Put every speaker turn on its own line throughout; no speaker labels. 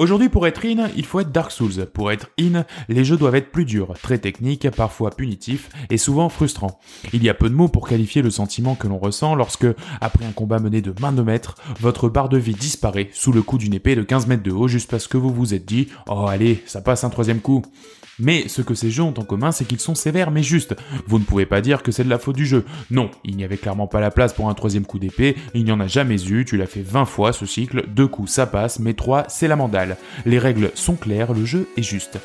Aujourd'hui, pour être in, il faut être Dark Souls. Pour être in, les jeux doivent être plus durs, très techniques, parfois punitifs et souvent frustrants. Il y a peu de mots pour qualifier le sentiment que l'on ressent lorsque, après un combat mené de main de maître, votre barre de vie disparaît sous le coup d'une épée de 15 mètres de haut juste parce que vous vous êtes dit « Oh allez, ça passe un troisième coup ». Mais ce que ces jeux ont en commun, c'est qu'ils sont sévères mais justes. Vous ne pouvez pas dire que c'est de la faute du jeu. Non, il n'y avait clairement pas la place pour un troisième coup d'épée, il n'y en a jamais eu, tu l'as fait 20 fois ce cycle, deux coups ça passe, mais trois c'est la mandale. Les règles sont claires, le jeu est juste.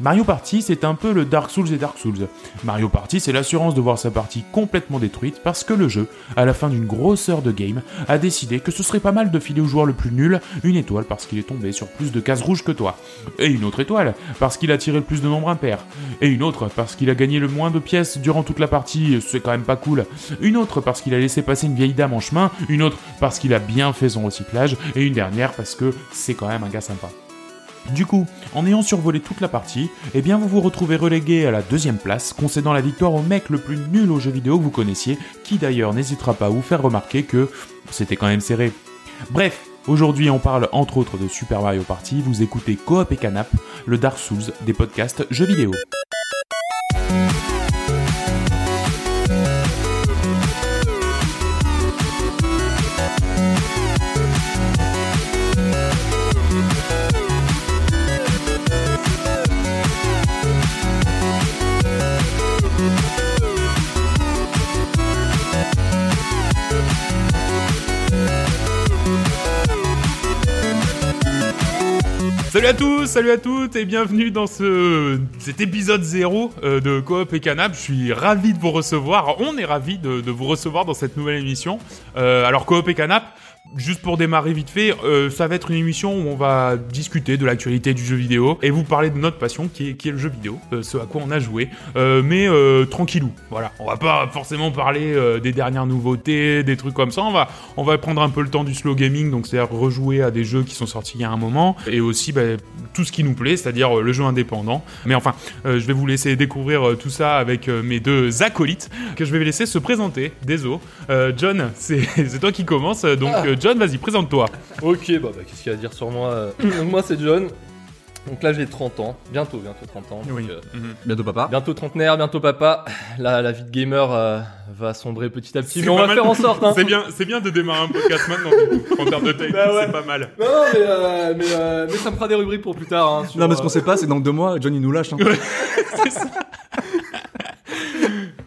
Mario Party, c'est un peu le Dark Souls des Dark Souls. Mario Party, c'est l'assurance de voir sa partie complètement détruite parce que le jeu, à la fin d'une grosse heure de game, a décidé que ce serait pas mal de filer au joueur le plus nul une étoile parce qu'il est tombé sur plus de cases rouges que toi. Et une autre étoile parce qu'il a tiré le plus de nombres impairs. Et une autre parce qu'il a gagné le moins de pièces durant toute la partie, c'est quand même pas cool. Une autre parce qu'il a laissé passer une vieille dame en chemin. Une autre parce qu'il a bien fait son recyclage. Et une dernière parce que c'est quand même un gars sympa. Du coup, en ayant survolé toute la partie, eh bien vous vous retrouvez relégué à la deuxième place, concédant la victoire au mec le plus nul aux jeux vidéo que vous connaissiez, qui d'ailleurs n'hésitera pas à vous faire remarquer que c'était quand même serré. Bref, aujourd'hui on parle entre autres de Super Mario Party, vous écoutez Coop et Canap, le Dark Souls des podcasts jeux vidéo. Salut à tous, salut à toutes et bienvenue dans ce, cet épisode 0 euh, de Coop et Canap. Je suis ravi de vous recevoir, on est ravi de, de vous recevoir dans cette nouvelle émission. Euh, alors Coop et Canap, juste pour démarrer vite fait, euh, ça va être une émission où on va discuter de l'actualité du jeu vidéo et vous parler de notre passion qui est, qui est le jeu vidéo, euh, ce à quoi on a joué, Euh, mais euh, tranquillou. Voilà, on va pas forcément parler euh, des dernières nouveautés, des trucs comme ça. On va, on va prendre un peu le temps du slow gaming, donc c'est-à-dire rejouer à des jeux qui sont sortis il y a un moment et aussi bah, tout ce qui nous plaît, c'est-à-dire euh, le jeu indépendant. Mais enfin, euh, je vais vous laisser découvrir euh, tout ça avec euh, mes deux acolytes que je vais laisser se présenter. Désolé, Euh, John, c'est c'est toi qui commence, donc euh, John, vas-y, présente-toi.
Ok, bah, bah, qu'est-ce qu'il y a à dire sur moi euh, donc Moi, c'est John. Donc là, j'ai 30 ans. Bientôt, bientôt 30 ans. Donc, euh,
Mhm.
Bientôt papa.
bientôt trentenaire, bientôt papa. Là, la vie de gamer euh, va sombrer petit à petit.
C'est
Mais on
pas
va
mal.
faire en sorte. Hein.
C'est bien, c'est bien de démarrer un podcast maintenant, du coup, en termes de taille,
Bah ouais.
c'est pas mal.
Non, non, mais, euh, mais, euh, mais ça me fera des rubriques pour plus tard. hein, sur,
Non, mais ce
euh,
qu'on sait pas, c'est que dans deux mois, Johnny nous lâche. hein.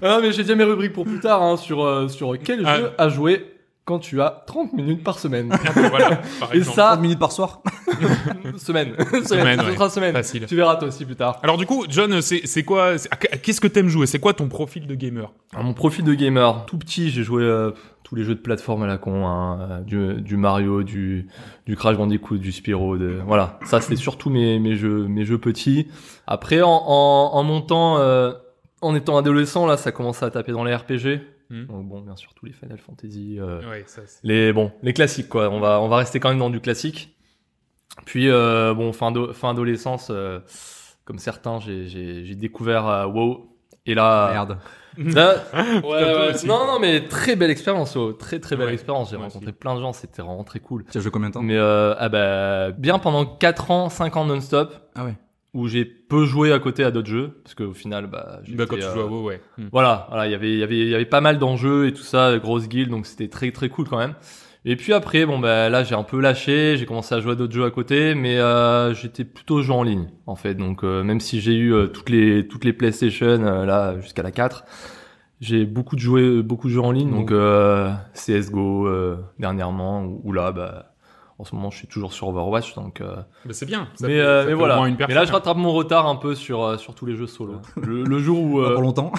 Ah, mais j'ai déjà mes rubriques pour plus tard hein, sur, euh, sur quel
Ah.
jeu à jouer quand tu as 30 minutes par semaine.
Ah, bah voilà, par
Et
exemple.
ça,
30 minutes par soir.
semaine. semaine.
Semaine,
ça
ouais.
sera semaine.
Facile.
Tu verras toi aussi plus tard.
Alors du coup, John, c'est c'est quoi, c'est- à- qu'est-ce que t'aimes jouer C'est quoi ton profil de gamer
Alors, mon profil de gamer, tout petit, j'ai joué euh, tous les jeux de plateforme à la con, hein, euh, du, du Mario, du, du Crash Bandicoot, du Spyro, de, voilà. Ça, c'était surtout mes, mes jeux, mes jeux petits. Après, en, en, en montant, euh, en étant adolescent, là, ça commençait à taper dans les RPG.
Hmm.
Donc bon, bien sûr, tous les Final Fantasy, euh,
Ouais, ça c'est.
les bon, les classiques quoi. On va on va rester quand même dans du classique. Puis euh, bon fin do- fin adolescence, euh, comme certains, j'ai j'ai j'ai découvert euh, WoW et là.
Merde.
Là, ouais,
toi
ouais.
aussi.
Non, non, mais très belle expérience, oh, très très belle
Ouais,
expérience. J'ai
moi
rencontré plein de gens, c'était vraiment très cool.
Tu as joué combien de temps
Mais euh, ah bah, bien pendant 4 ans, 5 ans non-stop,
Ah ouais.
où j'ai peu joué à côté à d'autres jeux, parce qu'au final, bah, j'étais,
Bah quand tu
euh,
joues à WoW, ouais. Mm.
Voilà, voilà, il y avait, il y avait, il y avait pas mal d'enjeux et tout ça, grosse guild, donc c'était très très cool quand même. Et puis après, bon bah là j'ai un peu lâché, j'ai commencé à jouer à d'autres jeux à côté, mais euh, j'étais plutôt jeu en ligne en fait. Donc euh, même si j'ai eu euh, toutes les toutes les PlayStation euh, là jusqu'à la 4, j'ai beaucoup de joué beaucoup de jeux en ligne.
Mmh.
Donc euh, CS:GO euh, dernièrement ou, ou là bah en ce moment je suis toujours sur Overwatch donc. euh,
Bah, c'est bien. ça
mais
fait-
euh,
ça
mais
fait au
voilà.
moins une
Mais là
personne. hein.
je rattrape mon retard un peu sur euh, sur tous les jeux solo. Le, le jour où
Pas
euh,
pour longtemps.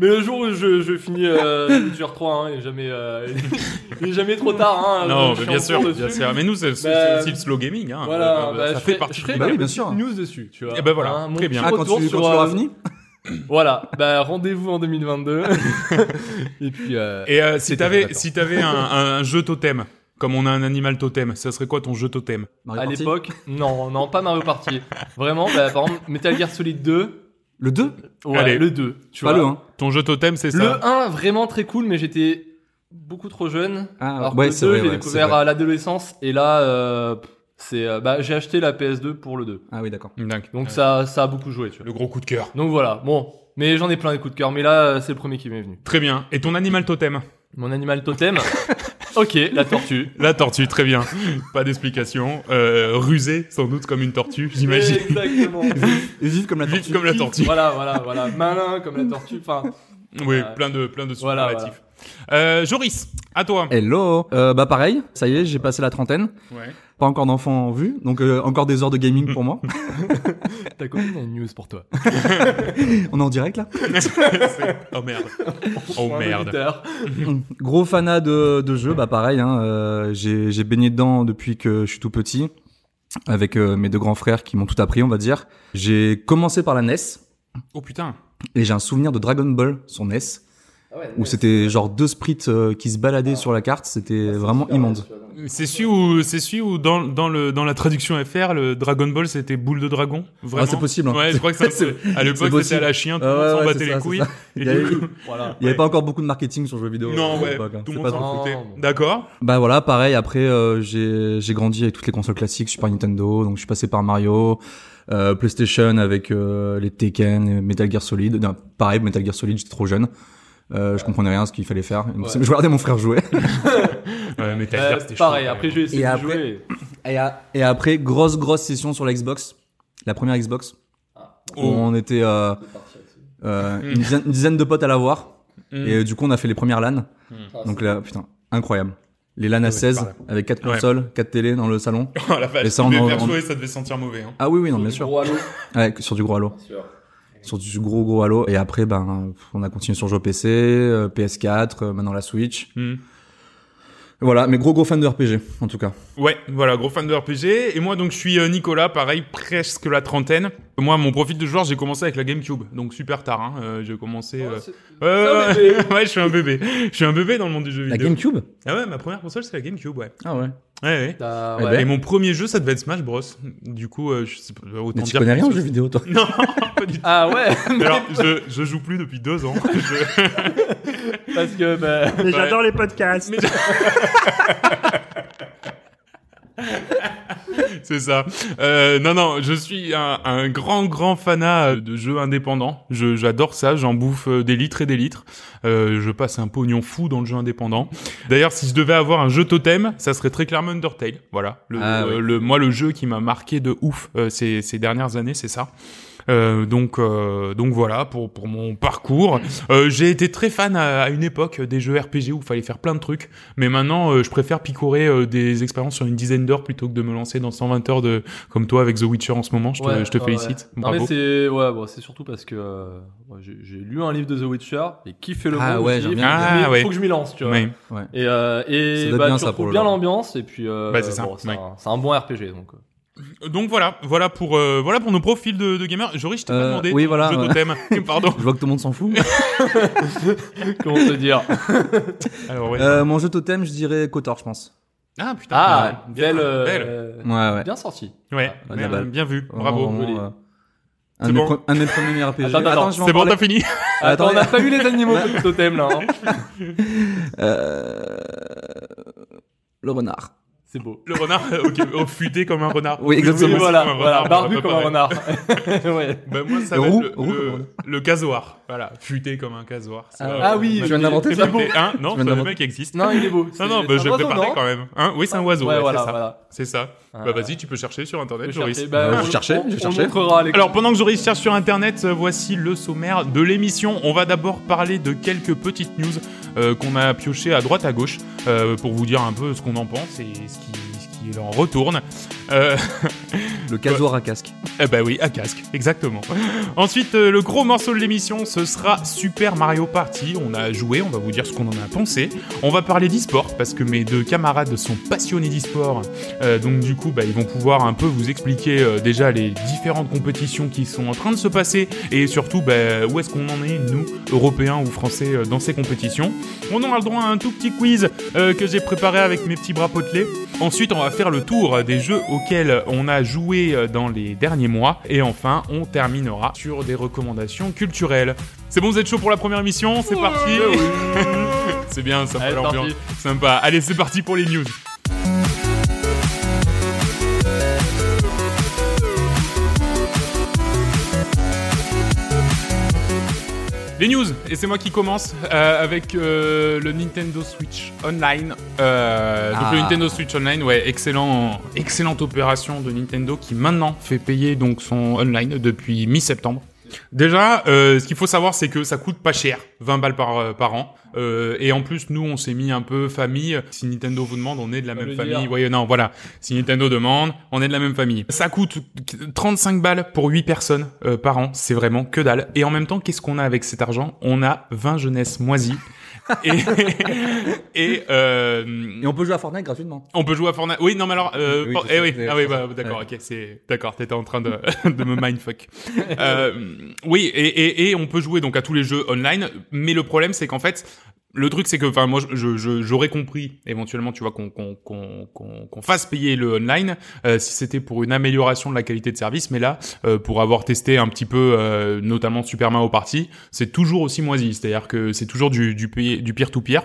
mais le jour où je, je finis euh, Witcher 3, hein, il est jamais, euh, il est jamais trop tard. Hein,
Non,
je
mais
suis
bien
en
sûr,
cours dessus.
bien sûr. Mais nous, c'est c'est-
Bah,
c'est aussi le slow gaming. Hein.
Voilà,
Euh,
bah,
ça
je
fait
ferai-
partie.
je ferai
du
Bah
une
oui,
gaming.
bien sûr.
news dessus, tu vois.
Eh ben voilà,
Hein, mon
très
petit
bien.
Ah, quand
retour
tu,
sur,
quand tu
euh,
l'auras fini
Voilà, bah rendez-vous en 2022. Et puis, euh,
Et euh, si
C'est
t'avais
d'accord.
si t'avais un, un jeu totem, comme on a un animal totem, ça serait quoi ton jeu totem
Mario
à
Party.
l'époque, non, non, pas Mario Party. Vraiment, bah, par exemple, Metal Gear Solid 2,
Le 2
ouais,
Allez.
le 2. Tu
Pas
vois.
le 1.
Ton jeu totem, c'est ça
Le 1, vraiment très cool, mais j'étais beaucoup trop jeune.
Ah,
Alors que
ouais,
le
c'est
2,
vrai,
j'ai
ouais, c'est
découvert
vrai.
à l'adolescence et là, euh, pff, C'est euh, bah j'ai acheté la PS2 pour le 2.
Ah oui, d'accord.
Dingue.
Donc ça ça a beaucoup joué, tu vois.
Le gros coup de cœur.
Donc voilà. Bon, mais j'en ai plein de coups de cœur, mais là euh, c'est le premier qui m'est venu.
Très bien. Et ton animal totem
Mon animal totem. OK, la tortue.
La tortue, très bien. Pas d'explication. Euh, rusée, sans doute comme une tortue, j'imagine.
Exactement.
Hésite comme la
Vite
tortue.
comme la tortue.
voilà, voilà, voilà. Malin comme la tortue. Enfin,
Oui,
Voilà.
plein de, plein de
Voilà,
superlatifs. Euh, Joris, à toi.
Hello. Euh, bah pareil, ça y est, j'ai passé la trentaine.
Ouais.
Pas encore d'enfant en vue, donc euh, encore des heures de gaming pour moi.
ta copine a une news pour toi.
On est en direct là.
Oh merde. Oh
Pour un
merde.
auditeur.
Gros fanat de, de jeux, bah pareil. Hein, euh, j'ai j'ai baigné dedans depuis que je suis tout petit, avec euh, mes deux grands frères qui m'ont tout appris, on va dire. J'ai commencé par la E NES
Oh putain.
et j'ai un souvenir de Dragon Ball sur NES
Ah ouais, Ah.
où c'était genre deux sprites euh, qui se baladaient sur la carte. C'était vraiment immonde.
C'est celui où, c'est celui où dans, dans, le, dans la traduction FR, le Dragon Ball c'était boule de dragon Vraiment
Ah, c'est possible, hein.
Ouais, je crois que ça. à l'époque
possible.
c'était à la chien, tout le
Ah,
monde
ouais,
s'en
ouais,
battait
c'est
les
ça, c'est
couilles.
ça.
Et
Il y a
du
eu-
coup-
Voilà.
Il n'y avait
Ouais.
pas encore beaucoup de marketing sur le jeu vidéo.
Non,
à
ouais,
l'époque, hein.
tout le
C'est
monde
pas
trop-
s'en foutait.
Non.
D'accord.
Bah voilà, pareil, après euh, j'ai j'ai grandi avec toutes les consoles classiques, Super Nintendo, donc je suis passé par Mario, euh, PlayStation avec euh, les Tekken, les Metal Gear Solid. Non, pareil, Metal Gear Solid, j'étais trop jeune. Euh, je comprenais rien à ce qu'il fallait faire. Il me
Ouais.
semble- Je regardais mon frère jouer.
Ouais, mais t'as
Euh,
l'air, c'était
pareil,
chaud,
après j'ai essayé
Et
de
après-
jouer.
et, a- et après, grosse grosse session sur la Xbox, la première Xbox.
Oh.
Où on était euh, euh, une, dizaine, une dizaine de potes à l'avoir.
Mm.
Et euh, du coup, on a fait les premières LAN. Donc là, putain, incroyable. Les LAN à
Ouais,
16
pareil.
avec quatre
Ouais.
consoles, quatre télés dans le salon.
Oh la vache,
Et ça, on
tu devais
en-
faire
on-
jouer, ça devait sentir mauvais. Hein.
Ah oui, oui, non, bien sûr. euh, Ouais, sur du gros halo. Sur du gros gros halo. Et après, ben, pff, on a continué sur jeu PC, euh, PS4, euh, maintenant la Switch.
Mm.
Voilà, mais gros gros fan de RPG, en tout cas.
Ouais, voilà, gros fan de RPG. Et moi, donc, je suis euh, Nicolas, pareil, presque la trentaine. Moi, mon profil de joueur, j'ai commencé avec la GameCube, donc super tard. Hein. Euh, j'ai commencé. euh,
un
Ouais, ouais, ouais, ouais, je suis un bébé. Je suis un bébé dans le monde du jeu
La
vidéo.
GameCube
Ah ouais, ma première console, c'est la GameCube, ouais.
Ah ouais.
Ouais, ouais.
T'as-
Eh
ouais.
ben,
Et mon premier jeu, ça devait être Smash Bros. Du coup, euh, je sais pas, autant
Mais tu
dire
connais
que-
rien aux jeux vidéo, toi
Non, pas du tout.
Ah ouais,
Eh
Alors,
ben,
je, je joue plus depuis deux ans. Je-
parce que bah,
Mais j'adore
les podcasts
C'est ça. Euh, non, non, je suis un, un grand, grand fanat de jeux indépendants. Je- J'adore ça, j'en bouffe euh, des litres et des litres. Euh, je passe un pognon fou dans le jeu indépendant. D'ailleurs, si je devais avoir un jeu totem, ça serait très clairement Undertale. Voilà. Le,
Ah,
euh,
oui.
le- moi, le jeu qui m'a marqué de ouf euh, ces, ces dernières années, c'est ça. Euh, donc, euh, donc voilà pour pour mon parcours. Euh, J'ai été très fan à, à une époque des jeux RPG où il fallait faire plein de trucs, mais maintenant euh, je préfère picorer euh, des expériences sur une dizaine d'heures plutôt que de me lancer dans 120 heures de comme toi avec The Witcher en ce moment. Je te,
Ouais,
je te
ouais,
félicite.
ouais. Non,
Bravo.
mais c'est ouais, bon, c'est surtout parce que euh, moi, j'ai j'ai lu un livre de The Witcher et kiffé le
Ah
monde.
ouais,
je dis,
j'aime
faut que
bien.
je m'y-
Ah ouais.
faut que je m'y lance, tu vois.
Ouais.
Et euh,
Ça
et
doit être
bah,
bien,
tu
ça,
retrouves
pour le
bien
lore.
l'ambiance et puis euh,
Bah, c'est ça,
bon,
ouais.
un, c'est un bon RPG donc. euh.
Donc voilà, voilà pour euh, voilà pour nos profils de, de gamers. Joris, je t'ai pas
Euh,
demandé.
oui,
ton
voilà,
Jeu
ouais.
totem. Pardon.
Je vois que tout le monde s'en fout.
Comment te dire
Alors, ouais.
Euh, mon jeu totem, je dirais Kotor, je pense.
ah putain.
Ah,
ouais.
belle, euh,
Belle.
Ouais, ouais.
bien sorti.
Ouais.
Ah,
bonne
bien,
balle.
bien vu.
Vraiment,
Bravo.
vraiment,
joli.
euh,
C'est
un, de mes
bon.
pre- un de mes premiers RPG.
Attends, attends,
je vais en
C'est bon,
parler.
t'as fini.
Ah,
Attends, on n'a pas eu les animaux
Ouais.
comme totem là. hein.
Euh, Le renard.
C'est beau.
Le renard, ok, oh, futé comme un renard.
Oui, exactement.
Oui, voilà,
comme un
voilà,
renard,
barbu
pas
comme un
pareil.
renard. ouais.
Ben, moi, ça
Le
va être
roux,
le,
roux
le-
comme un
le casoir. Voilà, futé comme un casoir. C'est
Ah
vrai.
ouais.
Ah oui,
Je viens de l'inventer,
c'est
ça.
beau.
Mais, hein, non,
Tu viens
ça, le
d'inventer.
mec existe.
Non, il est beau.
Non,
C'est-
non, ben,
c'est
je
un
le
oiseau,
préparais
non
quand même. Hein oui, c'est un oiseau.
Ouais,
ouais,
voilà,
c'est ça.
voilà.
C'est ça. Bah,
Ouais.
vas-y, tu peux chercher sur internet,
Je
Joris.
cherchais, bah,
Euh,
on-
je cherchais,
on-
je
on
cherchais.
montrera à l'écran.
Alors pendant que Joris cherche sur internet, euh, voici le sommaire de l'émission. On va d'abord parler de quelques petites news euh, qu'on a piochées à droite à gauche euh, pour vous dire un peu ce qu'on en pense et ce qui, ce qui en retourne. Euh,
Le casoir à casque.
Eh ben oui, à casque, exactement. Ensuite, euh, le gros morceau de l'émission, ce sera Super Mario Party. On a joué, on va vous dire ce qu'on en a pensé. On va parler d'e-sport, parce que mes deux camarades sont passionnés d'e-sport. Euh, donc du coup, bah, ils vont pouvoir un peu vous expliquer euh, déjà les différentes compétitions qui sont en train de se passer, et surtout bah, où est-ce qu'on en est, nous, Européens ou Français, euh, dans ces compétitions. On aura le droit à un tout petit quiz euh, que j'ai préparé avec mes petits bras potelés. Ensuite, on va faire le tour des jeux auxquels on a joué euh, dans les derniers mois. Et enfin, on terminera sur des recommandations culturelles. C'est bon, vous êtes chaud pour la première émission C'est parti C'est bien, ça
Allez,
fait
parti.
l'ambiance. Sympa. Allez, c'est parti pour les news. Les news, et c'est moi qui commence euh, avec euh, le Nintendo Switch Online. Euh, Donc
Ah.
le Nintendo Switch Online, ouais, excellent, excellente opération de Nintendo qui maintenant fait payer donc son online depuis mi-septembre. Déjà, euh, ce qu'il faut savoir, c'est que ça coûte pas cher, 20 balles par, euh, par an. Euh, et en plus, nous, on s'est mis un peu famille. Si Nintendo vous demande, on est de la
Faut
même
le
famille.
dire.
Ouais, non, voilà. Si Nintendo demande, on est de la même famille. Ça coûte 35 balles pour 8 personnes euh, par an. C'est vraiment que dalle. Et en même temps, qu'est-ce qu'on a avec cet argent On a 20 jeunesses moisies. et et, euh,
Et on peut jouer à Fortnite gratuitement.
on peut jouer à Fortnite. Oui, non, mais alors. Euh,
Oui,
for-
je
eh
sais,
oui.
c'est-
Ah oui, bah, d'accord, ok. C'est d'accord. T'étais en train de, de me mindfuck. euh, oui, et, et, et on peut jouer donc à tous les jeux online. Mais le problème, c'est qu'en fait, le truc, c'est que, enfin, moi, je- je- j'aurais compris éventuellement, tu vois, qu'on qu'on qu'on qu'on qu'on fasse payer le online euh, si c'était pour une amélioration de la qualité de service. Mais là, euh, pour avoir testé un petit peu, euh, notamment Super Mario Party, c'est toujours aussi moisi. C'est-à-dire que c'est toujours du du pay- du peer to peer.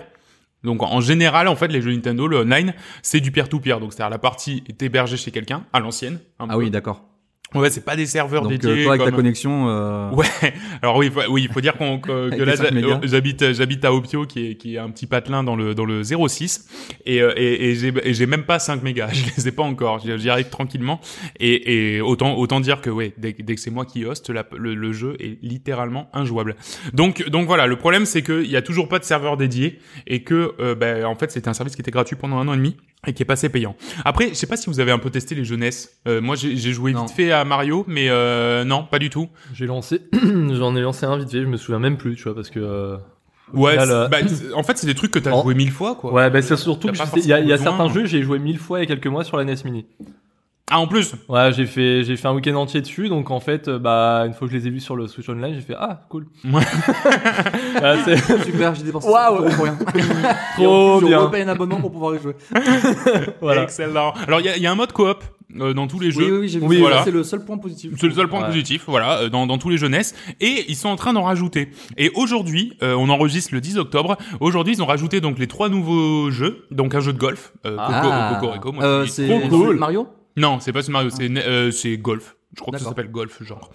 Donc en général, en fait, les jeux Nintendo, le online, c'est du peer-to-peer. Donc c'est-à-dire la partie est hébergée chez quelqu'un à l'ancienne. un
Ah
peu.
oui, d'accord.
Ouais, c'est pas des serveurs
Donc
dédiés.
euh, toi avec ta
comme-
connexion, euh,
Ouais. Alors oui, faut- oui, il faut dire qu'on que, que
Avec
là
les cinq
j'ha-
mégas.
j'habite j'habite à Opio qui est qui est un petit patelin dans le dans le 06 et euh, et, et j'ai et j'ai même pas 5 mégas, je les ai pas encore. J'y j'y arrive tranquillement et et autant autant dire que ouais, dès, dès que c'est moi qui hoste la- le, le jeu est littéralement injouable. Donc donc voilà, le problème c'est que il y a toujours pas de serveur dédié et que euh, ben, en fait, c'était un service qui était gratuit pendant un an et demi et qui est passé payant. Après, je sais pas si vous avez un peu testé les jeunesses. Euh, moi j'ai j'ai joué
Non.
vite fait à Mario mais euh, non, pas du tout.
J'ai lancé, j'en ai lancé un vite fait, je me souviens même plus, tu vois, parce que. euh,
Ouais,
final,
c'est-
euh,
bah, c'est- en fait, c'est des trucs que t'as
en-
joué mille fois, quoi.
Ouais, bah c'est surtout
T'as
que
pas
j'étais- il y a, il y a
forcément
certains
besoin. hein.
jeux, j'ai joué mille fois il y a quelques mois sur la NES Mini.
Ah, en plus
Ouais, j'ai fait, j'ai fait un week-end entier dessus, donc en fait, euh, bah, une fois que je les ai vus sur le Switch Online, j'ai fait ah cool.
Ouais.
Ah, c'est
super, j'ai dépensé
Waouh.
5 euros pour rien.
trop
Je
bien.
repaye un abonnement pour pouvoir y jouer.
Voilà.
Excellent. Alors, il y, a- il y a un mode coop euh, dans tous les
Oui,
jeux.
oui, oui, j'ai vu.
Oui,
ça,
voilà.
C'est le seul point positif.
C'est le seul point
Ouais.
positif, voilà, euh, dans, dans tous les jeunesses. Et ils sont en train d'en rajouter. Et aujourd'hui, euh, on enregistre le 10 octobre. Aujourd'hui, ils ont rajouté donc les trois nouveaux jeux. Donc un jeu de golf, euh,
Ah.
Coco, Cocorico, moi,
Euh,
je
c'est
dis trop
c'est
cool.
Mario.
Non, c'est pas ce Mario, c'est euh, c'est golf. Je crois que ça
D'accord.
s'appelle golf, genre.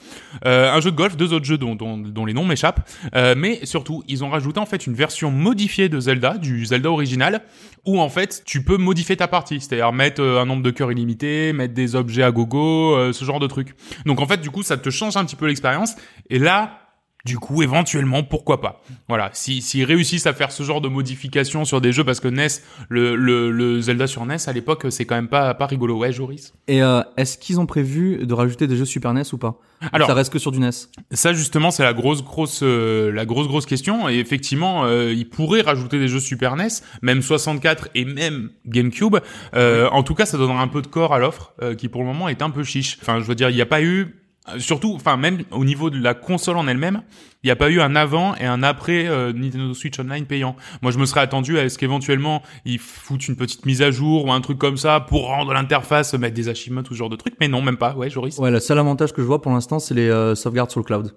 Euh, un jeu de golf, deux autres jeux dont, dont, dont les noms m'échappent. Euh, mais surtout, ils ont rajouté en fait une version modifiée de Zelda, du Zelda original, où en fait tu peux modifier ta partie, c'est-à-dire mettre euh, un nombre de cœurs illimité, mettre des objets à gogo, euh, ce genre de truc. Donc en fait, du coup, ça te change un petit peu l'expérience. Et là, du coup, éventuellement, pourquoi pas Voilà, si- s'ils réussissent à faire ce genre de modifications sur des jeux, parce que NES, le, le, le Zelda sur NES à l'époque, c'est quand même pas, pas rigolo. Ouais, Joris
Et euh, est-ce qu'ils ont prévu de rajouter des jeux Super NES ou pas
Alors-
ça reste que sur du E NES.
Ça justement, c'est la grosse grosse euh, la grosse grosse question. Et effectivement, euh, ils pourraient rajouter des jeux Super NES, même 64 et même GameCube. Euh, En tout cas, ça donnera un peu de corps à l'offre euh, qui pour le moment est un peu chiche. Enfin, je veux dire, il n'y a pas eu euh, surtout, enfin même au niveau de la console en elle-même, il n'y a pas eu un avant et un après euh, Nintendo Switch Online payant. Moi, je me serais attendu à ce qu'éventuellement ils foutent une petite mise à jour ou un truc comme ça pour rendre l'interface, mettre des achievements, tout ce genre de trucs. Mais non, même pas. Ouais, Joris.
Ouais, le seul avantage que je vois pour l'instant, c'est les euh, sauvegardes sur le cloud.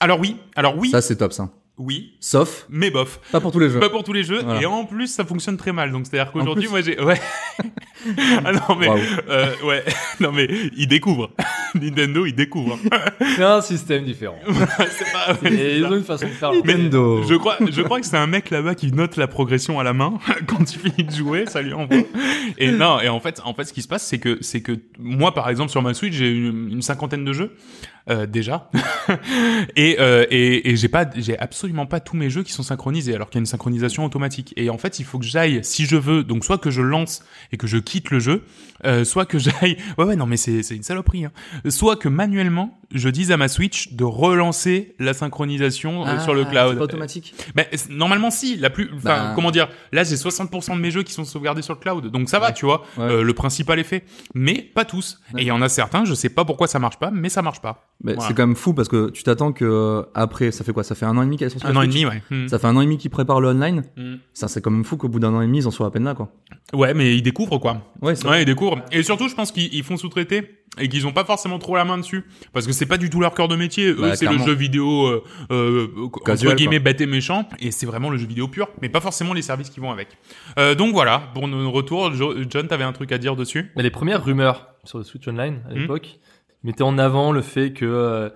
Alors oui, alors oui,
Ça, c'est top, ça.
oui,
Sauf,
mais bof.
pas pour tous les jeux.
Pas pour tous les jeux
Euh, Voilà.
et en plus ça fonctionne très mal donc c'est à dire qu'aujourd'hui
En plus.
moi j'ai ouais ah non mais
Waouh.
euh, ouais non mais ils découvrent Nintendo ils découvrent
C'est un système différent.
c'est pas ouais,
Et
c'est
ils
ça.
ont une façon de faire.
Mais
Nintendo.
je crois je crois que c'est un mec là-bas qui note la progression à la main quand il finit de jouer ça lui envoie et non et en fait en fait ce qui se passe c'est que c'est que moi par exemple sur ma Switch j'ai une, une cinquantaine de jeux euh, déjà et euh, et, et j'ai pas j'ai absolument pas tous mes jeux qui sont synchronisés alors qu'il y a une synchronisation automatique et en fait il faut que j'aille si je veux donc soit que je lance et que je quitte le jeu euh, soit que j'aille ouais ouais non mais c'est c'est une saloperie hein. soit que manuellement je dise à ma Switch de relancer la synchronisation euh,
Ah,
sur le cloud
C'est pas automatique.
ben, c'est- normalement, si. La plus, enfin,
Bah.
comment dire Là, j'ai 60% de mes jeux qui sont sauvegardés sur le cloud, donc ça va,
Ouais.
tu vois.
Ouais.
Euh, le principal est fait, mais pas tous. Et il y en a certains, je sais pas pourquoi ça marche pas, mais ça marche pas.
Mais
Voilà.
C'est quand même fou parce que tu t'attends que euh, après, ça fait quoi Ça fait un an et demi qu'elles sont sur
Un
la
an et
Switch
demi, ouais. Hmm.
Ça fait un an et demi qu'ils préparent le online.
Hmm.
Ça, c'est quand même fou qu'au bout d'un an et demi, ils en soient à peine là, quoi.
Ouais, mais ils découvrent quoi.
Ouais, c'est
Ouais, ils découvrent. Et surtout, je pense qu'ils ils font sous-traiter et qu'ils ont pas forcément trop la main dessus, parce que c'est pas du tout leur cœur de métier. Eux,
Bah,
c'est le
clairement.
jeu vidéo euh, euh, entre
Casual,
guillemets bête et méchant, et c'est vraiment le jeu vidéo pur, mais pas forcément les services qui vont avec. Euh, donc voilà, pour nos retours, Jo- John, t'avais un truc à dire dessus
Mais les premières rumeurs sur le Switch Online à
Hmm.
l'époque mettaient en avant le fait que euh,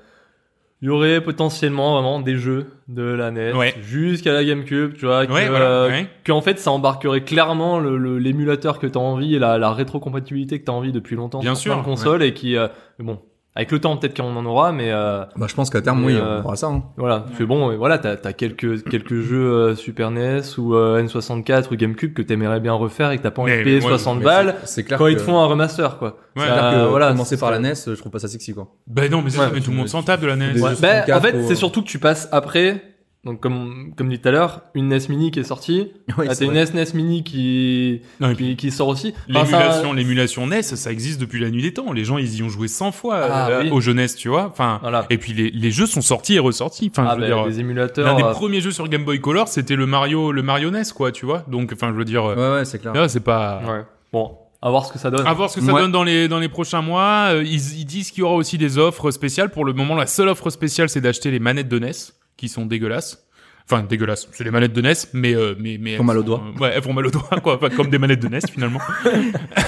Il y aurait potentiellement vraiment des jeux de la NES
Ouais.
jusqu'à la GameCube, tu vois, que,
Ouais, voilà,
euh,
ouais.
qu'en fait ça embarquerait clairement le- le- l'émulateur que t'as envie et la, la rétrocompatibilité que t'as envie depuis longtemps
Bien
sur plein
sûr,
de consoles et qui, euh, bon, avec le temps peut-être qu'on en aura, mais euh,
Bah, je pense qu'à terme, oui,
Et, euh,
on aura ça. hein.
voilà, c'est bon, et voilà, t'as as quelques quelques jeux euh, Super NES ou euh, N64 ou GameCube que t'aimerais bien refaire et que t'as pas envie
Mais
de payer
moi,
60
Mais
balles
c'est- C'est clair.
quand
que,
ils te font un remaster, quoi.
Ouais,
Ça,
c'est
clair que
voilà,
commencer
c'est-
par la E NES, je trouve pas ça sexy, quoi.
Bah non, mais, c'est
Ouais,
ça, mais tout le monde s'en tape de la NES.
Des-
Ouais,
jeux E
ben,
64
en fait,
au-
c'est surtout que tu passes après, donc comme, comme dit tout à l'heure, une NES Mini qui est sortie.
Oui,
Ah,
c'est
t'as une
vrai.
NES, NES Mini qui,
Non, et puis,
qui, qui sort aussi. Enfin, Bah, ça-
L'émulation, l'émulation NES, ça existe depuis la nuit des temps. Les gens, ils y ont joué 100 fois
Ah,
euh,
oui.
aux jeunesses, tu vois. Enfin,
Voilà.
et puis les, les jeux sont sortis et ressortis. Enfin,
Ah,
je
ben,
veux dire,
des
l'un
émulateurs.
des
euh,
premiers jeux sur Game Boy Color, c'était le Mario, le Mario NES, quoi, tu vois. Donc, enfin, je veux dire,
Ouais, ouais, c'est clair.
là, c'est pas.
ouais. Bon, à voir ce que ça donne.
À voir ce que ça
Ouais.
donne dans les, dans les prochains mois. Euh, Ils, ils disent qu'il y aura aussi des offres spéciales. Pour le moment, la seule offre spéciale, c'est d'acheter les manettes de NES, qui sont dégueulasses. Enfin, dégueulasses. C'est les manettes de NES, mais. euh, mais, mais
Font
elles
mal aux
sont,
doigts.
euh, ouais, elles font mal aux doigts, quoi. Enfin, comme des manettes de NES, finalement.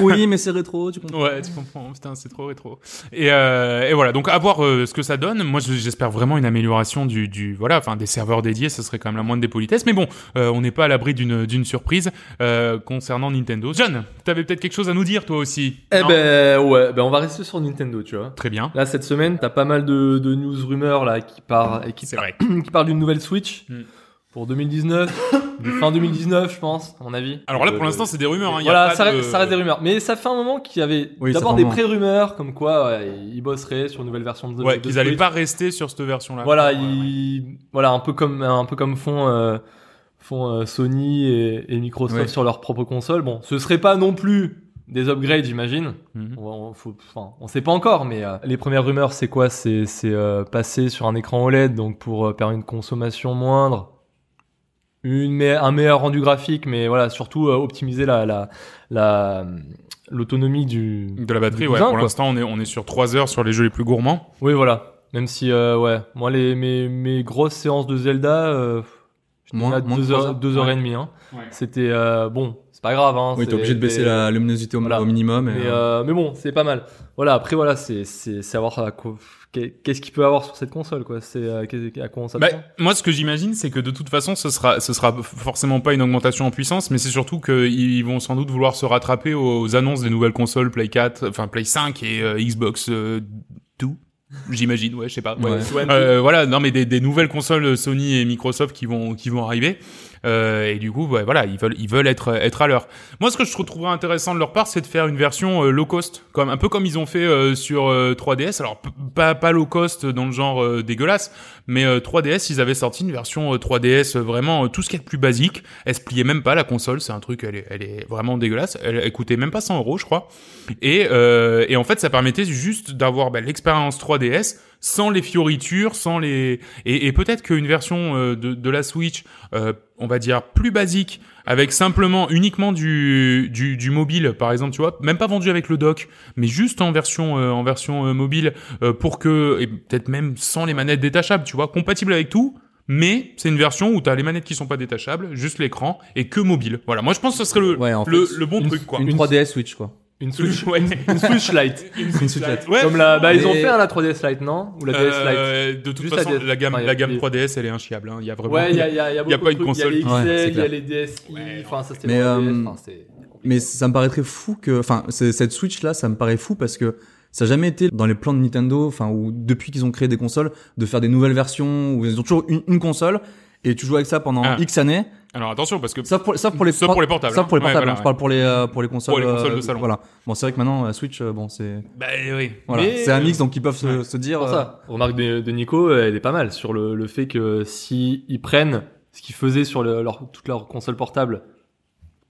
oui, mais c'est rétro, tu comprends.
Ouais, tu comprends. Putain, c'est trop rétro. Et, euh, et voilà. Donc, à voir euh, ce que ça donne. Moi, je- j'espère vraiment une amélioration du, du voilà, enfin, des serveurs dédiés. Ça serait quand même la moindre des politesses. Mais bon, euh, on n'est pas à l'abri d'une, d'une surprise euh, concernant Nintendo. John, t'avais peut-être quelque chose à nous dire, toi aussi.
Eh
Non
ben, ouais, ben, on va rester sur Nintendo, tu vois.
Très bien.
Là, cette semaine, t'as pas mal de, de news rumeurs, là, qui part, et qui,
C'est vrai.
qui parlent d'une nouvelle Switch.
Hmm.
Pour 2019, de fin 2019, je pense, à mon avis.
Alors là,
Le-
pour l'instant, c'est des rumeurs. Hein. Il y a
Voilà,
pas
ça,
de-
reste, ça reste des rumeurs. Mais ça fait un moment qu'il y avait
Oui, ça
d'abord des
fait un moment.
pré-rumeurs comme quoi ouais, ils bosseraient sur une nouvelle version de
Ouais,
de
qu'ils
Switch.
allaient pas rester sur cette version-là.
Voilà,
Ouais, ouais.
ils- voilà un peu comme un peu comme font euh, font euh, Sony et, et Microsoft
Ouais.
sur leur propre console. Bon, ce serait pas non plus des upgrades, j'imagine.
Mhm.
On, va- on, faut- enfin, on sait pas encore, mais euh, les premières rumeurs, c'est quoi C'est c'est, euh, passer sur un écran OLED, donc pour euh, faire une consommation moindre, une me- un meilleur rendu graphique, mais voilà, surtout euh, optimiser la la- la euh, l'autonomie du.
De la batterie,
Du
ouais.
cousin,
Pour
quoi.
l'instant, on est, on est sur 3 heures sur les jeux les plus gourmands.
Oui, voilà. Même si, euh, ouais, moi les mes mes grosses séances de Zelda. Euh, j'étais
Moins-
là
moins de
deux
trois
heures,
heures.
deux heures
Ouais.
et demie. Hein.
Ouais.
C'était euh, bon, c'est pas grave. Hein,
Oui, t'es
c'est-
obligé de baisser
c'est-
la luminosité au,
Voilà.
au minimum. et,
Mais,
euh,
euh, mais bon, c'est pas mal. Voilà, après, voilà, c'est c'est savoir à quoi- qu'est- qu'est-ce qu'il peut avoir sur cette console, quoi. C'est euh, qu'est- à quoi on
Bah,
s'attend.
moi, ce que j'imagine, c'est que de toute façon, ce sera, ce sera forcément pas une augmentation en puissance, mais c'est surtout qu'ils vont sans doute vouloir se rattraper aux, aux annonces des nouvelles consoles Play 4, enfin Play 5 et euh, Xbox euh, 2. J'imagine, ouais, je sais pas. Ouais.
Ouais.
Euh, voilà, non, mais des, des nouvelles consoles euh, Sony et Microsoft qui vont qui vont arriver. Euh, et du coup, ouais, voilà, ils veulent ils veulent être être à l'heure. Moi, ce que je trouverais intéressant de leur part, c'est de faire une version euh, low cost, comme un peu comme ils ont fait euh, sur euh, 3DS. Alors p- pas pas low cost dans le genre euh, dégueulasse, mais euh, 3DS, ils avaient sorti une version euh, 3DS euh, vraiment euh, tout ce qui est de plus basique. Elle se pliait même pas la console, c'est un truc, elle est elle est vraiment dégueulasse. Elle, elle coûtait même pas 100 euros, je crois. Et euh, et en fait, ça permettait juste d'avoir bah, l'expérience 3DS sans les fioritures, sans les et, et peut-être qu'une version euh, de, de la Switch, euh, on va dire plus basique, avec simplement uniquement du, du du mobile, par exemple, tu vois, même pas vendu avec le dock, mais juste en version euh, en version euh, mobile euh, pour que et peut-être même sans les manettes détachables, tu vois, compatible avec tout. Mais c'est une version où t'as les manettes qui sont pas détachables, juste l'écran et que mobile. Voilà, moi je pense que ce serait le
ouais, en
euh, le,
fait,
le bon
une,
truc quoi.
Une 3DS Switch, quoi.
Une Switch,
Ouais.
une Switch Lite.
Une Switch Lite.
Ouais.
Comme la, bah, ils ont
Mais-
fait hein, la 3DS Lite, non Ou la DS Lite.
Euh, de toute
Juste la
façon,
DS.
la gamme,
Ouais, y a-
la gamme
y a-
3DS, elle est inchiable. Hein. Il y a vraiment.
Ouais, il y a, il y a, il y a beaucoup
pas
de
une
trucs.
console.
Il y a
Ouais,
les
c'est
XL, il y a
clair.
les DSi.
Ouais,
Enfin, ça c'était
Mais,
vraiment
euh,
DS, enfin, c'est compliqué.
Mais ça me paraîtrait fou que, enfin, c'est- cette Switch là, ça me paraît fou parce que ça n'a jamais été dans les plans de Nintendo, enfin, ou depuis qu'ils ont créé des consoles, de faire des nouvelles versions où ils ont toujours une, une console et tu joues avec ça pendant
Ah.
X années.
Alors attention, parce que
Sauf pour, sauf pour les,
Sauf pour les portables,
Sauf pour les
hein. Ouais,
portables.
voilà,
hein, Je parle pour les, euh, pour les
Pour
consoles.
les consoles de salon.
Voilà. Bon, c'est vrai que maintenant la Switch, euh, bon, c'est,
Bah oui.
voilà,
Mais-
c'est un mix, donc ils peuvent se, se dire. euh,
Pour ça, remarque Euh, de, de Nico, euh, elle est pas mal sur le, le fait que si ils prennent ce qu'ils faisaient sur le- leur, toute leur console portable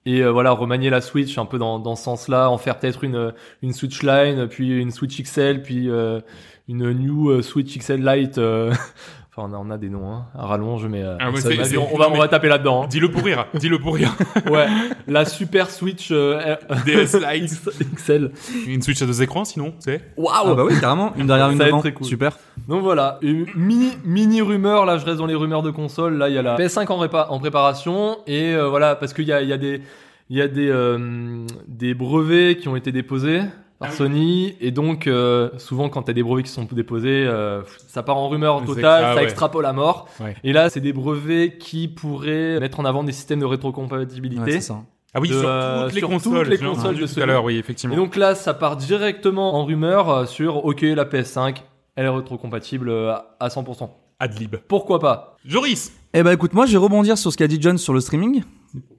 et euh, voilà remanier la Switch un peu dans, dans ce sens-là, en faire peut-être une une Switch Line, puis une Switch XL, puis euh, une new euh, Switch XL Lite. euh, enfin, on a, on a des noms hein, à rallonge, mais euh,
Ah ouais,
ça,
c'est-
vas-y,
c'est-
on, on va
non,
on va taper là-dedans.
Dis-le pour rire. Dis-le pour rire.
hein. ouais, la super Switch euh,
DS Lite.
XL.
Une Switch à deux écrans, sinon, tu sais.
Ah bah oui, carrément. Une derrière
Ça
une
va être
devant.
très cool.
Super.
Donc voilà, une mini mini rumeur là, je reste dans les rumeurs de console. Là, il y a la PS5 en, répa- en préparation et euh, voilà parce qu'il y a il y a des il y a des euh, des brevets qui ont été déposés
Ah
par Sony. Et donc, euh, souvent, quand t'as des brevets qui sont déposés, euh, ça part en rumeur totale,
Ah
ça
ouais.
extrapole à mort.
Ouais.
Et là, c'est des brevets qui pourraient mettre en avant des systèmes de rétrocompatibilité.
c'est ça.
Ah oui,
de,
sur
euh,
toutes les
sur toutes
consoles.
les
je l'ai
consoles
entendu
de
tout à
Sony.
l'heure, oui,
et
effectivement.
donc là, ça part directement en rumeur euh, sur, ok, la PS5, elle est rétrocompatible euh, à 100%.
Adlib.
Pourquoi pas
Joris
Eh ben écoute, moi je vais rebondir sur ce qu'a dit John sur le streaming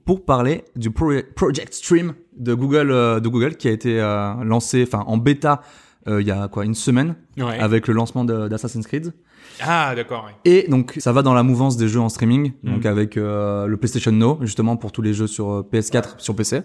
pour parler du pro- Project Stream de Google, euh, de Google qui a été euh, lancé, enfin en bêta euh, il y a quoi une semaine
Ah.
Ouais.
avec le lancement de- d'Assassin's Creed.
Ah, d'accord, ouais.
Et donc ça va dans la mouvance des jeux en streaming,
Mhm.
donc avec euh, le PlayStation Now justement pour tous les jeux sur euh, PS4, sur PC,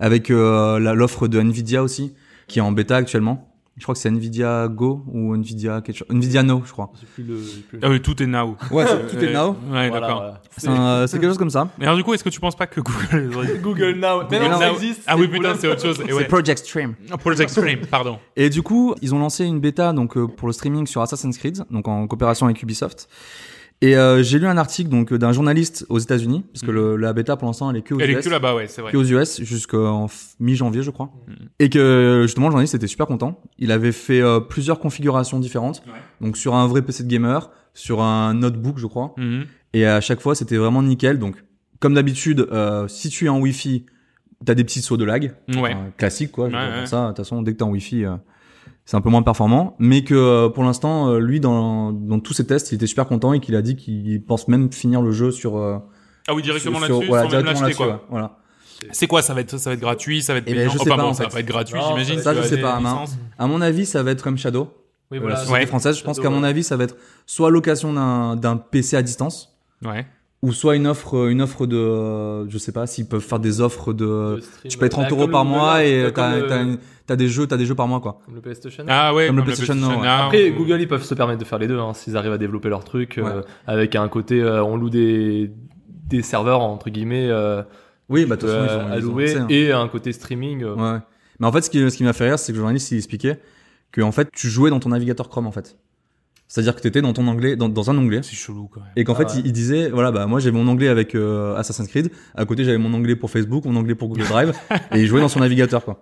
avec euh, la- l'offre de Nvidia aussi qui est en bêta actuellement. Je crois que c'est Nvidia Go ou Nvidia quelque chose, Nvidia Now je crois.
C'est plus le- c'est plus le-
Ah oui, tout est now. Euh,
Ouais, tout est now.
Ouais,
Voilà,
d'accord.
voilà.
C'est un- euh, c'est quelque chose comme ça.
Mais alors, du coup, est-ce que tu penses pas que Google. Google
Google Now. Mais non,
Now.
ça existe.
Ah
c'est
oui,
pour
putain,
la-
c'est autre chose. Et
C'est
ouais.
Project Stream.
Project Stream, pardon.
Et du coup, ils ont lancé une bêta donc euh, pour le streaming sur Assassin's Creed, donc en coopération avec Ubisoft. Et euh, j'ai lu un article donc euh, d'un journaliste aux États-Unis, parce que le- la bêta pour l'instant elle est que aux
Mhm. Elle
US,
est que là-bas, ouais, c'est vrai.
que aux US jusqu'en f- mi-janvier je crois.
Mhm.
Et que justement le journaliste était super content. Il avait fait euh, plusieurs configurations différentes, donc sur un vrai PC de gamer, sur un notebook je crois.
Mhm.
Et à chaque fois c'était vraiment nickel. Donc comme d'habitude, euh, si tu es en Wi-Fi, t'as des petits sauts de lag.
Ouais.
Ah.
Enfin, classique quoi. je veux
Ouais,
dire,
ouais.
Ça, de toute façon, dès que t'es en Wi-Fi, euh, c'est un peu moins performant. Mais que euh, pour l'instant, euh, lui, dans, dans tous ses tests, il était super content et qu'il a dit qu'il pense même finir le jeu sur euh,
Ah oui, directement
sur-
là-dessus,
voilà,
sans même
directement
l'acheter,
là-dessus,
quoi.
ouais, voilà.
C'est quoi ça va, être, ça va être gratuit Ça va être
Eh ben,
payant
je sais
Enfin
pas,
bon,
en
ça
fait.
va pas être gratuit,
Non,
j'imagine.
ça,
tu
je
as
sais
des
pas,
licences.
mince. À mon avis, ça va être comme Shadow,
Oui,
euh, la
voilà.
société
Ouais.
française. Je pense qu'à mon
avis
avis, ça va être soit location d'un d'un PC à distance,
Ouais.
ou soit une offre, une offre de, euh, je sais pas, s'ils peuvent faire des offres de.
euh,
Tu payes
Bah,
30 euros par mois et t'as t'as une- t'as des jeux, t'as des jeux par mois quoi.
Comme le PlayStation.
Ah ouais,
Comme le
la
PlayStation Now, ouais.
Now.
Après, Google, ils peuvent se permettre de faire les deux hein, s'ils arrivent à développer leur truc euh, avec un côté euh, on loue des, des serveurs entre guillemets euh,
Oui, bah de toute façon,
euh,
ils ont- ils ont
à louer
lancé, hein.
et un côté streaming. euh.
Ouais. Mais en fait, ce qui, ce qui m'a fait rire, c'est que le journaliste, il expliquait que, en fait, tu jouais dans ton navigateur Chrome, en fait. C'est-à-dire que t'étais dans ton onglet, dans, dans un onglet.
C'est chelou, quoi.
Et qu'en
Ah
fait,
ouais.
il, il disait, voilà, bah, moi, j'ai mon onglet avec euh, Assassin's Creed. À côté, j'avais mon onglet pour Facebook, mon onglet pour Google Drive. et il jouait dans son navigateur, quoi.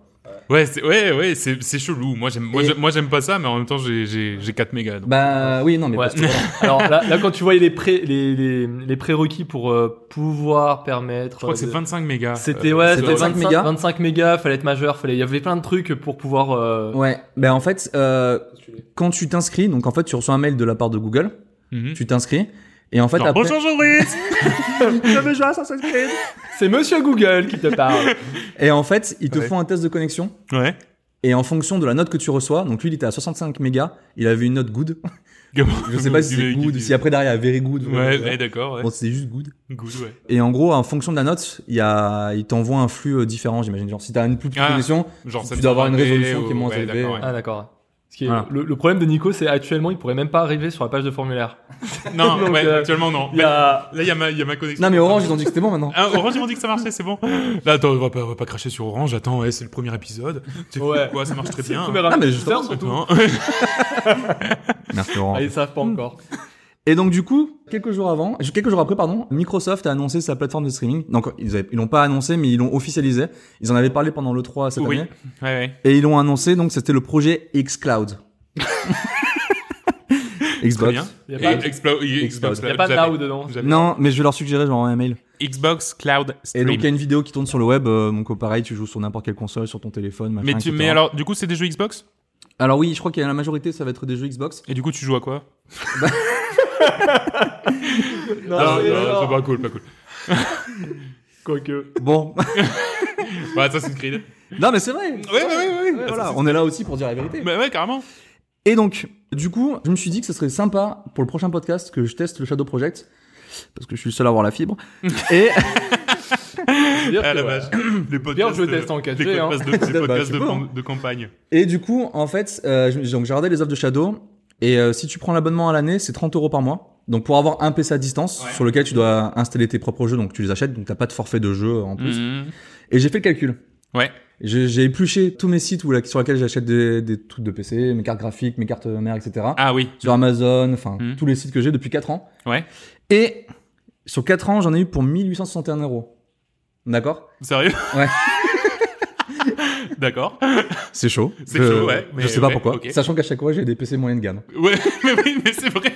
Ouais, c'est, ouais, ouais, c'est, c'est chelou. Moi, j'aime, moi,
Et-
j'aime, moi, j'aime pas ça, mais en même temps, j'ai, j'ai, j'ai 4 mégas. donc.
Bah, oui, non, mais
Ouais.
parce que voilà.
Alors là, là, quand tu voyais les, pré, les, les, les prérequis pour euh, pouvoir permettre.
je crois que c'est 25 mégas.
C'était
Euh,
ouais,
sur-
c'était 25
25
mégas.
mégas.
25 mégas, fallait être majeur, fallait. Il y avait plein de trucs pour pouvoir. euh,
Ouais. Bah, en fait, euh,
postuler.
quand tu t'inscris, donc, en fait, tu reçois un mail de la part de Google.
Mhm.
Tu t'inscris. Et en fait,
Genre,
après.
Bonjour Joris
J'avais joué à Assassin's Creed.
C'est Monsieur Google qui te parle.
Et en fait, ils te
Ouais.
font un test de connexion.
Ouais.
Et en fonction de la note que tu reçois, donc lui il était à 65 mégas, il avait une note good. Je sais pas si c'est good, si après derrière il y a very good.
Ouais,
voilà.
ouais, d'accord, ouais.
Bon, c'est juste good.
Good, ouais.
Et en gros, en fonction de la note, il y a, il t'envoie un flux euh, différent, j'imagine. Genre, si t'as une plus petite
Ah,
connexion,
Genre,
tu dois avoir une
720p
résolution qui est
ou-
moins
ouais,
élevée.
d'accord, ouais.
Ah d'accord. Ce qui est-
Voilà.
le, le problème de Nico, c'est actuellement, il pourrait même pas arriver sur la page de formulaire.
Non,
Donc,
ouais,
euh,
actuellement, non.
Il y a.
Là, il y a ma, il y a ma connexion.
Non, mais Orange, ils ont dit que c'était bon maintenant.
Ah, Orange, ils m'ont dit que ça marchait, c'est bon. Là, attends, on va pas, on va pas cracher sur Orange. Attends, ouais, c'est le premier épisode. Tu fais
Ouais.
quoi, ça marche très bien. Hein.
Première
Ah, mais
affaire,
justement,
surtout.
Non.
Merci
Ah,
Orange.
ils savent pas
Hmm.
encore.
Et donc, du coup, quelques jours avant, quelques jours après, pardon, Microsoft a annoncé sa plateforme de streaming. Donc, ils avaient- ils l'ont pas annoncé, mais ils l'ont officialisé. Ils en avaient parlé pendant le 3 cette
Oui.
année.
Ouais, ouais.
Et ils l'ont annoncé, donc c'était le projet xCloud.
Très
Xbox.
bien.
Il y a
Et
pas-
Explo- et Xbox.
Il n'y a pas de
j'avais-
now dedans.
j'avais-
Non, mais je vais leur suggérer, genre un mail.
Xbox Cloud
Et donc il
Stream.
y a une vidéo qui tourne sur le web, euh, donc euh, pareil, tu joues sur n'importe quelle console, sur ton téléphone, machin,
Mais, tu,
etc..
mais alors, du coup, c'est des jeux Xbox
Alors oui, je crois qu'il y a la majorité, ça va être des jeux Xbox.
Et du coup, tu joues à quoi
Non,
Ah,
c'est
non,
genre-
c'est pas cool, pas cool.
Quoique.
Bon.
Bah, Assassin's Creed.
non mais c'est vrai. Ouais,
ouais, ouais, ouais.
voilà, on est là aussi pour dire la vérité.
Bah, ouais, carrément.
Et donc, du coup, je me suis dit que ce serait sympa pour le prochain podcast que je teste le Shadow Project, parce que je suis le seul à avoir la fibre.
Dire
Et
Ah
que,
la
ouais.
vache. Les
D'ailleurs,
podcasts.
je teste en
euh,
4G,
Les
hein.
podcasts de- les
Bah,
podcasts
c'est
de
bon.
pan- de campagne.
Et du coup, en fait, euh, je- donc j'ai regardé les offres de Shadow. Et euh, si tu prends l'abonnement à l'année, c'est 30 euros par mois. Donc pour avoir un PC à distance
Ouais.
sur lequel tu dois installer tes propres jeux, donc tu les achètes, donc t'as pas de forfait de jeu en plus.
Mhm.
Et j'ai fait le calcul.
Ouais.
J'ai j'ai épluché tous mes sites où, là, sur lesquels j'achète des, des trucs de PC, mes cartes graphiques, mes cartes mères, etc.
Ah oui.
Sur Amazon, enfin
Mhm.
tous les sites que j'ai depuis 4 ans.
Ouais.
Et sur 4 ans, j'en ai eu pour 1861 euros. D'accord
Sérieux
Ouais.
D'accord.
C'est chaud.
C'est
Je-
chaud, ouais, mais
je sais pas
ouais,
pourquoi.
ok.
Sachant qu'à chaque fois, j'ai des PC moyenne gamme.
Ouais, mais oui, mais c'est vrai.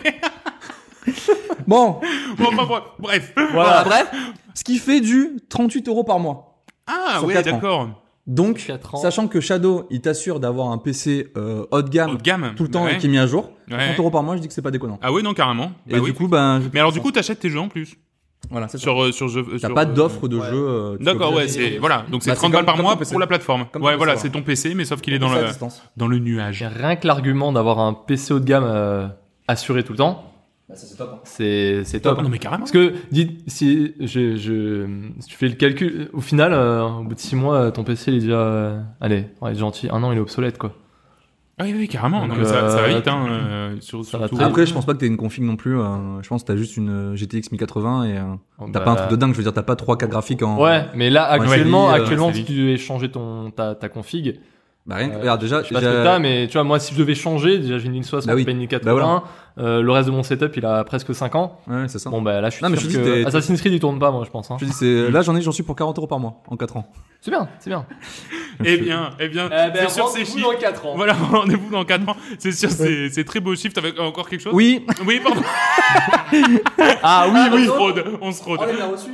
Bon,
Bon, enfin, bref. bref.
Voilà.
bref, ce qui fait du 38 euros par mois.
Ah,
Sur
ouais,
quatre ans.
d'accord.
Donc,
Quatre ans.
sachant que Shadow, il t'assure d'avoir un PC euh, haut de gamme
Haut de gamme.
tout le temps
Ouais.
et qui est mis à jour,
Ouais.
30 euros par mois, je dis que c'est pas déconnant.
Ah, ouais, non, carrément. Bah
et
oui.
du coup, ben, je-
Mais alors, du coup, t'achètes tes jeux en plus.
voilà, c'est ça.
Sur, euh, sur jeux.
T'as
sur,
pas
euh,
d'offre de
ouais.
jeu. euh, tu
D'accord,
peux
ouais,
pas-
c'est voilà. Donc c'est
Bah, c'est
30 balles
comme-
par
comme
mois
ton PC.
pour la plateforme.
Comme
ouais,
ton
voilà,
PC,
c'est ton PC, mais sauf qu'il est
c'est
dans
à
le
distance.
dans le nuage.
Rien que l'argument d'avoir un PC haut de gamme euh, assuré tout le temps,
ça, c'est top.
Bah, c'est hein. c'est top.
Top. Non mais carrément.
Parce que, dites, si, je, je, si tu fais le calcul, au final, euh, au bout de 6 mois, euh, ton PC, il est déjà. euh, allez, on va être gentil, un an, il est obsolète, quoi.
Ah oui, oui, carrément. Non,
Donc,
mais ça, ça va
euh,
vite, hein. euh, sur,
ça va
surtout-
très
Après, je pense pas que t'aies une config non plus. euh, je pense que t'as juste une euh, GTX 1080 et euh,
Oh, bah,
t'as pas un truc de dingue. Je veux dire, t'as pas 3 cas graphiques en.
Ouais, mais là,
Ouais,
actuellement,
c'est vite, euh,
actuellement
c'est
si tu devais changer ton, ta, ta config,
Bah rien. que-
Euh,
regarde, déjà,
je sais pas ce
déjà-
que t'as, mais tu vois, moi, si je devais changer, déjà, j'ai une ligne 60,
Bah oui.
pas une ligne 80,
Bah
euh, le reste de mon setup, il a presque 5 ans.
Ouais, c'est ça.
Bon, bah là, je suis
Non, mais
sûr
je te dis,
que
t'es-
Assassin's Creed, il tourne pas, moi, je pense. hein.
Je te dis, c'est là, j'en ai, j'en suis pour 40 euros par mois en 4 ans.
C'est bien, c'est bien.
Eh bien, eh bien, c'est sur ces chiffres.
4 ans.
Voilà, rendez-vous dans 4 ans. C'est sûr, c'est c'est très beau chiffre. T'avais encore quelque chose
Oui.
Oui, pardon.
Ah oui,
Ah, on
oui.
se fraude, on se fraude.
l'a reçu.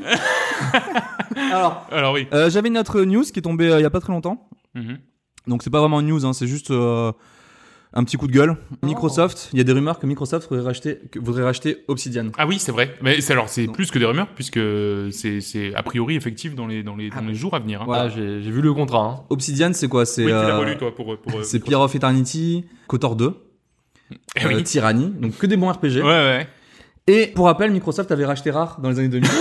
Alors,
Alors oui.
euh, j'avais une autre news qui est tombée euh, il y a pas très longtemps.
Mhm.
Donc c'est pas vraiment une news, hein, c'est juste euh, un petit coup de gueule.
Oh.
Microsoft, il y a des rumeurs que Microsoft voudrait racheter, que voudrait racheter Obsidian.
Ah oui, c'est vrai. Mais c'est- alors c'est
Non.
plus que des rumeurs puisque c'est c'est a priori effectif dans les dans les dans les jours à venir. hein.
Ah Ouais. voilà.
Ah, j'ai j'ai vu le contrat. hein.
Obsidian, c'est quoi C'est
Oui, tu l'as
euh,
relu toi pour pour. euh,
c'est Pierre of Eternity, Kotor 2,
Eh oui.
euh, Tyranny, donc que des bons RPG.
Ouais, ouais.
Et pour rappel, Microsoft avait racheté Rare dans les années 2000.
ouais.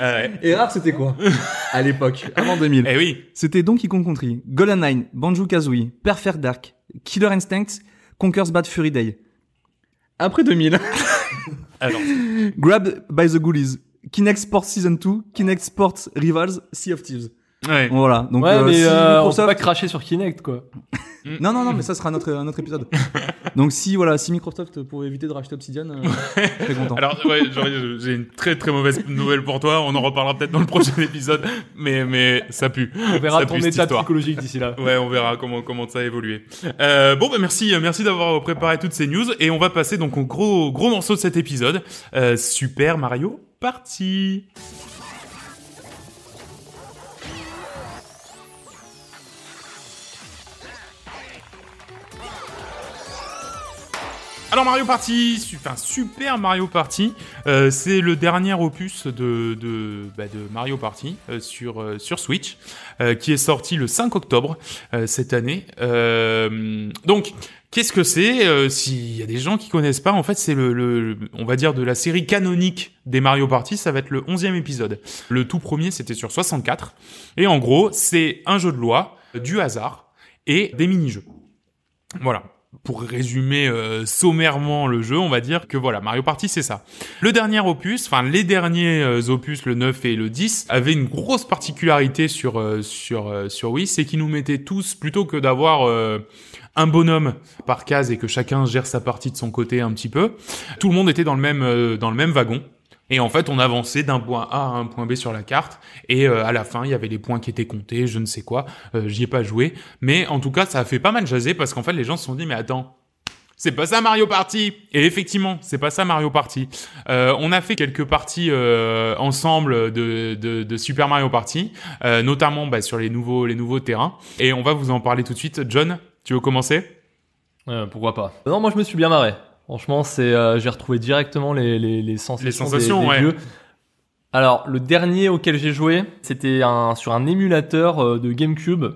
Ah ouais.
Et Rare, c'était quoi À l'époque, avant 2000.
Eh oui.
C'était Donkey Kong Country, GoldenEye, Banjo-Kazooie, Perfect Dark, Killer Instinct, Conker's Bad Fury Day. Après 2000,
Alors
Grab by the Ghoulies, Kinect Sports Season 2, Kinect Sports Rivals, Sea of Thieves.
ouais.
Voilà, donc
ouais,
euh,
mais
si
euh, on peut
Microsoft-
pas cracher sur Kinect, quoi.
Non, non, non, mais ça sera un autre, un autre épisode. donc si, voilà, si Microsoft pouvait éviter de racheter Obsidian, euh, je serais content.
Alors, ouais, j'aurais- j'ai une très très mauvaise nouvelle pour toi. On en reparlera peut-être dans le prochain épisode, mais mais ça pue.
On verra
Ça
ton
pue, cette
état
histoire.
psychologique d'ici là.
Ouais, on verra comment comment ça a évolué. Euh, bon, bah merci, euh, merci d'avoir préparé toutes ces news et on va passer donc au gros gros morceau de cet épisode. Euh, Super Mario Party. Alors Mario Party, su- enfin Super Mario Party, euh, c'est le dernier opus de de, bah, de Mario Party euh, sur euh, sur Switch, euh, qui est sorti le 5 octobre euh, cette année. Euh, donc qu'est-ce que c'est euh, S'il y a des gens qui connaissent pas, en fait c'est le, le- on va dire de la série canonique des Mario Party, ça va être le 11e épisode. Le tout premier c'était sur 64 et en gros c'est un jeu de loi, euh, du hasard et des mini-jeux. Voilà. Pour résumer euh, sommairement le jeu, on va dire que voilà, Mario Party c'est ça. Le dernier opus, enfin les derniers euh, opus, le 9 et le 10, avaient une grosse particularité sur euh, sur euh, sur Wii, c'est qu'ils nous mettaient tous plutôt que d'avoir euh, un bonhomme par case et que chacun gère sa partie de son côté un petit peu, tout le monde était dans le même euh, dans le même wagon. Et en fait, on avançait d'un point A à un point B sur la carte, et euh, à la fin, il y avait les points qui étaient comptés, je ne sais quoi. Euh, J'y ai pas joué, mais en tout cas, ça a fait pas mal jaser parce qu'en fait, les gens se sont dit, mais attends, c'est pas ça Mario Party. Et effectivement, c'est pas ça Mario Party. Euh, on a fait quelques parties euh, ensemble de, de, de Super Mario Party, euh, notamment bah, sur les nouveaux les nouveaux terrains. Et on va vous en parler tout de suite. John, tu veux commencer
Euh, pourquoi pas Non, moi je me suis bien marré. Franchement, c'est euh, j'ai retrouvé directement les, les, les sensations,
Les sensations,
des, des
ouais.
vieux. Alors, le dernier auquel j'ai joué, c'était un, sur un émulateur euh, de GameCube.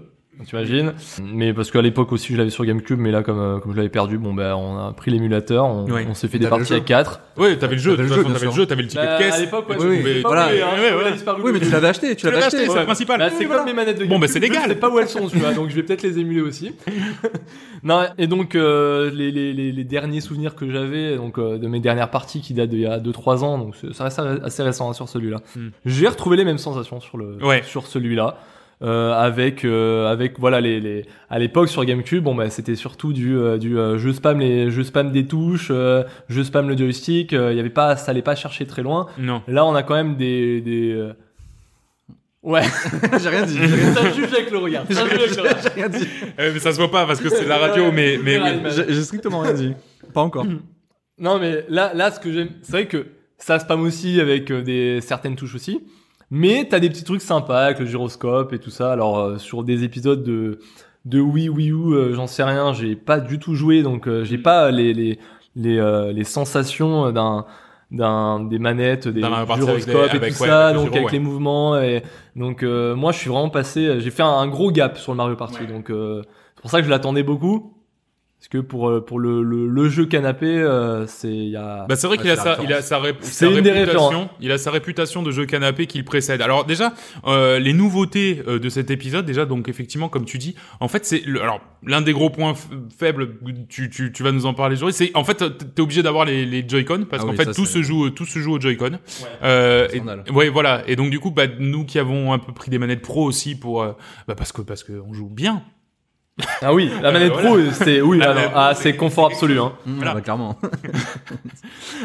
Tu imagines Mais parce qu'à l'époque aussi, je l'avais sur GameCube, mais là, comme, euh, comme je l'avais perdu, bon, ben, on a pris l'émulateur, on,
Ouais.
on s'est fait des
T'avais le
parties
jeu.
à 4.
Oui, t'avais le jeu.
T'avais
de
le
toute façon,
jeu, bien
T'avais le
sûr.
jeu, t'avais le ticket de caisse.
Bah, à l'époque, ouais,
Oui, oui.
pouvais-
Voilà.
hein.
Ouais, ouais, ouais.
Oui, mais tu l'avais acheté, tu
Tu
l'avais
l'as
acheté.
acheté, c'est le principal.
Bah, c'est
Ah, Oui, voilà.
comme mes manettes de
Bon, bah,
GameCube,
c'est légal.
Je sais pas où elles sont, tu vois, donc je vais peut-être les émuler aussi. non, et donc euh, les, les, les, les derniers souvenirs que j'avais, donc euh, de mes dernières parties qui datent d'il y a 2-3 ans, donc c'est- ça reste assez récent hein, sur celui-là.
Hmm.
J'ai retrouvé les mêmes sensations sur le
Ouais.
sur celui-là. Euh, avec euh, avec voilà les, les à l'époque sur GameCube bon bah c'était surtout du euh, du euh, je spam les je spam des touches euh, je spam le joystick euh, il y avait pas ça allait pas chercher très loin
Non.
Là, on a quand même des. des, euh, Ouais,
j'ai rien dit.
ça juge avec le regard. Ça juge avec le regard.
J'ai rien dit.
Euh, mais ça se voit pas parce que c'est la radio, mais, mais oui.
J'ai j'ai strictement rien dit. Pas encore.
Non, mais là, là, ce que j'aime, c'est vrai que ça spam aussi avec euh, des certaines touches aussi. Mais t'as des petits trucs sympas avec le gyroscope et tout ça. Alors euh, sur des épisodes de de Wii Wii U, euh, j'en sais rien. J'ai pas du tout joué, donc euh, j'ai pas les les les, euh, les sensations d'un d'un des manettes, des
Dans la partie avec les-
gyroscopes et
avec,
tout
ouais,
ça,
avec le
donc
gyro,
avec
ouais.
les mouvements. Et donc euh, moi, je suis vraiment passé. J'ai fait un, un gros gap sur le Mario Party, donc euh, c'est pour ça que je l'attendais beaucoup. Parce que pour euh, pour le le, le jeu canapé, euh, c'est il y a
Bah c'est vrai
Ouais,
qu'il a
c'est
sa,
la
il a sa, ré- sa
C'est une des
réputation,
références.
il a sa réputation de jeu canapé qui le précède. Alors déjà, euh, les nouveautés euh, de cet épisode, déjà donc effectivement comme tu dis, en fait c'est le- alors l'un des gros points f- faibles. Tu, tu, tu vas nous en parler, Joris. C'est en fait t'es- t'es obligé d'avoir les, les Joy-Con parce
Ah
qu'en
oui,
fait
ça,
tout
c'est-
se joue tout se joue au Joy-Con. Euh, et-
Scandale.
ouais voilà. Et donc du coup bah nous qui avons un peu pris des manettes pro aussi pour euh, bah, parce que parce que on joue bien.
Ah oui, la manette
euh, voilà.
pro, c'est oui,
La
ah non,
manette
ah,
pro,
c'est
c'est-
confort
c'est-
absolu. Hein.
Mmh,
Voilà.
bah, clairement.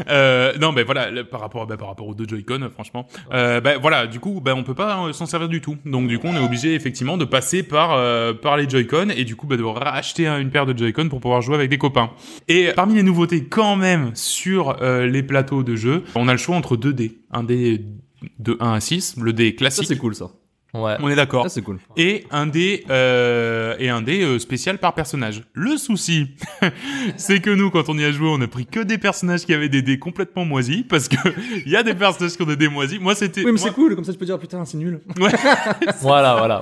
Euh, non, ben voilà, le- par rapport, ben, par rapport aux deux Joy-Con, euh, franchement, euh, ben voilà, du coup, ben on peut pas euh, s'en servir du tout. Donc du coup, on est obligé effectivement de passer par euh, par les Joy-Con et du coup, ben de racheter un- une paire de Joy-Con pour pouvoir jouer avec des copains. Et parmi les nouveautés quand même sur euh, les plateaux de jeu, on a le choix entre deux dés, un dé de 1 à 6, le dé
Ça
classique.
c'est cool ça.
Ouais.
on est d'accord
Ça c'est cool.
et un dé euh, et un dé euh, spécial par personnage. Le souci, c'est que nous, quand on y a joué, on a pris que des personnages qui avaient des dés complètement moisis, parce que il y a des personnages qui ont des dés moisis. Moi, c'était.
Oui mais
moi-
c'est cool. Comme ça tu peux dire putain c'est nul.
Voilà, voilà, voilà.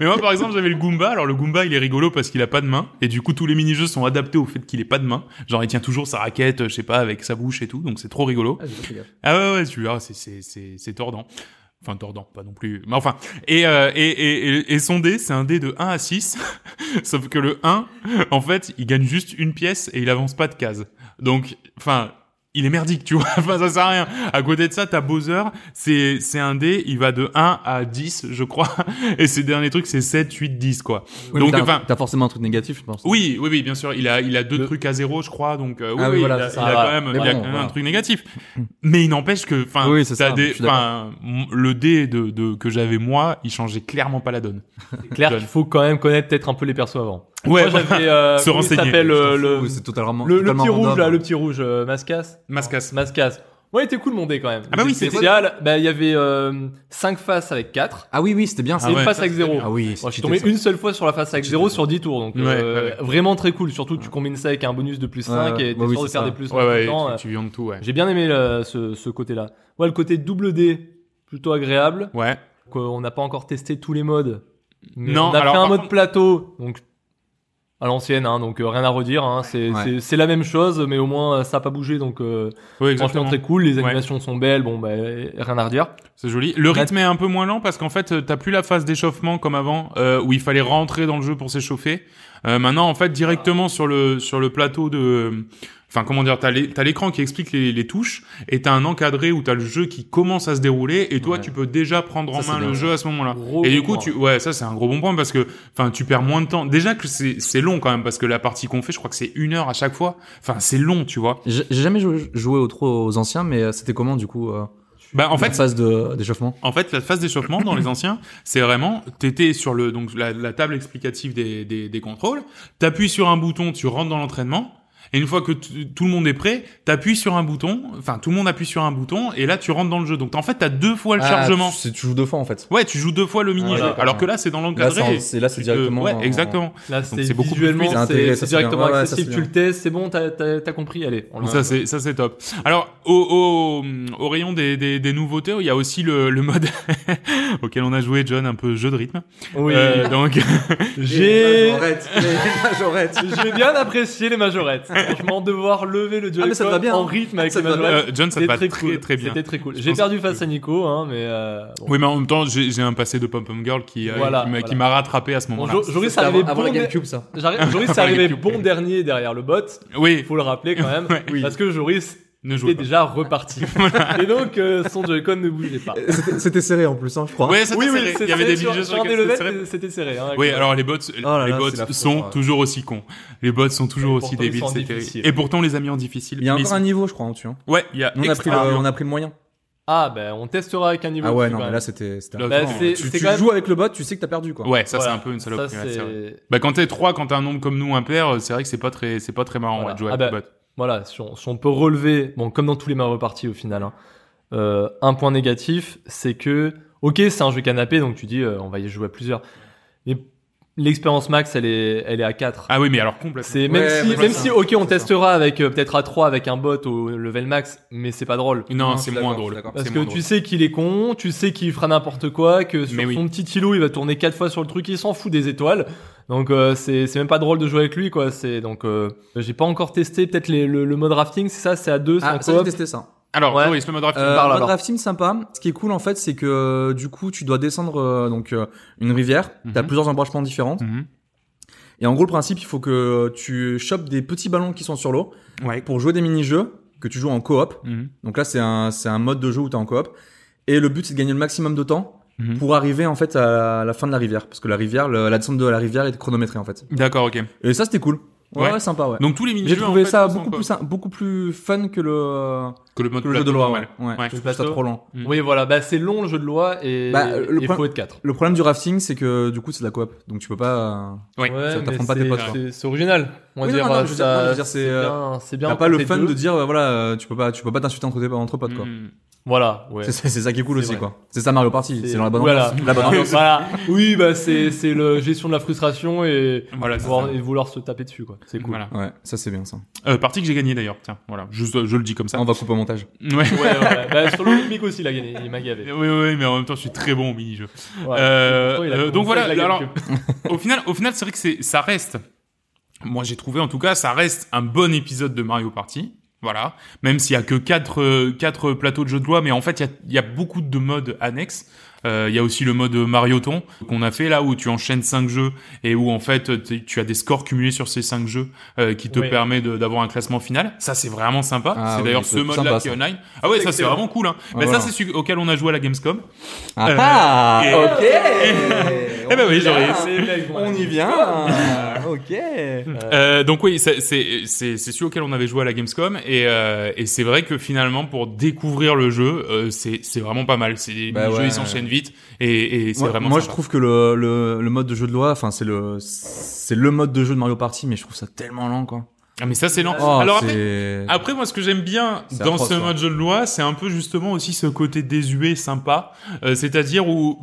Mais moi, par exemple, j'avais le Goomba. Alors, le Goomba, il est rigolo parce qu'il a pas de main. Et du coup, tous les mini-jeux sont adaptés au fait qu'il ait pas de main. Genre, il tient toujours sa raquette, euh, je sais pas, avec sa bouche et tout. Donc, c'est trop rigolo.
Ah, j'ai pas fait gaffe.
Ah ouais, ouais, tu ah, c'est, c'est, c'est, c'est tordant. Enfin, tordant, pas non plus. Mais enfin. Et, euh, et, et, et, et son dé, c'est un dé de 1 à 6. Sauf que le 1, en fait, il gagne juste une pièce et il avance pas de case. Donc, enfin, il est merdique, tu vois. Enfin, ça sert à rien. À côté de ça, t'as Bowser. C'est, c'est un dé, il va de 1 à 10, je crois. Et ses derniers trucs, c'est 7, 8, 10, quoi.
Oui,
donc,
mais t'as-
enfin.
t'as forcément un truc négatif je pense.
Oui, oui, oui, bien sûr. Il a, il a deux
Le-
trucs à zéro, je crois. Donc, euh, oui,
Ah oui,
oui,
voilà,
il a,
c'est ça,
il a
voilà.
quand même,
Mais
il a
bon,
quand même un
voilà.
truc négatif. Mais il n'empêche que, enfin,
Oui, c'est
t'as
ça,
des,
je suis d'accord.
enfin, m- le dé de, de- que j'avais moi, il changeait clairement pas la donne.
C'est clair qu'il faut quand même connaître peut-être un peu les persos avant.
Ouais,
Moi, j'avais euh,
Se
comment il
renseigner.
s'appelle euh, le,
Oui, c'est totalement.
le, le
totalement
petit rouge
random.
là, le petit rouge euh, Mascas.
Mascas.
Mascas. Ouais, il était cool mon dé quand même.
Ah bah oui,
Le
c'est-
spécial. Bah il y avait euh, 5 faces avec 4
Ah oui oui c'était bien.
et
ça.
Ah
une
ouais,
face
ça,
avec 0.
Ah oui.
Moi, je suis
c'était
tombé
ça.
une seule fois sur la face avec
Cheaté,
0
ça.
sur 10 tours, donc
Ouais,
euh,
ouais, Bah
vraiment très cool. Surtout tu combines ça avec un bonus de plus
Ouais,
5
ouais,
et t'es
oui,
sûr de
c'est
faire
ça.
des plus
Ouais,
en
ouais,
même temps,
tu,
euh,
tu viens de tout, ouais.
J'ai bien aimé le- ce, ce côté-là. Ouais, le côté double D, plutôt agréable.
Ouais.
Donc, euh, on n'a pas encore testé tous les modes. Mais
Non,
on a
alors,
fait un
par
mode
contre-
plateau, donc à l'ancienne, hein, donc euh, rien à redire. hein, c'est
Ouais.
c'est- c'est la même chose, mais au moins euh, ça n'a pas bougé, donc euh,
Ouais, exactement.
franchement très cool. Les
Ouais.
animations sont belles, bon, bah, euh, rien à redire.
C'est joli. Le
Bah,
Mat-
rythme est un peu moins lent parce qu'en fait, euh, t'as plus la phase d'échauffement comme avant, euh, où il fallait rentrer dans le jeu pour s'échauffer. Euh, maintenant, en fait, directement sur le sur le plateau de, enfin comment dire, t'as l'é- t'as l'écran qui explique les, les touches et t'as un encadré où t'as le jeu qui commence à se dérouler et toi,
Ouais.
tu peux déjà prendre en
Ça, c'est
main
bien,
le
ça.
jeu à ce moment-là.
Gros
Ah. Et du
bon
coup,
point.
tu, ouais, ça c'est un gros bon point parce que, enfin, tu perds moins de temps. Déjà que c'est c'est long quand même parce que la partie qu'on fait, je crois que c'est une heure à chaque fois. Enfin, c'est long, tu vois.
J'ai j'ai jamais joué, joué au trop aux anciens mais euh, c'était comment du coup euh,
Bah en
la
fait,
phase de d'échauffement.
En fait, la phase d'échauffement dans les anciens, c'est vraiment, t'étais sur le donc la, la table explicative des, des, des contrôles, t'appuies sur un bouton, tu rentres dans l'entraînement, et une fois que tu- tout le monde est prêt, t'appuies sur un bouton, enfin tout le monde appuie sur un bouton, et là tu rentres dans le jeu. Donc en fait, t'as deux fois le chargement.
Ah, Tu, tu joues deux fois en fait.
Ouais, tu joues deux fois le mini-jeu,
voilà.
alors que là c'est dans
Là c'est
l'encadré.
en- c'est là c'est
Tu te-
directement. en-
Ouais, exactement.
Là, c'est
c'est beaucoup plus
visuellement,
fluide. C'est intégré,
c'est
ça,
c'est
c'est bien.
directement
Ouais, ouais, ça,
accessible.
c'est
tu le testes, c'est bon, t'as- t'as t'as compris, allez. On le
Ça c'est ça c'est top. Alors au, au, au rayon des, des, des nouveautés, il y a aussi le, le mode auquel on a joué John un peu jeu de rythme.
Oui.
Euh, donc
J'ai
J'arrête.
j'ai bien apprécié les majorettes. Franchement, devoir lever le
Ah,
Joy-Con
mais ça te va bien,
en
hein.
rythme avec
Ça
les
te va
majorettes.
euh, John ça te
C'était
va
très,
très
cool.
très bien.
C'était très cool.
Je
J'ai
pense
perdu face à Nico, hein, mais euh, bon.
Oui, mais en même temps, j'ai j'ai un passé de pom-pom girl qui, euh,
Voilà,
qui m'a-
voilà.
qui m'a rattrapé à ce
Bon,
moment-là.
Jo- Joris est arrivé
avant la
bon der-
GameCube ça.
J'arrive- Joris est arrivé bon dernier derrière le bot.
oui,
Il faut le rappeler quand même,
Ouais.
parce que Joris
ne
était
jouez pas.
déjà reparti. Et donc euh, son Joy-Con ne bougeait pas.
C'était- C'était serré en plus hein, je crois.
Ouais, Euh, c'était
Oui, oui,
serré.
c'est
Il y avait des
sur,
vidéos
sur des
lesquelles c'était
levées,
serré.
c'était serré. hein,
Oui,
avec-
alors les bots,
là
les
là,
bots
c'est la faute,
sont
ouais.
toujours aussi cons. Les bots sont toujours
Et
aussi
pourtant, ils
débiles,
sont
c'est terrible.
difficiles.
Et pourtant, on les a mis en difficile.
Il y a
Mais
encore
ils-
un niveau je crois en dessus. hein.
Ouais, il y a
Nous, on a pris le,
extra-
on a pris le moyen.
Ah, ben on testera avec un niveau.
Ah ouais,
dessus,
non,
quand
mais
même.
là c'était. c'était
Là,
un-
Bah,
Attends,
c'est-
tu
c'est
tu
quand même-
joues avec le bot, tu sais que t'as perdu quoi.
Ouais, ça
Voilà.
c'est un peu une
Ça,
saloperie. ouais, c'est vrai.
c'est-
Bah quand t'es trois, quand t'as un nombre comme nous impair, euh, c'est vrai que c'est pas très, c'est pas très marrant
Voilà.
ouais, de jouer
Ah
avec
bah,
le bot.
Voilà, si on, si on peut relever, bon, comme dans tous les Mario Party au final, hein, euh, un point négatif, c'est que, ok, c'est un jeu canapé, donc tu dis, euh, on va y jouer à plusieurs. Mais l'expérience max, elle est, elle est à 4.
Ah oui, mais alors complètement.
C'est même
Ouais,
si,
ouais,
même
c'est
si,
ça.
ok, on
C'est ça.
testera avec euh, peut-être à 3 avec un bot au level max, mais c'est pas drôle.
Non,
Non,
c'est
je suis
moins
d'accord, je
drôle.
suis d'accord.
Parce
C'est
que
moins
tu
drôle.
sais qu'il est con, tu sais qu'il fera n'importe quoi, que sur
Mais oui.
son petit îlot il va tourner quatre fois sur le truc, il s'en fout des étoiles. Donc euh, c'est c'est même pas drôle de jouer avec lui quoi. C'est donc euh, j'ai pas encore testé peut-être les- le, le mode rafting, c'est ça, c'est à deux, c'est
Ah,
en
ça j'ai
coop.
testé ça.
Alors,
Ouais.
oui, le mode draft.
Euh,
parles
mode
alors.
rafting sympa. Ce qui est cool en fait, c'est que euh, du coup, tu dois descendre euh, donc euh, une rivière. T'as
Mhm.
plusieurs embranchements différents.
Mhm.
Et en gros, le principe, il faut que tu chopes des petits ballons qui sont sur l'eau
Ouais.
pour jouer des mini-jeux que tu joues en coop.
Mhm.
Donc là, c'est un c'est un mode de jeu où t'es en coop. Et le but, c'est de gagner le maximum de temps
Mhm.
pour arriver en fait à la fin de la rivière, parce que la rivière, le- la descente de la rivière est chronométrée en fait.
D'accord, ok.
Et ça, c'était cool. Ouais,
Ouais.
sympa, ouais.
Donc tous les mini-jeux.
J'ai trouvé
en fait,
ça
sont
beaucoup
pas-
plus sim- beaucoup plus fun que le
que le mode
que le jeu de
plateau,
loi. Ouais. Ouais.
Ouais.
Je trouve ça
Plateau.
trop lent.
Oui voilà, bah c'est long le jeu de loi et
Bah, euh, le
il
point-
faut être quatre.
Le problème du rafting, c'est que du coup, c'est de la coop, donc tu peux pas. euh,
Ouais.
Ouais,
t'apprends
mais
pas tes
c'est-
potes, quoi.
c'est- C'est original. On va
Oui,
dire
non, non, je veux dire- non, je
ça
veux dire, c'est,
c'est
euh,
bien, c'est bien.
T'as pas
on
le
fait
fun
deux.
de dire euh, voilà euh, tu peux pas tu peux pas t'insulter entre, entre potes quoi.
Mhm.
Voilà, ouais.
C'est ça- bah, c'est ça qui est cool
C'est
aussi
vrai.
quoi. C'est ça Mario Party, c'est dans la bonne
voilà.
ambiance. La bonne ambiance.
voilà. Oui, bah c'est c'est le gestion de la frustration et
Voilà. c'est
vouloir,
ça.
et vouloir se taper dessus quoi. C'est cool.
Voilà.
Ouais, ça c'est bien ça.
Euh, partie que j'ai gagnée d'ailleurs. Tiens, voilà. Je, je le dis comme ça.
On va couper au montage.
Ouais.
Ouais, ouais. Bah, sur l'Olympique aussi, il a gagné. Il m'a gavé.
Oui, oui, mais en même temps, je suis très bon au mini-jeu.
Ouais.
Euh,
Pourtant, il a
euh,
commencé
donc voilà,
avec la
alors-
GameCube.
au final, au final, c'est vrai que c'est, ça reste. Moi, j'ai trouvé, en tout cas, ça reste un bon épisode de Mario Party. Voilà. Même s'il y a que quatre, euh, quatre plateaux de jeux de loi, mais en fait, il y a, il y a beaucoup de modes annexes. Euh, Il y a aussi le mode Marioton qu'on a fait là où tu enchaînes cinq jeux et où en fait tu- tu as des scores cumulés sur ces cinq jeux euh, qui te
Oui.
permet de- d'avoir un classement final. Ça c'est vraiment sympa.
Ah
c'est
oui,
d'ailleurs
c'est
ce mode là
sympa,
qui est
ça.
online. Ah ouais, ça c'est
excellent.
vraiment cool. Hein.
Ah,
Bah,
voilà.
Ça c'est celui auquel on a joué à la Gamescom.
Ah,
Euh,
ah,
et-
OK.
Eh ben oui,
On y
j'aurais-
vient.
Ah, C'est là, ils vont
On y
aller.
vient. OK.
Euh, donc oui, ça- c'est c'est c'est celui auquel on avait joué à la Gamescom et euh, et c'est vrai que finalement pour découvrir le jeu, euh, c'est c'est vraiment pas mal. C'est les
Bah
jeux
ouais.
ils s'enchaînent vite et et c'est
Moi,
vraiment
moi, je
sympa.
trouve que le, le, le mode de jeu de loi, enfin c'est le c'est le mode de jeu de Mario Party, mais je trouve ça tellement lent quoi.
Ah mais ça c'est lent.
Oh,
Alors après
c'est
après moi ce que j'aime bien
C'est
dans
atroce,
ce
hein. quoi.
mode jeu de loi, c'est un peu justement aussi ce côté désuet sympa, Euh, c'est-à-dire où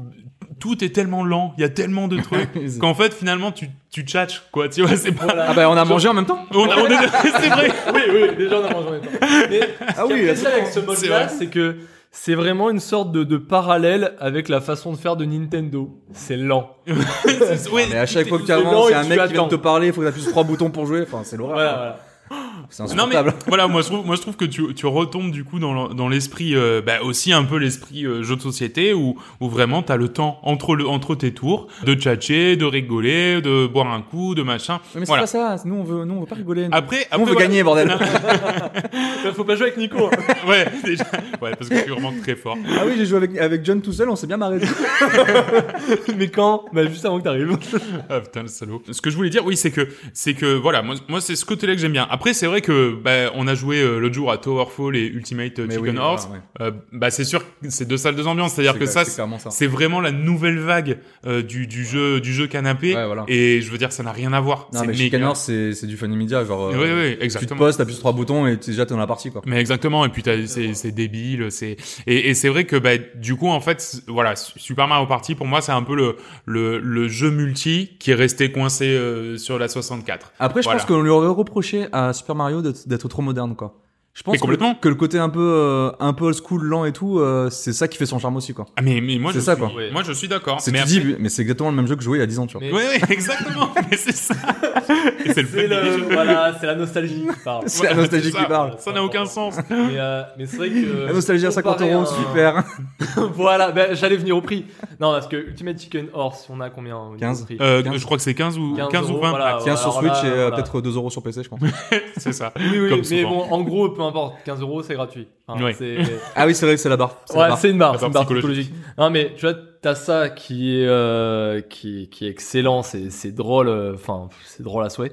tout est tellement lent, il y a tellement de trucs qu'en fait finalement tu tu tchatches quoi, tu vois, c'est pas
ah bah on a mangé en même temps.
on, a- on est c'est vrai.
Oui, oui, déjà on a mangé en même temps. Mais
Ah
oui,
là,
ça avec ce
C'est
mode-là,
vrai.
c'est que c'est vraiment une sorte de, de parallèle avec la façon de faire de Nintendo. C'est lent.
C'est- ouais,
Mais à chaque fois que tu
C'est lent
avances, il y a
et
un
tu
mec qui vient
attends.
de te parler, il faut que tu appuies sur trois boutons pour jouer. Enfin, c'est l'horreur.
Voilà,
quoi.
voilà.
C'est
Non mais
insupportable.
voilà, moi je trouve, moi je trouve que tu, tu retombes du coup dans l'en- dans l'esprit, euh, bah, aussi un peu l'esprit euh, jeu de société où où vraiment t'as le temps entre le entre tes tours de tchatcher, de rigoler, de boire un coup, de machin.
Oui, Mais c'est
Voilà.
pas ça, hein. nous on veut, nous on veut pas rigoler. nous.
Après, Ah, après
Nous, on veut
voilà.
gagner, bordel.
Faut- Faut pas jouer avec Nico. hein.
ouais, déjà, ouais, parce que tu remontes très fort.
ah oui, j'ai joué avec, avec John tout seul, on s'est bien marré.
Mais quand Bah juste avant que t'arrives.
Ah putain le salaud. Ce que je voulais dire, oui, c'est que c'est que voilà, moi, moi c'est ce côté-là que j'aime bien. Après, c'est vrai que bah, on a joué euh, l'autre jour à Towerfall et Ultimate euh,
Mais
Chicken
oui, voilà,
Horse.
ouais.
Euh, bah c'est sûr, que c'est deux salles, deux ambiances. C'est-à-dire que ça,
c'est clairement ça.
C'est vraiment la nouvelle vague euh, du, du jeu du jeu canapé
Ouais, voilà.
et je veux dire ça n'a rien à voir.
Non,
C'est
mais
méga-
Chicken Horse, c'est c'est du fun media. Genre,
Oui
euh,
oui
tu te
exactement.
postes, t'appuies sur trois boutons et t'es déjà t'es dans la partie quoi.
Mais exactement et puis t'as- c'est c'est débile c'est et, et c'est vrai que bah du coup en fait c'est- voilà Super Mario Party pour moi c'est un peu le le, le jeu multi qui est resté coincé euh, sur la 64.
Après, je
Voilà.
pense qu'on lui aurait reproché à Super Mario d'être d'être trop moderne quoi. Je pense
Mais
que-
complètement.
Que, le côté un peu euh, un peu old school, lent et tout, euh, c'est ça qui fait son charme aussi quoi.
Ah mais mais moi
C'est
je
ça,
suis,
quoi.
Ouais.
moi je suis d'accord.
C'est
Mais
tu
après-
dis, mais c'est exactement le même jeu que je jouais il y a 10 ans tu vois.
Mais-
Ouais, ouais, exactement mais c'est ça. Et C'est le
C'est
fun des jeux.
le, voilà, c'est la nostalgie qui parle.
C'est la
Voilà,
nostalgie
c'est ça. Euh,
qui parle.
Ça n'a aucun sens.
Mais, euh, mais c'est vrai que.
La nostalgie à 50 euros,
comparé à un-
super.
voilà, ben, j'allais venir au prix. Non, parce que Ultimate Chicken Horse, on a combien au niveau
15.
prix
Euh,
15.
je crois que c'est 15 ou 15,
15
ou
euros,
20
voilà,
max.
Tiens, sur
alors là,
Switch et euh,
ah, voilà.
peut-être 2 euros sur PC je pense.
c'est ça.
Oui, oui,
Comme
mais
souvent.
bon, en gros, peu importe, 15 euros, c'est gratuit. Hein,
Oui.
C'est,
ah oui, c'est vrai que c'est la barre. C'est la
ouais,
barre.
c'est une barre,
La
c'est une
barre
barre psychologique. Non, mais tu vois, t'as ça qui est, euh, qui, qui est excellent, c'est, c'est drôle, euh, enfin, pff, c'est drôle à souhait.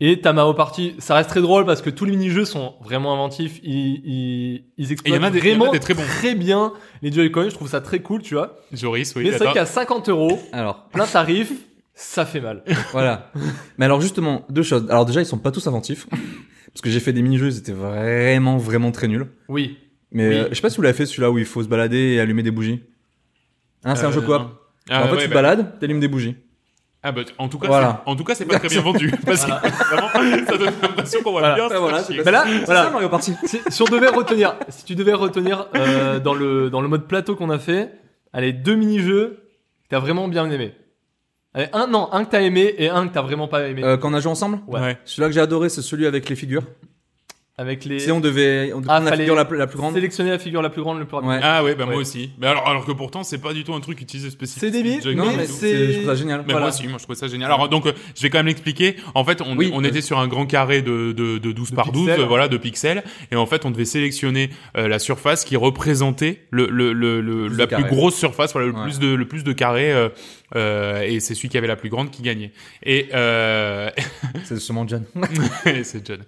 Et t'as Mario Party, ça reste très drôle parce que tous les mini-jeux sont vraiment inventifs, ils, ils, ils
Et il y
exploitent
en a des, il y en a
vraiment
des très bons.
très bien les Joy-Con, je trouve ça très cool, tu vois.
Joris, oui.
Mais c'est vrai
attends.
qu'à 50 euros,
Alors,
plein tarif, ça fait mal.
voilà. Mais alors justement, deux choses. Alors déjà, ils sont pas tous inventifs. Parce que j'ai fait des mini-jeux, ils étaient vraiment, vraiment très nuls.
Oui.
Mais
Oui.
euh, je sais pas si vous l'avez fait celui-là où il faut se balader et allumer des bougies. Hein, c'est
Euh,
un jeu coop.
non.
Alors,
Ah,
en fait,
ouais,
tu te
bah-
balades, t'allumes des bougies.
Ah bah, en tout cas,
Voilà.
c'est- en tout cas, c'est pas très bien vendu parce que vraiment, ça donne l'impression qu'on voit bien.
Ah, voilà, c'est
chier.
pas-
Mais là, voilà.
ça, Mario Party.
Si, si on devait retenir, si tu devais retenir euh, dans le dans le mode plateau qu'on a fait, allez deux mini-jeux que t'as vraiment bien aimé. Allez un non, un que t'as aimé et un que t'as vraiment pas aimé.
Euh, quand on a joué ensemble
Ouais.
Ouais.
Celui-là que j'ai adoré, c'est celui avec les figures.
Avec les
Si on devait
Ah,
on devait prendre la
fallait
figure la, la plus grande.
sélectionner la figure la plus grande le plus rapide.
Ouais.
Ah ouais, bah
Ouais.
moi aussi. Mais alors, alors que pourtant, c'est pas du tout un truc utilisé spécifiquement.
C'est débile,
Jack
Non,
Jack
mais
et tout.
c'est-
je trouve ça génial.
Mais
Voilà.
moi aussi, moi je trouvais ça génial. Alors donc, euh, je vais quand même l'expliquer. En fait, on,
Oui,
on
vas-y.
était sur un grand carré de, de, de 12
De
par 12,
pixels.
euh, voilà, de pixels. Et en fait, on devait sélectionner euh, la surface qui représentait le, le, le, le-
Plus
la
de
plus
carrés.
grosse surface, voilà, le
Ouais.
plus de le plus de carrés. euh, euh, et c'est celui qui avait la plus grande qui gagnait. Et euh,
C'est sûrement John.
Et c'est John.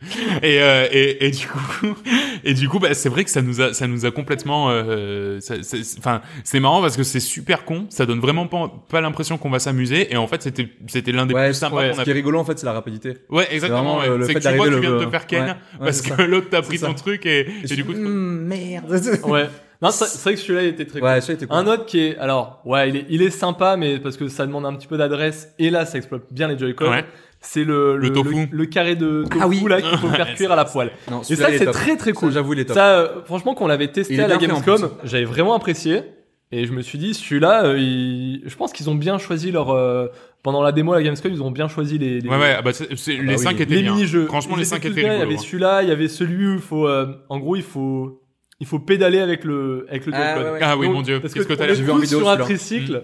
Et, euh, et, et du coup, et du coup, bah, c'est vrai que ça nous a, ça nous a complètement, euh, ça- c'est- c'est- enfin, c'est marrant parce que c'est super con. Ça donne vraiment pas, pas l'impression qu'on va s'amuser. Et en fait, c'était, c'était l'un des
Ouais,
plus sympas
ouais,
qu'on
Ce
a.
qui est rigolo en fait, c'est la rapidité.
Ouais,
C'est
exactement.
vraiment, euh,
ouais.
le
C'est
fait
que tu vois, tu
d'arriver
viens
le-
de te faire ken
ouais, ouais,
parce
c'est
que
ça.
l'autre t'a
C'est
pris
ça.
ton truc et, et
Et je
du coup.
suis, Hmm, merde.
Ouais. Non, c'est c'est vrai que celui-là il était très cool.
Ouais, ça était cool.
Un autre qui est alors ouais il est il est sympa mais parce que ça demande un petit peu d'adresse et là ça exploite bien les Joy-Con.
Ouais.
C'est le
Le tofu.
le, carré de tofu
Ah oui.
là qu'il faut faire cuire à la poêle.
Non,
Et
celui-là,
ça
il est
c'est
top.
très très
Ça,
cool.
J'avoue, il est top.
Ça, euh, franchement, qu'on l'avait testé
Il est
à la
bien fait, en
Gamescom, j'avais vraiment apprécié. Et je me suis dit, celui-là, euh, il- je pense qu'ils ont bien choisi leur. euh, Pendant la démo à la Gamescom, ils ont bien choisi les, les,
Ouais, ouais, ah bah, c'est- c'est- les
oui.
5 étaient
les
bien.
mini-jeux.
Franchement,
Ils
les 5
tous
étaient hein.
bien, Il y
rigolos.
avait celui-là, il y avait celui où il faut. euh, en gros, il faut. Il faut pédaler avec le, avec le
Ah,
Joy-Con.
ouais, ouais.
Ah oui,
Donc,
mon dieu.
Parce
Qu'est-ce que
que
t'as
on est
là?
J'ai vu en
tous
vidéo,
sur un
celui-là. Mm.
tricycle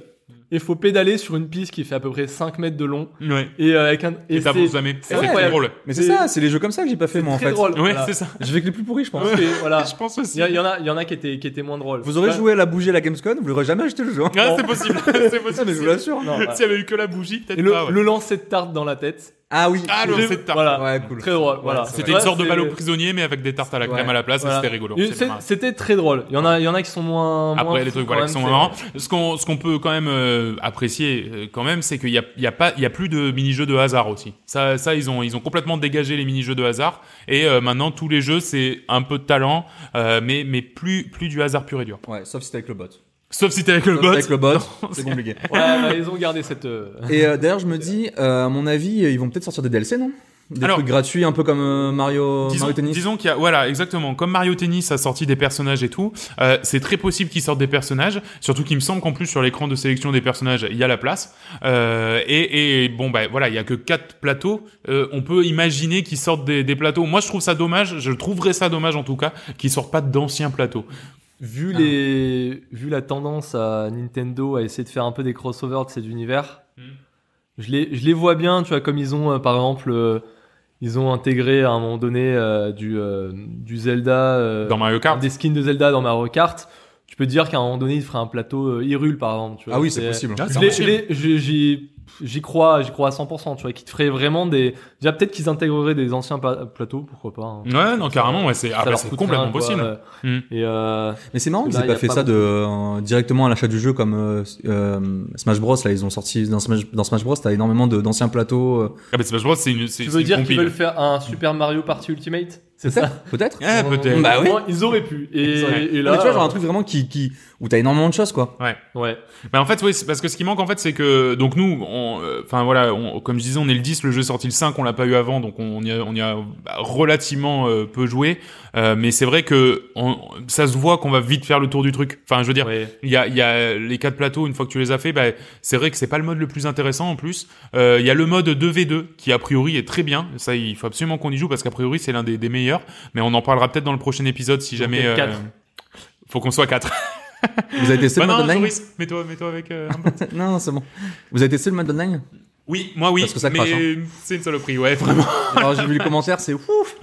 et il faut pédaler sur une piste qui fait à peu près 5 mètres de long
Ouais.
et euh, avec un et
Et
c'est
t'avances jamais.
c'est
C'est très
incroyable.
drôle.
Mais c'est
c'est-
ça, c'est les jeux comme ça que j'ai pas fait moi en
très
fait.
drôle.
Ouais,
Voilà.
c'est ça.
Je vais que les plus pourris, je pense.
Parce que, voilà.
Je pense aussi.
Il y, en a, il y en a qui étaient, qui étaient moins drôles.
Vous aurez
Ouais.
joué à la bougie à la Gamescom, vous l'aurez jamais acheté le jeu. hein.
Ah, c'est possible. C'est
Ça, mais je vous
possible.
l'assure.
Non, voilà.
S'il y avait eu que la bougie, peut-être
Et le,
pas. ah ouais.
le lancer de tarte dans la tête.
Ah oui.
Ah, le
J'ai-
lancer de tarte.
Voilà.
Ouais, cool.
Très drôle.
Ouais,
voilà.
c'est
C'était
Ouais,
une sorte de
c'est-
balle aux prisonniers, mais avec des tartes à la crème
Ouais.
à la place, et
Voilà.
c'était rigolo.
Et
c'est
c'est-
marrant.
C'était très drôle. Il y en a, il y en a qui sont moins. moins
Après, les
fous
trucs
quand
voilà,
même,
qui sont
c'est-
marrants. Ce qu'on ce qu'on peut quand même euh, apprécier euh, quand même, c'est qu'il y a, il y a pas il y a plus de mini-jeux de hasard aussi. Ça ça ils ont ils ont complètement dégagé les mini-jeux de hasard et euh, maintenant tous les jeux c'est un peu de talent, euh, mais mais plus plus du hasard pur et dur.
Ouais, sauf si t'es avec le bot.
Sauf si t'es avec le
Sauf
bot.
Avec le bot, c'est compliqué.
Ouais, bah, ils ont gardé cette. euh,
Et euh, d'ailleurs, je me dis, euh, à mon avis, ils vont peut-être sortir des DLC, non Des
Alors-
trucs gratuits, un peu comme euh, Mario,
Disons,
Mario Tennis.
disons qu'il y a voilà exactement comme Mario Tennis a sorti des personnages et tout euh, c'est très possible qu'ils sortent des personnages surtout qu'il me semble qu'en plus sur l'écran de sélection des personnages il y a la place euh, et, et bon bah voilà il y a que quatre plateaux Euh, on peut imaginer qu'ils sortent des, des plateaux moi je trouve ça dommage je trouverais ça dommage en tout cas qu'ils sortent pas d'anciens plateaux
Vu
Ah.
les, vu la tendance à Nintendo à essayer de faire un peu des crossovers de ces univers,
Mm.
je les, je les vois bien. Tu vois, comme ils ont, euh, par exemple, euh, ils ont intégré à un moment donné euh, du, euh, du Zelda. euh,
dans Mario Kart
des skins de Zelda dans Mario Kart, tu peux dire qu'à un moment donné, il ferait un plateau euh, Hyrule, par exemple. tu vois.
Ah oui, c'est possible.
Ah,
Je
c'est
l'ai-
possible.
je l'ai- je- J'y j'y crois, j'y crois à 100%, tu vois, qu'ils te feraient vraiment des... Déjà, peut-être qu'ils intégreraient des anciens pa- plateaux, pourquoi pas. hein.
ouais Mm, non carrément ouais c'est
Ça
ah, bah,
leur
c'est
coûte
complètement
rien, quoi,
possible
euh,
Mm.
Et euh,
Mais c'est marrant
Parce
qu'ils
que là,
aient pas
y a
fait
pas
ça de, euh, directement à l'achat du jeu comme euh, euh, Smash Bros. Là, ils ont sorti dans Smash, dans Smash Bros. T'as énormément de- d'anciens plateaux. euh.
ah, bah, c'est pas- je pense que c'est une c'est
tu
c'est
veux
une
dire qu'ils
compile.
veulent faire un Super Mario Party Ultimate C'est ça
Peut-être.
Ah, peut-être
Bah oui.
Ils auraient pu. Et,
Ils auraient-
et
Non,
là...
mais tu vois, genre un truc vraiment qui, qui où t'as énormément de choses quoi.
Ouais.
Mais en fait, oui, c'est parce que ce qui manque, en fait, c'est que donc nous, on, euh, enfin voilà, on, comme je disais, on est le 10, le jeu est sorti le 5, on l'a pas eu avant, donc on y a, on y a bah, relativement euh, peu joué. Euh, mais c'est vrai que on- ça se voit qu'on va vite faire le tour du truc. Enfin, je veux dire,
ouais.
il y a, il y a les quatre plateaux. Une fois que tu les as fait, bah, c'est vrai que c'est pas le mode le plus intéressant en plus. Euh, Il y a le mode 2v2 qui a priori est très bien. Ça, il faut absolument qu'on y joue parce qu'a priori c'est l'un des, des meilleurs. Mais on en parlera peut-être dans le prochain épisode si
Donc,
jamais.
peut-être
euh,
quatre.
faut qu'on soit quatre.
Vous avez testé
Bah
le mode
non,
online
Joris, mets-toi, mets-toi avec euh, un
Non, c'est bon. Vous avez testé le mode online
Oui, moi oui,
Parce que ça
mais
crache, hein.
c'est une saloperie, ouais, vraiment.
Alors j'ai vu les commentaires, c'est ouf.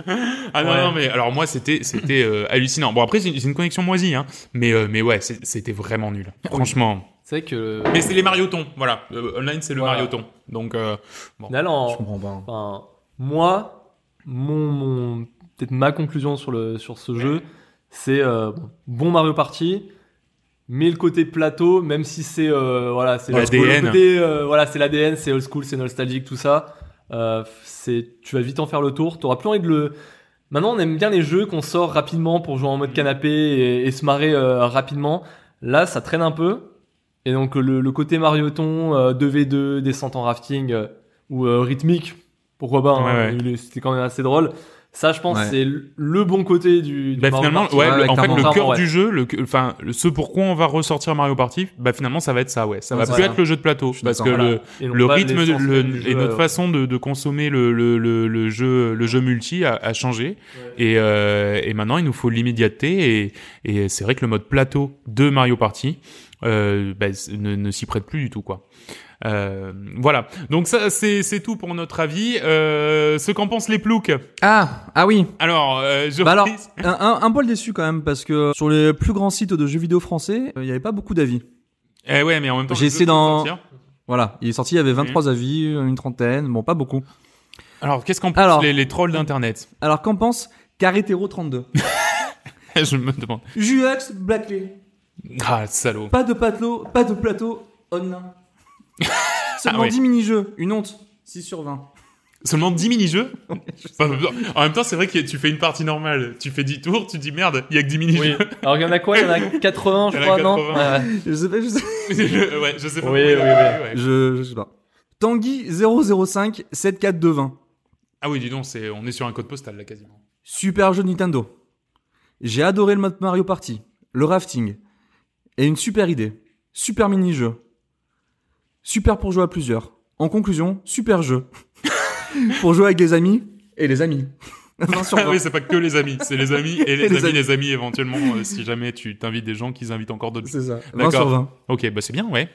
Ah non,
Ouais.
non, mais alors moi c'était c'était euh, hallucinant. Bon après c'est une, c'est une connexion moisie, hein, mais euh, mais ouais, c'est- c'était vraiment nul, franchement.
C'est vrai que...
Mais c'est les mariotons, voilà. Euh, online c'est le
Voilà.
marioton, donc euh,
Au final, en-
Je comprends pas. hein.
Enfin, Moi, mon, mon- peut-être ma conclusion sur, le, sur ce jeu, c'est euh, bon, bon Mario Party, mais le côté plateau, même si c'est euh, voilà, c'est
Ouais,
old school, le
ADN.
côté, euh, voilà, c'est l'ADN, c'est old school, c'est nostalgique, tout ça. euh, c'est, tu vas vite en faire le tour. T'auras plus envie de le. Maintenant, on aime bien les jeux qu'on sort rapidement pour jouer en mode canapé et, et se marrer euh, rapidement. Là, ça traîne un peu. Et donc le, le côté marioton, euh, 2v2, descente en rafting euh, ou euh, rythmique, pourquoi pas, hein,
Ouais, ouais.
il est- c'était quand même assez drôle. Ça, je pense,
Ouais.
c'est le- le bon côté du, du
Bah,
Mario
finalement,
Party.
ouais,
Ouais,
le- en fait,
clairement.
le cœur
Clairement,
du
ouais.
jeu, le, enfin, le- ce pourquoi on va ressortir Mario Party, bah finalement, ça va être ça, ouais. Ça
Ouais,
va
c'est
plus
ça.
être le jeu de plateau,
suis
parce que
d'accord.
Voilà.
le,
Et donc
le
pas
rythme de-
l'essence
le-
même du
et
jeu,
notre
ouais.
façon de, de consommer le, le, le, le jeu le jeu multi a, a changé et, euh, et maintenant il nous faut l'immédiateté et, et c'est vrai que le mode plateau de Mario Party euh, bah, c- ne, ne s'y prête plus du tout quoi. Euh, voilà, donc ça c'est c'est tout pour notre avis. Euh, ce qu'en pensent les ploucs.
Ah, ah oui.
Alors, euh, je
Bah alors, un, un, un poil déçu quand même parce que sur les plus grands sites de jeux vidéo français, euh, il y avait pas beaucoup d'avis.
eh ouais, mais en même temps,
J'ai
le jeu
essayé
peut
d'en-
sortir.
Voilà, il est sorti, il y avait
Mm.
23 avis, euh, une trentaine, bon pas beaucoup.
Alors, qu'est-ce qu'en pensent
Alors.
les, les trolls d'internet
Alors qu'en pense Carretero 32
Je me demande.
Juax Blackley,
Ah, salaud.
pas de plateau, pas de plateau online. Seulement
Ah oui.
10 mini-jeux, une honte, 6 sur 20.
Seulement 10 mini-jeux Enfin, En même temps, c'est vrai que tu fais une partie normale. Tu fais 10 tours, tu te dis merde, il y a que 10
Oui.
mini-jeux.
Alors il y en a quoi Il y en a 80, je
Il y en a
crois, non
80.
Ouais, ouais.
Je sais pas, je sais,
Je- ouais, je sais pas.
Oui,
pourquoi.
oui, oui.
Ouais.
je, je sais pas. Tanguy 005 7420.
Ah oui, dis donc, c'est... on est sur un code postal là quasiment.
Super jeu de Nintendo. J'ai adoré le mode Mario Party, le rafting. Et une super idée. Super mini-jeu. Super pour jouer à plusieurs. En conclusion, super jeu. pour jouer avec les amis et les amis. 20 sur
Ah
20.
oui, c'est pas que les amis, c'est les amis et les,
Et les
amis,
amis.
les amis éventuellement, euh, si jamais tu t'invites des gens, qu'ils invitent encore d'autres.
C'est ça. 20
D'accord.
sur 20.
Ok, bah c'est bien, ouais.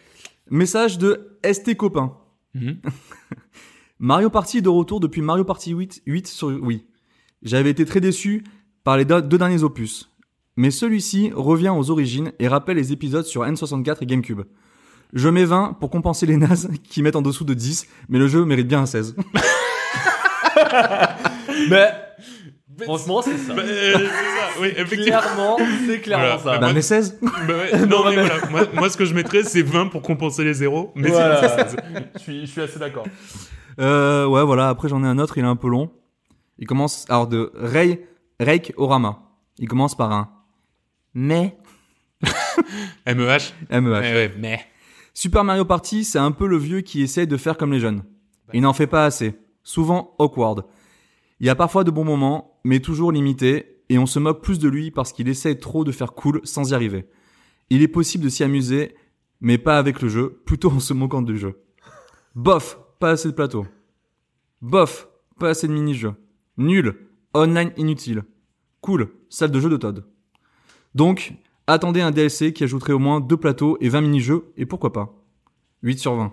Message de ST Copain.
Mhm.
Bah,
Mario Party est de retour depuis Mario Party 8, 8 sur oui. J'avais été très déçu par les deux deux derniers opus. Mais celui-ci revient aux origines et rappelle les épisodes sur N64 et GameCube. Je mets 20 pour compenser les nazes qui mettent en dessous de 10, mais le jeu mérite bien un 16.
Mais franchement, c'est ça.
Bah, euh, c'est ça, oui, effectivement.
Clairement, c'est clairement
Voilà.
ça.
Bah,
moi-
mais 16
Bah ouais, non, mais
mais-
voilà, moi, moi, ce que je mettrais, c'est 20 pour compenser les zéros. Mais
Voilà.
c'est... je, suis, je suis assez d'accord.
euh, Ouais, voilà, après j'en ai un autre, il est un peu long. Il commence, alors de Ray, Reik Orama. Il commence par un mais, E
MEH
MEH.
Eh ouais, mais.
Super Mario Party, c'est un peu le vieux qui essaye de faire comme les jeunes. Il n'en fait pas assez, souvent awkward. Il y a parfois de bons moments, mais toujours limités, et on se moque plus de lui parce qu'il essaye trop de faire cool sans y arriver. Il est possible de s'y amuser, mais pas avec le jeu, plutôt en se moquant du jeu. Bof, pas assez de plateau. Bof, pas assez de mini-jeux. Nul, online inutile. Cool, salle de jeu de Todd. Donc, Attendez un DLC qui ajouterait au moins deux plateaux et 20 mini-jeux, et pourquoi pas 8 sur 20.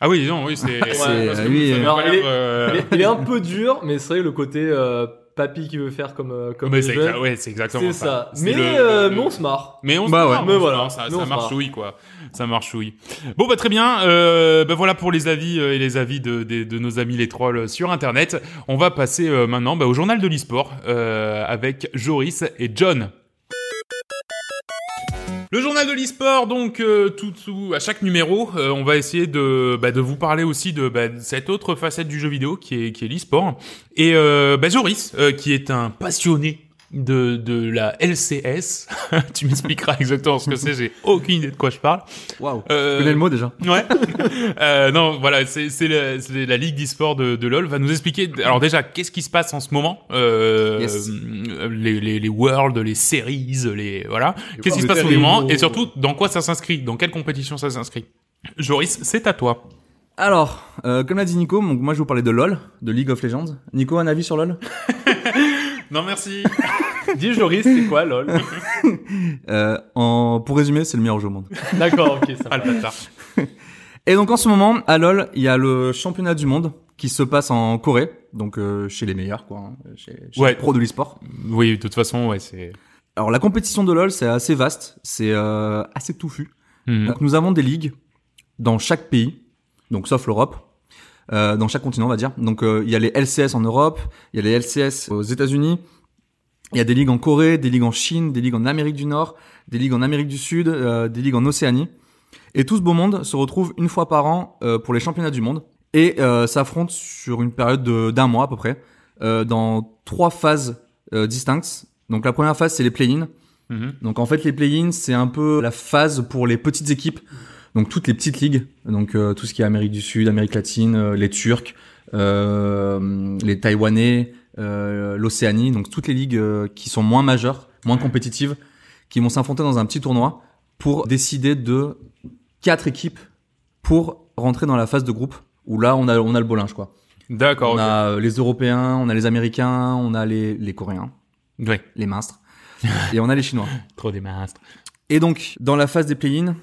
Ah oui, dis donc, oui, c'est.
c'est-
parce que
oui,
ça m'a
euh,
l'air,
il est-
euh,
Il est- Il est un peu dur, mais c'est vrai que le côté euh, papy qui veut faire comme euh, comme
mais
les
Bah, c'est,
jeunes,
exa- ouais, c'est exactement
c'est
ça.
ça.
C'est
Mais
le-
euh,
le-
mais on se marre.
Mais on se
Bah
marre,
ouais.
on
Mais
se
voilà.
marre, ça,
Mais
ça
on se
marche
marre.
oui quoi. Ça marche oui. Bon bah très bien. Euh, bah voilà pour les avis euh, et les avis de, de, de nos amis les trolls sur internet. On va passer euh, maintenant bah, au journal de l'e-sport euh, avec Joris et John. Le journal de l'e-sport, donc euh, tout, tout- à chaque numéro, euh, on va essayer de, bah, de vous parler aussi de bah, de cette autre facette du jeu vidéo qui est, qui est l'e-sport. Et euh, bah, Joris, euh, qui est un passionné de, de la LCS, tu m'expliqueras exactement ce que c'est, j'ai aucune idée de quoi je parle.
Waouh.
Euh,
Vous connaissez le mot déjà
Ouais. Euh, non, voilà, c'est c'est la, c'est la ligue d'e-sport de, de LoL va nous expliquer. Alors déjà, qu'est-ce qui se passe en ce moment Euh,
Yes.
euh, les, les les worlds, les séries, les voilà. Qu'est-ce qui se
worlds,
passe en ce
les
moment
séries,
Et
oh.
surtout, dans quoi ça s'inscrit Dans quelle compétition ça s'inscrit Joris, c'est à toi.
Alors, euh, comme l'a dit Nico, donc moi je vous parlais de LoL, de League of Legends. Nico, un avis sur LoL
Non, merci.
Dis Joris, c'est quoi lol
euh, en... Pour résumer, c'est le meilleur jeu au monde.
D'accord, ok, ça
ah,
va.
le bâtard.
Et donc en ce moment, à LoL, il y a le championnat du monde qui se passe en Corée, donc euh, chez les meilleurs, quoi, hein, chez, chez
Ouais.
les pros de l'e-sport.
Oui, de toute façon, ouais, c'est.
Alors la compétition de LoL, c'est assez vaste, c'est euh, assez touffu.
Mhm.
Donc nous avons des ligues dans chaque pays, donc sauf l'Europe. euh, dans chaque continent, on va dire. Donc euh, il y a les LCS en Europe, il y a les LCS aux États-Unis, il y a des ligues en Corée, des ligues en Chine, des ligues en Amérique du Nord, des ligues en Amérique du Sud, euh, des ligues en Océanie. Et tout ce beau monde se retrouve une fois par an euh, pour les championnats du monde et euh, s'affronte sur une période de- d'un mois à peu près euh, dans trois phases euh, distinctes. Donc la première phase c'est les play-in.
Mhm.
Donc en fait les play-in c'est un peu la phase pour les petites équipes. Donc toutes les petites ligues, donc euh, tout ce qui est Amérique du Sud, Amérique latine, euh, les Turcs, euh, les Taïwanais, euh, l'Océanie, donc toutes les ligues euh, qui sont moins majeures, moins compétitives, qui vont s'affronter dans un petit tournoi pour décider de quatre équipes pour rentrer dans la phase de groupe où là on a on a le beau linge quoi.
D'accord.
on
ok.
a euh, les Européens, on a les Américains, on a les les Coréens,
Ouais.
les monstres et on a les Chinois.
Trop des monstres.
Et donc, dans la phase des play-in,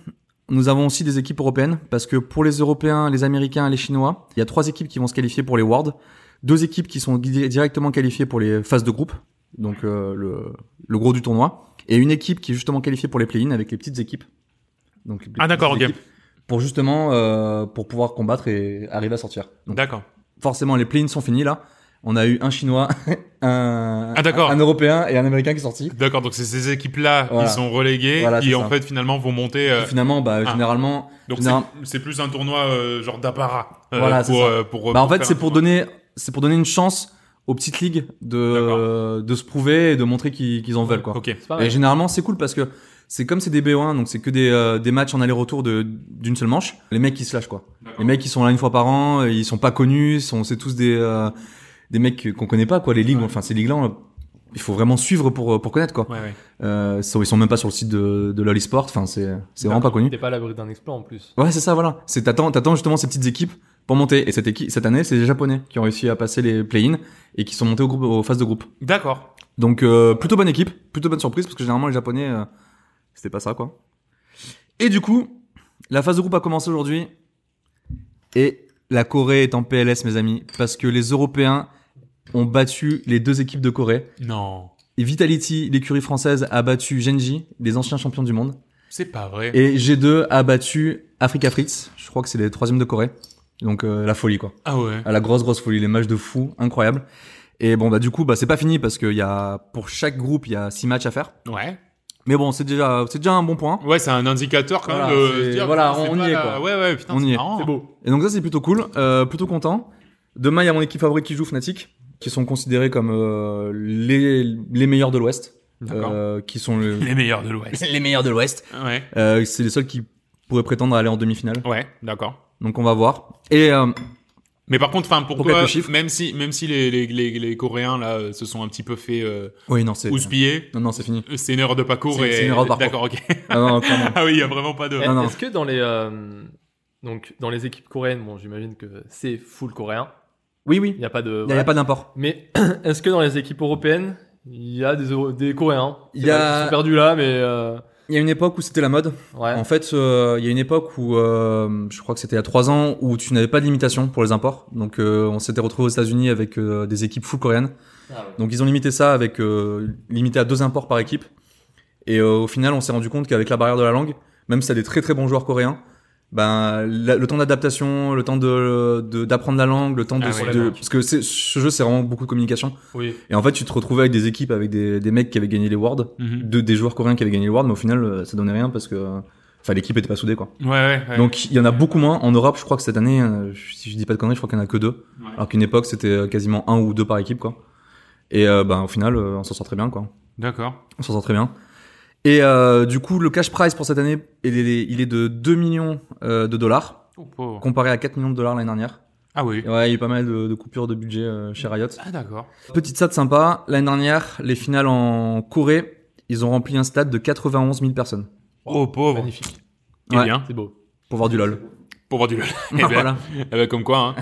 nous avons aussi des équipes européennes, parce que pour les Européens, les Américains et les Chinois, il y a trois équipes qui vont se qualifier pour les Worlds, deux équipes qui sont gui- directement qualifiées pour les phases de groupe, donc euh, le, le gros du tournoi, et une équipe qui est justement qualifiée pour les play-in avec les petites équipes. Donc, les
Ah, d'accord,
petites
ok.
équipes, Pour justement euh, pour pouvoir combattre et arriver à sortir. Donc,
D'accord.
forcément, les play-ins sont finis là. On a eu un Chinois, un,
Ah, d'accord.
un Européen et un Américain qui est sorti.
D'accord. Donc c'est ces équipes-là
Voilà.
qui sont reléguées,
Voilà,
qui
c'est
en
ça.
fait finalement vont monter. euh,
Qui, Finalement, bah,
ah.
généralement,
donc
général-
c'est- c'est plus un tournoi euh, genre d'apparat. euh,
Voilà, c'est
pour,
ça.
euh, pour,
Bah, en
pour
fait,
faire
c'est
un
pour
tournoi.
donner, c'est pour donner une chance aux petites ligues de,
D'accord.
de se prouver et de montrer qu'ils qu'ils en veulent, quoi.
Ok.
C'est pas
Et
mal.
généralement, c'est cool parce que c'est comme c'est des BO1, donc c'est que des, euh, des matchs en aller-retour de- d'une seule manche. Les mecs, ils se lâchent, quoi. Les mecs, ils sont là une fois par an, euh, ils sont pas connus, ils sont, c'est tous des, euh, des mecs qu'on connaît pas, quoi. Les ligues, enfin, ces ligues-là, on- il faut vraiment suivre pour, pour connaître, quoi.
Ouais, ouais.
Euh, ils sont- ils sont même pas sur le site de, de LoL Esport, enfin, c'est, c'est vraiment pas connu.
T'es pas à l'abri d'un exploit en plus.
Ouais, c'est ça, voilà. C'est t'attends, t'attends justement ces petites équipes pour monter. Et cette équipe, cette année, c'est les Japonais qui ont réussi à passer les play-in et qui sont montés au groupe, aux phases de groupe.
D'accord.
Donc euh, plutôt bonne équipe, plutôt bonne surprise parce que généralement les Japonais, euh, c'était pas ça quoi. Et du coup, la phase de groupe a commencé aujourd'hui et la Corée est en PLS, mes amis, parce que les Européens ont battu les deux équipes de Corée.
Non.
Et Vitality, l'écurie française, a battu Genji, les anciens champions du monde.
C'est pas vrai.
Et G2 a battu Africa Fritz. Je crois que c'est les troisièmes de Corée. Donc euh, la folie quoi.
Ah ouais.
À la grosse grosse folie, les matchs de fou, incroyable. Et bon bah du coup bah c'est pas fini parce qu'il y a pour chaque groupe il y a six matchs à faire.
Ouais.
Mais bon c'est déjà c'est déjà un bon point.
Ouais, c'est un indicateur quand
Voilà,
même de
c'est-
se dire,
voilà,
putain, c'est
on
pas
y est,
la-
quoi.
Ouais, ouais, putain,
On y
c'est
est.
marrant. hein.
C'est beau.
Et donc ça c'est plutôt cool, euh, plutôt content. Demain il y a mon équipe favorite qui joue Fnatic, qui sont considérés comme euh, les les meilleurs de l'Ouest,
D'accord.
euh, qui sont le-
Les meilleurs de l'Ouest.
les meilleurs de l'Ouest.
Ouais.
Euh, c'est les seuls qui pourraient prétendre à aller en demi-finale.
Ouais, d'accord.
Donc on va voir. Et euh,
Mais par contre, enfin, pour
Pour
toi,
quelques chiffres.
même si, même si les, les, les, les Coréens là euh, se sont un petit peu fait euh,
oui non c'est
houspiller,
non non c'est fini.
euh, c'est une erreur de parcours
C'est-
et
c'est une erreur de parcours.
d'accord, ok.
Ah, non, clairement.
ah oui, il y a vraiment pas de.
Eh,
Non, non.
Est-ce que dans les euh, donc dans les équipes coréennes, bon, j'imagine que c'est full coréen.
Oui oui.
Il n'y a pas de.
Il n'y
voilà.
a pas d'import.
Mais est-ce que dans les équipes européennes, il y a des, Euro- des coréens C'est
Il y a-
vrai qu'ils sont perdus là, mais euh,
Il y a une époque où c'était la mode.
ouais.
En fait, euh, il y a une époque où, euh, je crois que c'était il y a trois ans, où tu n'avais pas de limitation pour les imports. Donc, euh, on s'était retrouvé aux États-Unis avec euh, des équipes full coréennes.
Ah ouais.
Donc, ils ont limité ça avec euh, limité à deux imports par équipe. Et euh, au final, on s'est rendu compte qu'avec la barrière de la langue, même si t'as des très très bons joueurs coréens, ben la- le temps d'adaptation, le temps de de- d'apprendre la langue, le temps de,
Ah oui.
de- parce que c'est- ce jeu c'est vraiment beaucoup de communication.
Oui.
Et en fait, tu te retrouvais avec des équipes avec des, des mecs qui avaient gagné les Worlds
Mhm.
de, des joueurs coréens qui avaient gagné le World, mais au final, euh, ça donnait rien parce que euh, enfin, l'équipe était pas soudée. Quoi.
Ouais, ouais. ouais.
Donc il y en a beaucoup moins. En Europe, je crois que cette année, euh, je- si je dis pas de conneries, je crois qu'il y en a que deux.
Ouais.
Alors qu'une époque, c'était euh, quasiment un ou deux par équipe. Quoi. Et euh, ben, au final, euh, on s'en sort très bien. Quoi.
D'accord.
On s'en sort très bien. Et euh, du coup, le cash prize pour cette année, il est, il est de 2 millions euh, de dollars,
Oh, pauvre.
comparé à 4 millions de dollars l'année dernière.
Ah oui.
Et ouais, il y a eu pas mal de, de coupures de budget euh, chez Riot.
Ah d'accord.
Petite stat sympa, l'année dernière, les finales en Corée, ils ont rempli un stade de 91 000 personnes.
Oh pauvre.
Magnifique.
Eh
Ouais.
bien,
C'est beau.
pour voir du lol.
pour voir du lol. Eh ben,
Ah, voilà.
eh ben, comme quoi. Hein.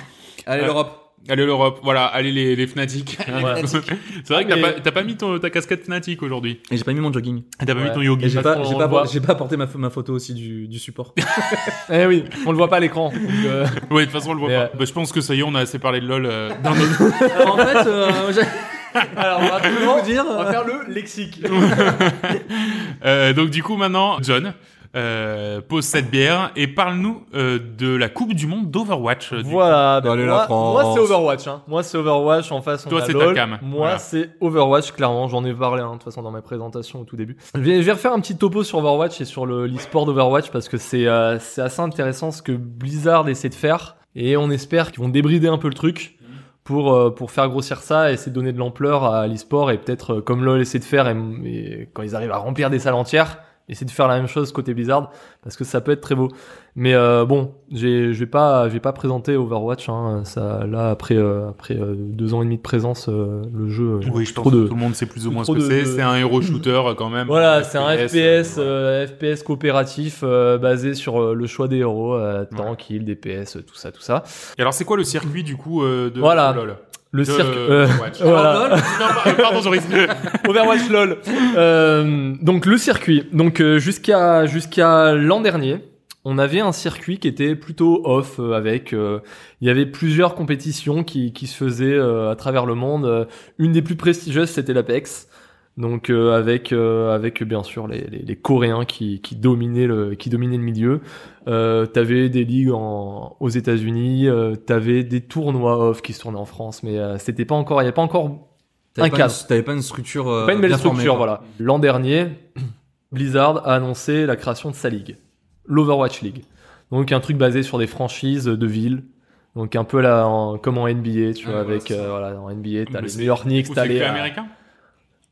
Allez
Euh,
l'Europe.
Allez l'Europe. Voilà. Allez les, les Fnatic.
Ouais.
C'est vrai que t'as
Ah, mais-
pas, t'as pas mis ton, ta casquette Fnatic aujourd'hui.
Et j'ai pas mis mon jogging.
T'as pas mis
Ouais.
ton yogi.
Et j'ai
Parce
pas,
qu'on
j'ai
le
pas,
voit.
j'ai pas apporté ma, ma photo aussi du, du support.
Eh oui, on le voit pas à l'écran. donc, euh,
Ouais, de toute façon on le voit
Mais,
pas.
euh,
Bah, je pense que ça y est, on a assez parlé de lol. euh, dans nos-
en fait, euh,
Alors, on va,
vous dire. euh,
on va faire le lexique.
Euh, donc du coup maintenant, John, euh, pose cette bière et parle-nous euh, de la Coupe du Monde d'Overwatch. euh, Du-
Voilà, ben
Allez, la
moi,
France.
moi, c'est Overwatch. Hein. Moi c'est Overwatch en face. on
Toi,
a
c'est ta
LOL.
cam.
Moi
Voilà.
c'est Overwatch, clairement. J'en ai parlé hein, de toute façon dans mes présentations au tout début. Je vais, je vais refaire un petit topo sur Overwatch et sur le- l'e-sport d'Overwatch parce que c'est euh, c'est assez intéressant ce que Blizzard essaie de faire et on espère qu'ils vont débrider un peu le truc. Pour, euh, pour faire grossir ça et essayer de donner de l'ampleur à l'e-sport et peut-être euh, comme LoL essaie de faire et, et quand ils arrivent à remplir des salles entières essayer de faire la même chose côté Blizzard parce que ça peut être très beau. Mais euh, bon, j'ai- je vais pas, je vais pas présenter Overwatch. Hein, ça, là, après, euh, après euh, deux ans et demi de présence, euh, le jeu. euh,
Oui, je pense
trop
que
de-
tout le monde sait plus ou moins ce
trop
que
de-
c'est.
de-
C'est un héros shooter euh, quand même.
Voilà, c'est un
euh,
FPS, euh, FPS coopératif euh, basé sur euh, le choix des héros, euh, tank, heal, DPS, euh, tout ça, tout ça.
Et alors, c'est quoi le circuit du coup euh, de
Voilà.
de LOL
Le
De-
cirque. euh,
Overwatch.
voilà.
Alors, LOL Non, pa- Pardon, Joris.
Overwatch lol. Euh, donc le circuit. Donc euh, jusqu'à jusqu'à l'an dernier, on avait un circuit qui était plutôt off euh, avec euh, il y avait plusieurs compétitions qui qui se faisaient euh, à travers le monde. Euh, Une des plus prestigieuses c'était l'Apex. Donc euh, avec euh, avec bien sûr les, les, les Coréens qui, qui dominaient le qui dominaient le milieu. Euh, t'avais des ligues en, aux États-Unis, euh, t'avais des tournois off qui se tournaient en France, mais euh, c'était pas encore il y a pas encore
T'avais
Un
pas
cadre.
une- T'avais pas une structure. euh,
pas une belle
bien
structure,
formée, quoi.
voilà. L'an dernier, Blizzard a annoncé la création de sa ligue, l'Overwatch League. Donc un truc basé sur des franchises de villes. Donc un peu là, en- comme en NBA, tu
Ouais,
vois,
voilà,
avec
c'est ça.
euh, voilà, en NBA, t'as
Mais
les
c'est-
meilleurs Knicks,
Ou
t'as
c'est
les.
que
euh,
américain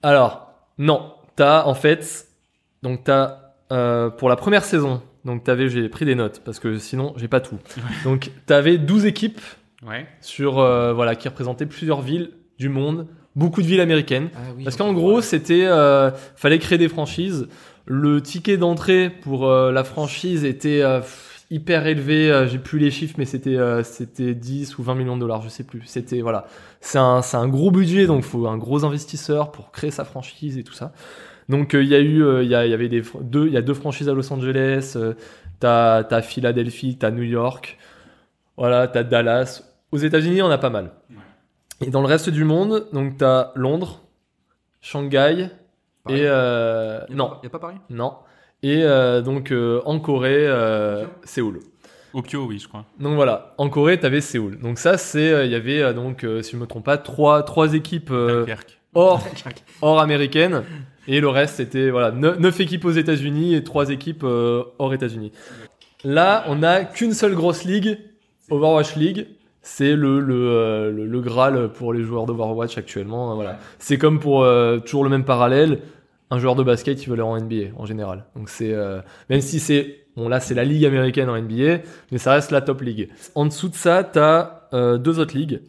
Alors non, t'as en fait, donc t'as euh, pour la première saison, donc t'avais, j'ai pris des notes parce que sinon j'ai pas tout. Donc t'avais 12 équipes
Ouais.
sur euh, voilà qui représentaient plusieurs villes du monde, beaucoup de villes américaines. Parce qu'en gros,
Ouais.
c'était euh, fallait créer des franchises. Le ticket d'entrée pour euh, la franchise était euh, pff, hyper élevé. Euh, J'ai plus les chiffres, mais c'était euh, c'était 10 ou 20 millions de dollars, je sais plus. C'était voilà, c'est un c'est un gros budget, donc faut un gros investisseur pour créer sa franchise et tout ça. Donc euh, il y a eu euh, il y, a- il y avait des fr- deux il y a deux franchises à Los Angeles. euh, t'as t'as Philadelphie, t'as New York. Voilà, t'as Dallas. Aux États-Unis, on a pas mal. Et dans le reste du monde, donc t'as Londres, Shanghai
Pareil.
et euh,
Y a
non,
pas- y a pas Paris
non. Et euh, donc euh, en Corée, euh, Séoul.
Au Pio, oui, je crois.
Donc voilà, en Corée, t'avais Séoul. Donc ça, c'est euh, il y avait euh, donc euh, si je me trompe pas trois trois équipes euh,
Dunkerque.
hors hors américaine et le reste c'était voilà neu- neuf équipes aux États-Unis et trois équipes euh, hors États-Unis. Là, on a qu'une seule grosse ligue, Overwatch League. C'est le, le, euh, le le graal pour les joueurs d'Overwatch actuellement. hein, Voilà, c'est comme pour euh, toujours le même parallèle. Un joueur de basket, il veut aller en NBA en général. Donc c'est euh, même si c'est bon là c'est la ligue américaine en NBA, mais ça reste la top league. En dessous de ça, t'as euh, deux autres ligues.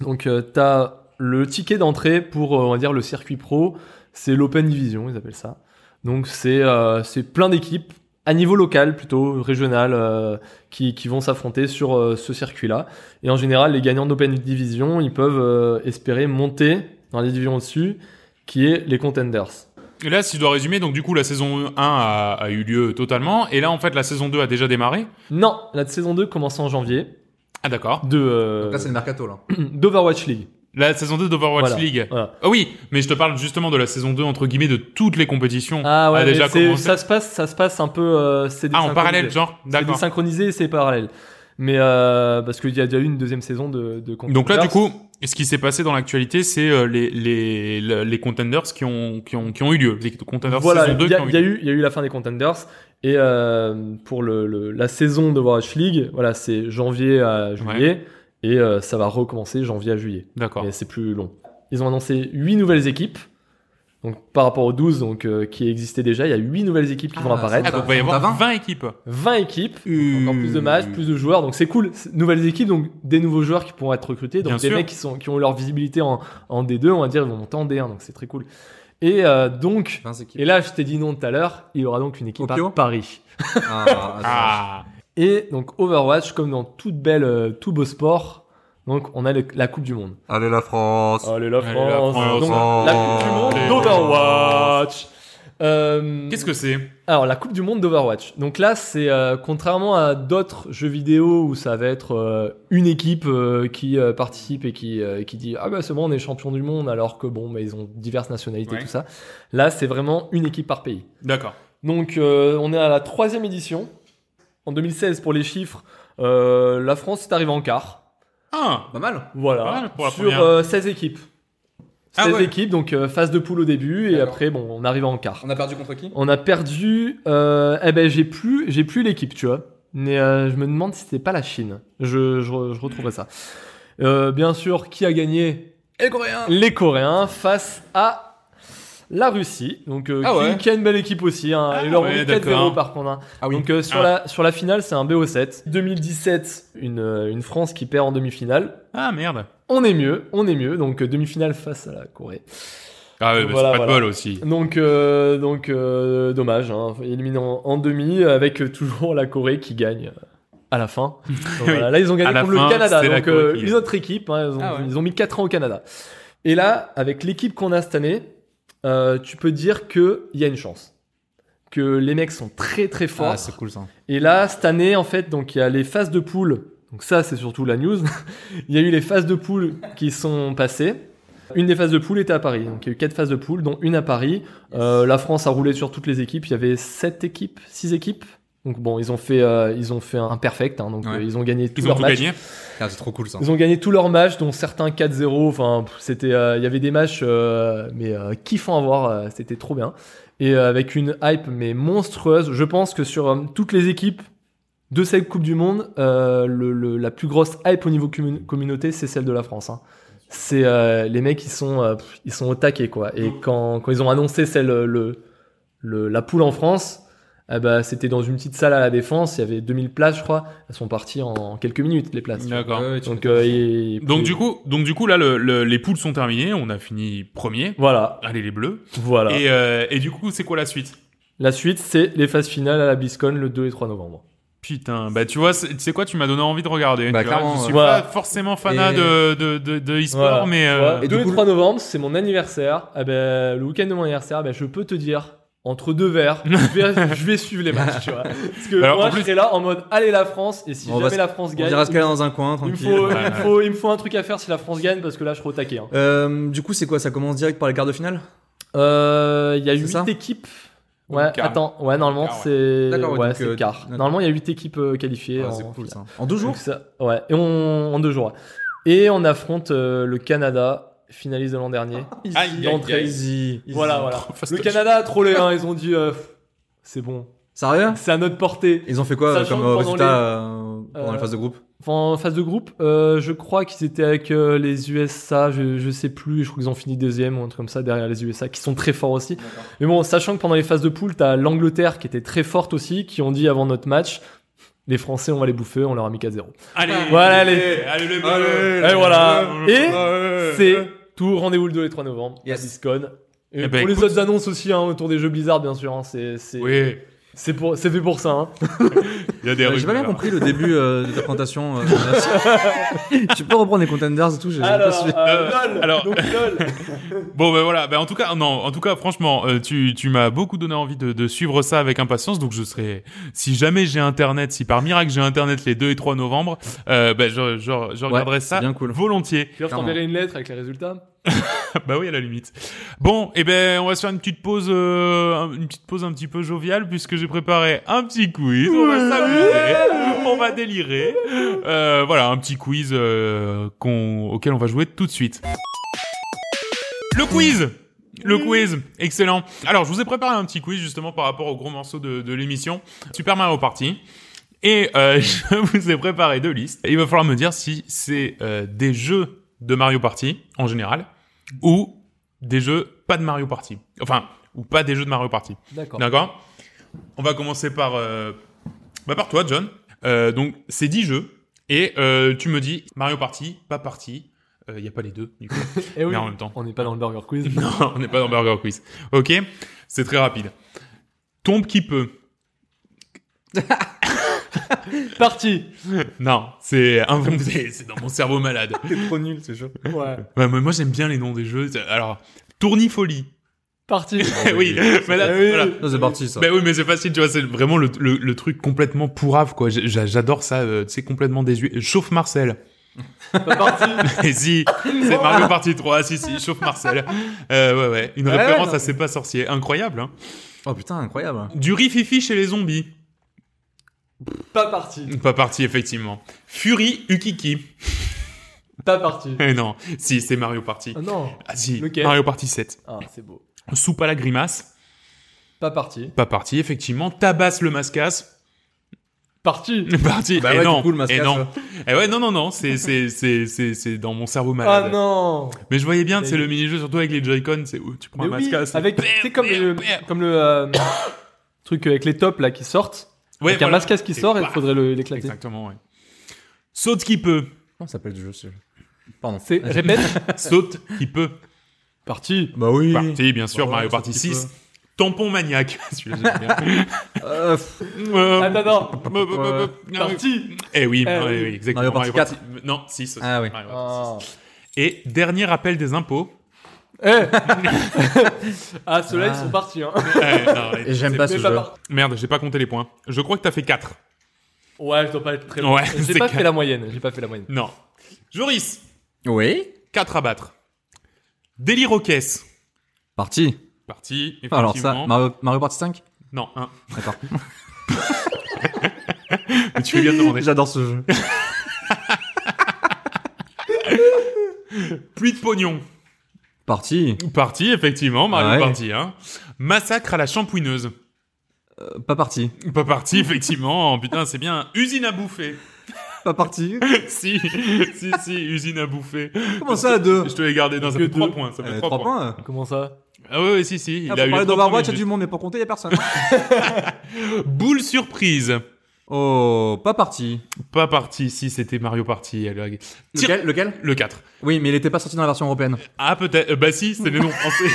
Donc euh, t'as le ticket d'entrée pour euh, on va dire le circuit pro, c'est l'Open Division, ils appellent ça. Donc c'est euh, c'est plein d'équipes à niveau local plutôt régional euh, qui qui vont s'affronter sur euh, ce circuit-là. Et en général, les gagnants d'Open Division, ils peuvent euh, espérer monter dans les divisions au-dessus, qui est les contenders.
Et là, si je dois résumer, donc du coup, la saison 1 a, a eu lieu totalement. Et là, en fait, la saison 2 a déjà démarré.
Non, la saison 2 commence en janvier
Ah, d'accord.
de euh,
Donc là, c'est le mercato, là.
d'Overwatch League.
La saison 2 d'Overwatch
Voilà.
League.
Voilà.
Ah oui, mais je te parle justement de la saison 2, entre guillemets, de toutes les compétitions.
Ah ouais,
a
mais
déjà
c'est-
commencé.
ça se passe ça se passe un peu euh, c'est
Ah, en
désynchronisé.
parallèle, genre.
C'est
D'accord.
désynchronisé et c'est parallèle. Mais euh, parce qu'il y a déjà eu une deuxième saison de, de Contenders.
Donc là, du coup, ce qui s'est passé dans l'actualité, c'est euh, les, les, le- les contenders qui ont, qui, ont, qui ont eu lieu. Les contenders
voilà,
saison 2
il y, a-
qui ont
il y a
eu lieu.
eu, il y a eu la fin des Contenders. Et euh, pour le, le- la saison de Overwatch League, voilà, c'est janvier à juillet. Et euh, ça va recommencer janvier à juillet.
D'accord.
Mais c'est plus long. Ils ont annoncé 8 nouvelles équipes. Donc par rapport aux 12 donc, euh, qui existaient déjà, il y a 8 nouvelles équipes qui vont
Ah,
apparaître.
Ah, donc il va y
T'as
avoir
20
20 équipes.
20 équipes. Donc, encore
Mmh.
plus de matchs, plus de joueurs, donc c'est cool. C'est- Nouvelles équipes, donc des nouveaux joueurs qui pourront être recrutés, donc
Bien
des
sûr.
mecs qui, sont, qui ont leur visibilité en, en D2, on va dire, ils vont monter en D1, donc c'est très cool. Et euh, donc,
20 équipes.
et là je t'ai dit non tout à l'heure, il y aura donc une équipe
Au Pio
à Paris.
Ah, ah, ah.
Ah,
Et donc Overwatch, comme dans toute belle, euh, tout beau sport, donc on a le- la Coupe du Monde.
Allez, la France.
Allez Oh, la
Allez,
France,
la France.
Donc, la Coupe du Monde
Allez,
d'Overwatch Euh,
qu'est-ce que c'est
Alors, la Coupe du Monde d'Overwatch. Donc là, c'est euh, contrairement à d'autres jeux vidéo où ça va être euh, une équipe euh, qui euh, participe et qui, euh, qui dit Ah bah c'est bon, on est champion du monde, alors que bon, bah, ils ont diverses nationalités,
Ouais.
tout ça. Là, c'est vraiment une équipe par pays.
D'accord.
Donc euh, on est à la troisième édition. En 2016, pour les chiffres, euh, la France est arrivée en quart.
Ah,
Pas mal.
Pas
Voilà.
mal pour la
sur
première.
euh, 16 équipes. 16
Ah ouais.
équipes, donc euh, phase de poule au début et
D'accord.
après, bon, on arrive en quart.
On a perdu contre qui
On a perdu. Euh, eh ben, j'ai plus, j'ai plus l'équipe, tu vois. Mais euh, je me demande si c'était pas la Chine. Je, je, re- je retrouverai ça. Euh, bien sûr, qui a gagné
Et coréen
Les Coréens face à la Russie. Donc, euh,
Ah
qui-
ouais.
qui, a une belle équipe aussi. Hein.
Ah
Ils leur ont
ouais,
mis
d'accord.
4-0 par contre. hein.
Ah oui.
Donc euh, sur,
Ah.
la, sur la finale, c'est un BO7. 2017, une, euh, une France qui perd en demi-finale.
ah merde.
On est mieux, on est mieux. Donc euh, demi-finale face à la Corée.
Ah ouais, bah,
Voilà,
c'est pas
voilà.
de bol aussi.
Donc, euh, donc euh, dommage, hein, éliminé en, en demi avec euh, toujours la Corée qui gagne euh, à la fin. Donc, voilà, là, ils ont
À
gagné
la
contre
fin,
le Canada,
c'est la
donc euh,
Corée qui
une
gagne.
autre équipe. hein, ils, ont,
Ah ouais.
ils ont mis 4 ans au Canada. Et là, avec l'équipe qu'on a cette année, euh, tu peux dire que il y a une chance. Que les mecs sont très très forts.
Ah, c'est cool ça.
Et là, cette année, en fait, donc il y a les phases de poule. Donc ça, c'est surtout la news. il y a eu les phases de poule qui sont passées. Une des phases de poule était à Paris. Donc il y a eu quatre phases de poule, dont une à Paris. Euh, la France a roulé sur toutes les équipes. Il y avait sept équipes, six équipes. Donc bon, ils ont fait, euh, ils ont fait un perfect. hein. donc
Ouais.
euh, ils ont gagné tous
Ils ont
leurs
tout
matchs.
gagné.
Ah, c'est trop cool ça.
Ils ont gagné tous leurs matchs, dont certains 4-0. Enfin, pff, c'était, euh, il y avait des matchs, euh, mais euh, kiffants à voir. euh, c'était trop bien. Et euh, avec une hype, mais monstrueuse. Je pense que sur euh, toutes les équipes de cette Coupe du Monde, euh, le- le- la plus grosse hype au niveau commun- communauté, c'est celle de la France. hein. C'est euh, les mecs, ils sont, euh, pff, ils sont au taquet, quoi. Et quand, quand ils ont annoncé celle, euh, le, le- la poule en France, eh ben, c'était dans une petite salle à la défense. Il y avait 2000 places, je crois. Elles sont parties en quelques minutes, les places. tu vois.
D'accord.
Ouais, ouais, tu-
Donc, euh, et-
Donc
et-
du coup, donc du coup là, le- le- les poules sont terminées. On a fini premier.
voilà,
Allez les bleus.
voilà.
Et, euh, et du coup, c'est quoi la suite
La suite, c'est les phases finales à la BlizzCon le 2 et 3 novembre.
Putain, bah tu vois, c'est- tu sais quoi, tu m'as donné envie de regarder.
Bah,
tu vois.
clairement,
je suis
ouais.
pas
euh, Voilà.
forcément fanat
Et-
de, de, de, de e-sport,
Voilà.
mais
Tu
euh,
vois,
Et du
2 et
coup,
3 novembre, c'est mon anniversaire. Ah ben, le week-end de mon anniversaire, ben, je peux te dire, entre deux verres, je vais, je vais suivre les matchs. Tu vois. Parce que
Alors, en
moi,
plus-
je serai là en mode, allez la France, et si
On va
jamais
se-
la France
On
gagne,
dira ce
il,
qu'elle a dans un coin,
me
tranquille.
faut, euh, il me faut, il me faut un truc à faire si la France gagne, parce que là, je suis au taquet. hein.
Euh, du coup, c'est quoi Ça commence direct par les quarts de finale
Euh, Il y a
C'est
8
ça
équipes.
Ou
Ouais,
quart.
attends, ouais, normalement,
Quart, ouais.
c'est
D'accord, ouais,
ouais,
donc,
c'est
euh,
le quart.
d'accord.
Normalement, il y a 8 équipes euh, qualifiées.
Ah,
en
C'est cool
finale.
ça. En deux jours
Donc ça- ouais, et on, en deux jours. ouais. Et on affronte euh, le Canada, finaliste de l'an dernier.
Aïe,
d'entrée.
aïe, aïe.
Easy. easy.
voilà, voilà.
Trop fastoche.
Le Canada a trollé, hein, ils ont dit euh, pff, c'est bon,
Sérieux
c'est à notre portée.
Ils ont fait quoi euh,
Sachant
comme
que
euh,
pendant
résultat
les-
euh, pendant
Euh,
la phase de groupe
Enfin, en phase de groupe, euh, je crois qu'ils étaient avec euh, les USA, je, je sais plus, je crois qu'ils ont fini deuxième ou un truc comme ça derrière les USA, qui sont très forts aussi. Mais bon, sachant que pendant les phases de poule, t'as l'Angleterre qui était très forte aussi, qui ont dit avant notre match, les Français, on va les bouffer, on leur a mis 4-0.
Allez,
Voilà,
allez, allez, les bleus.
Et voilà. Et
Ouais.
C'est tout. Rendez-vous le 2 et 3 novembre
Yes.
à BlizzCon. Et
Eh
pour
ben,
les
écoute.
autres annonces aussi hein, autour des jeux Blizzard, bien sûr. hein, c'est c'est
Oui,
c'est pour c'est fait pour ça. hein.
il y a des
Euh, J'ai pas bien
rumeurs.
compris le début euh, de ta présentation. euh, merci. tu peux reprendre les contenders et tout. j'ai- j'ai pas
Alors,
suivi.
euh, LOL,
alors-
donc LOL.
Bon, ben voilà. Ben, en tout cas, non. En tout cas, franchement, euh, tu, tu m'as beaucoup donné envie de, de suivre ça avec impatience. Donc, je serai, si jamais j'ai internet, si par miracle j'ai internet les 2 et 3 novembre, euh, ben je, je, je regarderai
Ouais, c'est
ça
bien cool.
volontiers.
D'ailleurs, je t'enverrai une lettre avec les résultats.
bah oui, à la limite. Bon, et eh ben on va se faire une petite pause, euh, un- une petite pause un petit peu joviale puisque j'ai préparé un petit quiz. On va s'amuser, on va délirer. Euh, voilà, un petit quiz euh, qu'on, auquel on va jouer tout de suite. Le quiz. Le quiz, excellent. Alors, je vous ai préparé un petit quiz justement par rapport au gros morceau de, de l'émission Super Mario Party. Et euh, je vous ai préparé deux listes. Et il va falloir me dire si c'est euh, des jeux de Mario Party en général ou des jeux pas de Mario Party. Enfin, ou pas des jeux de Mario Party.
D'accord.
D'accord On va commencer par, euh, bah, par toi, John. Euh, donc, c'est 10 jeux. Et euh, tu me dis Mario Party, pas Party. Il n'y a pas les deux, du coup.
Et Eh Ah oui,
Mais en même temps.
on n'est pas dans le Burger Quiz.
non, on n'est pas dans Burger Quiz. Ok C'est très rapide. Tombe qui peut.
Parti.
Non, c'est inventé, c'est dans mon cerveau malade.
T'es trop nul, c'est chaud.
Ouais.
Ouais, mais moi, j'aime bien les noms des jeux. Alors, Tournifolie.
Parti.
Eh oui, mais là,
Ah oui.
voilà.
Ça, c'est parti, ça.
Ben oui, mais c'est facile, tu vois, c'est vraiment le, le, le truc complètement pourrave, quoi. J'ai- j'a- J'adore ça, euh, c'est complètement désuet. Chauffe Marcel.
Pas parti.
Et si, c'est Mario Party 3, si, si, chauffe Marcel. Euh, ouais, ouais, une
Ouais,
référence
non.
à C'est pas sorcier, incroyable. Hein.
Oh putain, incroyable.
Du rififi chez les zombies.
Pas parti.
Pas parti, effectivement. Fury Ukiki.
Pas parti.
Eh non, si, c'est Mario Party.
Ah non.
Ah si,
Lequel
Mario Party 7.
Ah, c'est beau.
Soupe à la grimace.
Pas parti.
Pas parti, effectivement. Tabasse le mascasse.
Parti.
Parti.
Bah
Eh
ouais,
non.
du coup, le masque
eh
à
non.
ça.
Eh ouais, non, non, non. C'est, c'est, c'est, c'est, c'est dans mon cerveau malade.
Ah non.
Mais je voyais bien,
Mais
c'est
oui.
le mini-jeu, surtout avec les Joy-Con. C'est où tu prends
Mais
un
oui,
mascasse.
avec c'est comme le comme le euh, truc avec les tops là qui sortent.
Ouais,
avec
voilà.
un masque qui
Et
sort, il
bah,
faudrait le- l'éclater.
Exactement, ouais. Saute qui peut.
Comment ça s'appelle le jeu ce jeu Pardon.
C'est répète.
Saute qui peut.
parti.
Bah oui.
Parti, bien sûr,
Ouais,
Mario
saute
Party
qui
6. Tampon maniaque. Celui-là, j'aime bien.
Euh, pff,
Euh,
Ah non non.
Bah, bah, bah, bah, ah oui.
Parti.
Eh oui,
Eh
ouais,
oui.
oui, exactement.
Mario Party
Non, 6.
Ah oui.
Ah.
Et dernier rappel des impôts.
Eh. ah ceux-là ils
Ah.
sont partis hein.
Eh, non, ouais,
Et j'aime
c'est-
pas
Mais
ce
pas
jeu.
par-
Merde, j'ai pas compté les points. Je crois que t'as fait 4.
Ouais, je dois pas être très loin.
Ouais,
J'ai
c'est
pas
clair.
fait la moyenne, j'ai pas fait la moyenne.
Non. Joris,
Oui.
4 à battre. Délire aux caisses.
Parti.
Parti, effectivement.
Alors ça, Mario, Mario Party 5
Non, 1.
D'accord.
tu fais bien de demander.
J'adore ce jeu.
Pluie de pognon.
Parti.
Parti, effectivement, Mario
Ouais.
Party. Hein. Massacre à la shampouineuse.
Euh, pas parti.
Pas parti, effectivement. Oh, Putain, c'est bien. Usine à bouffer.
Pas parti.
si, si, si, usine à bouffer.
Comment ça à deux
Je te l'ai gardé. Non, ça
Que
fait 3
deux.
points. Ça fait
Euh,
3
trois
points.
points.
Comment ça
Ah ouais, ouais, si, si.
Ah, pour
eu trois
parler d'Overwatch, il y a
points,
du monde, mais pour compter, il y a personne.
juste. Boule surprise.
oh, pas parti.
Pas parti. Si, c'était Mario Party. elle a- Tire-
Lequel
Le 4.
Oui, mais il était pas sorti dans la version européenne.
Ah, peut-être. euh, bah si, c'était les noms français.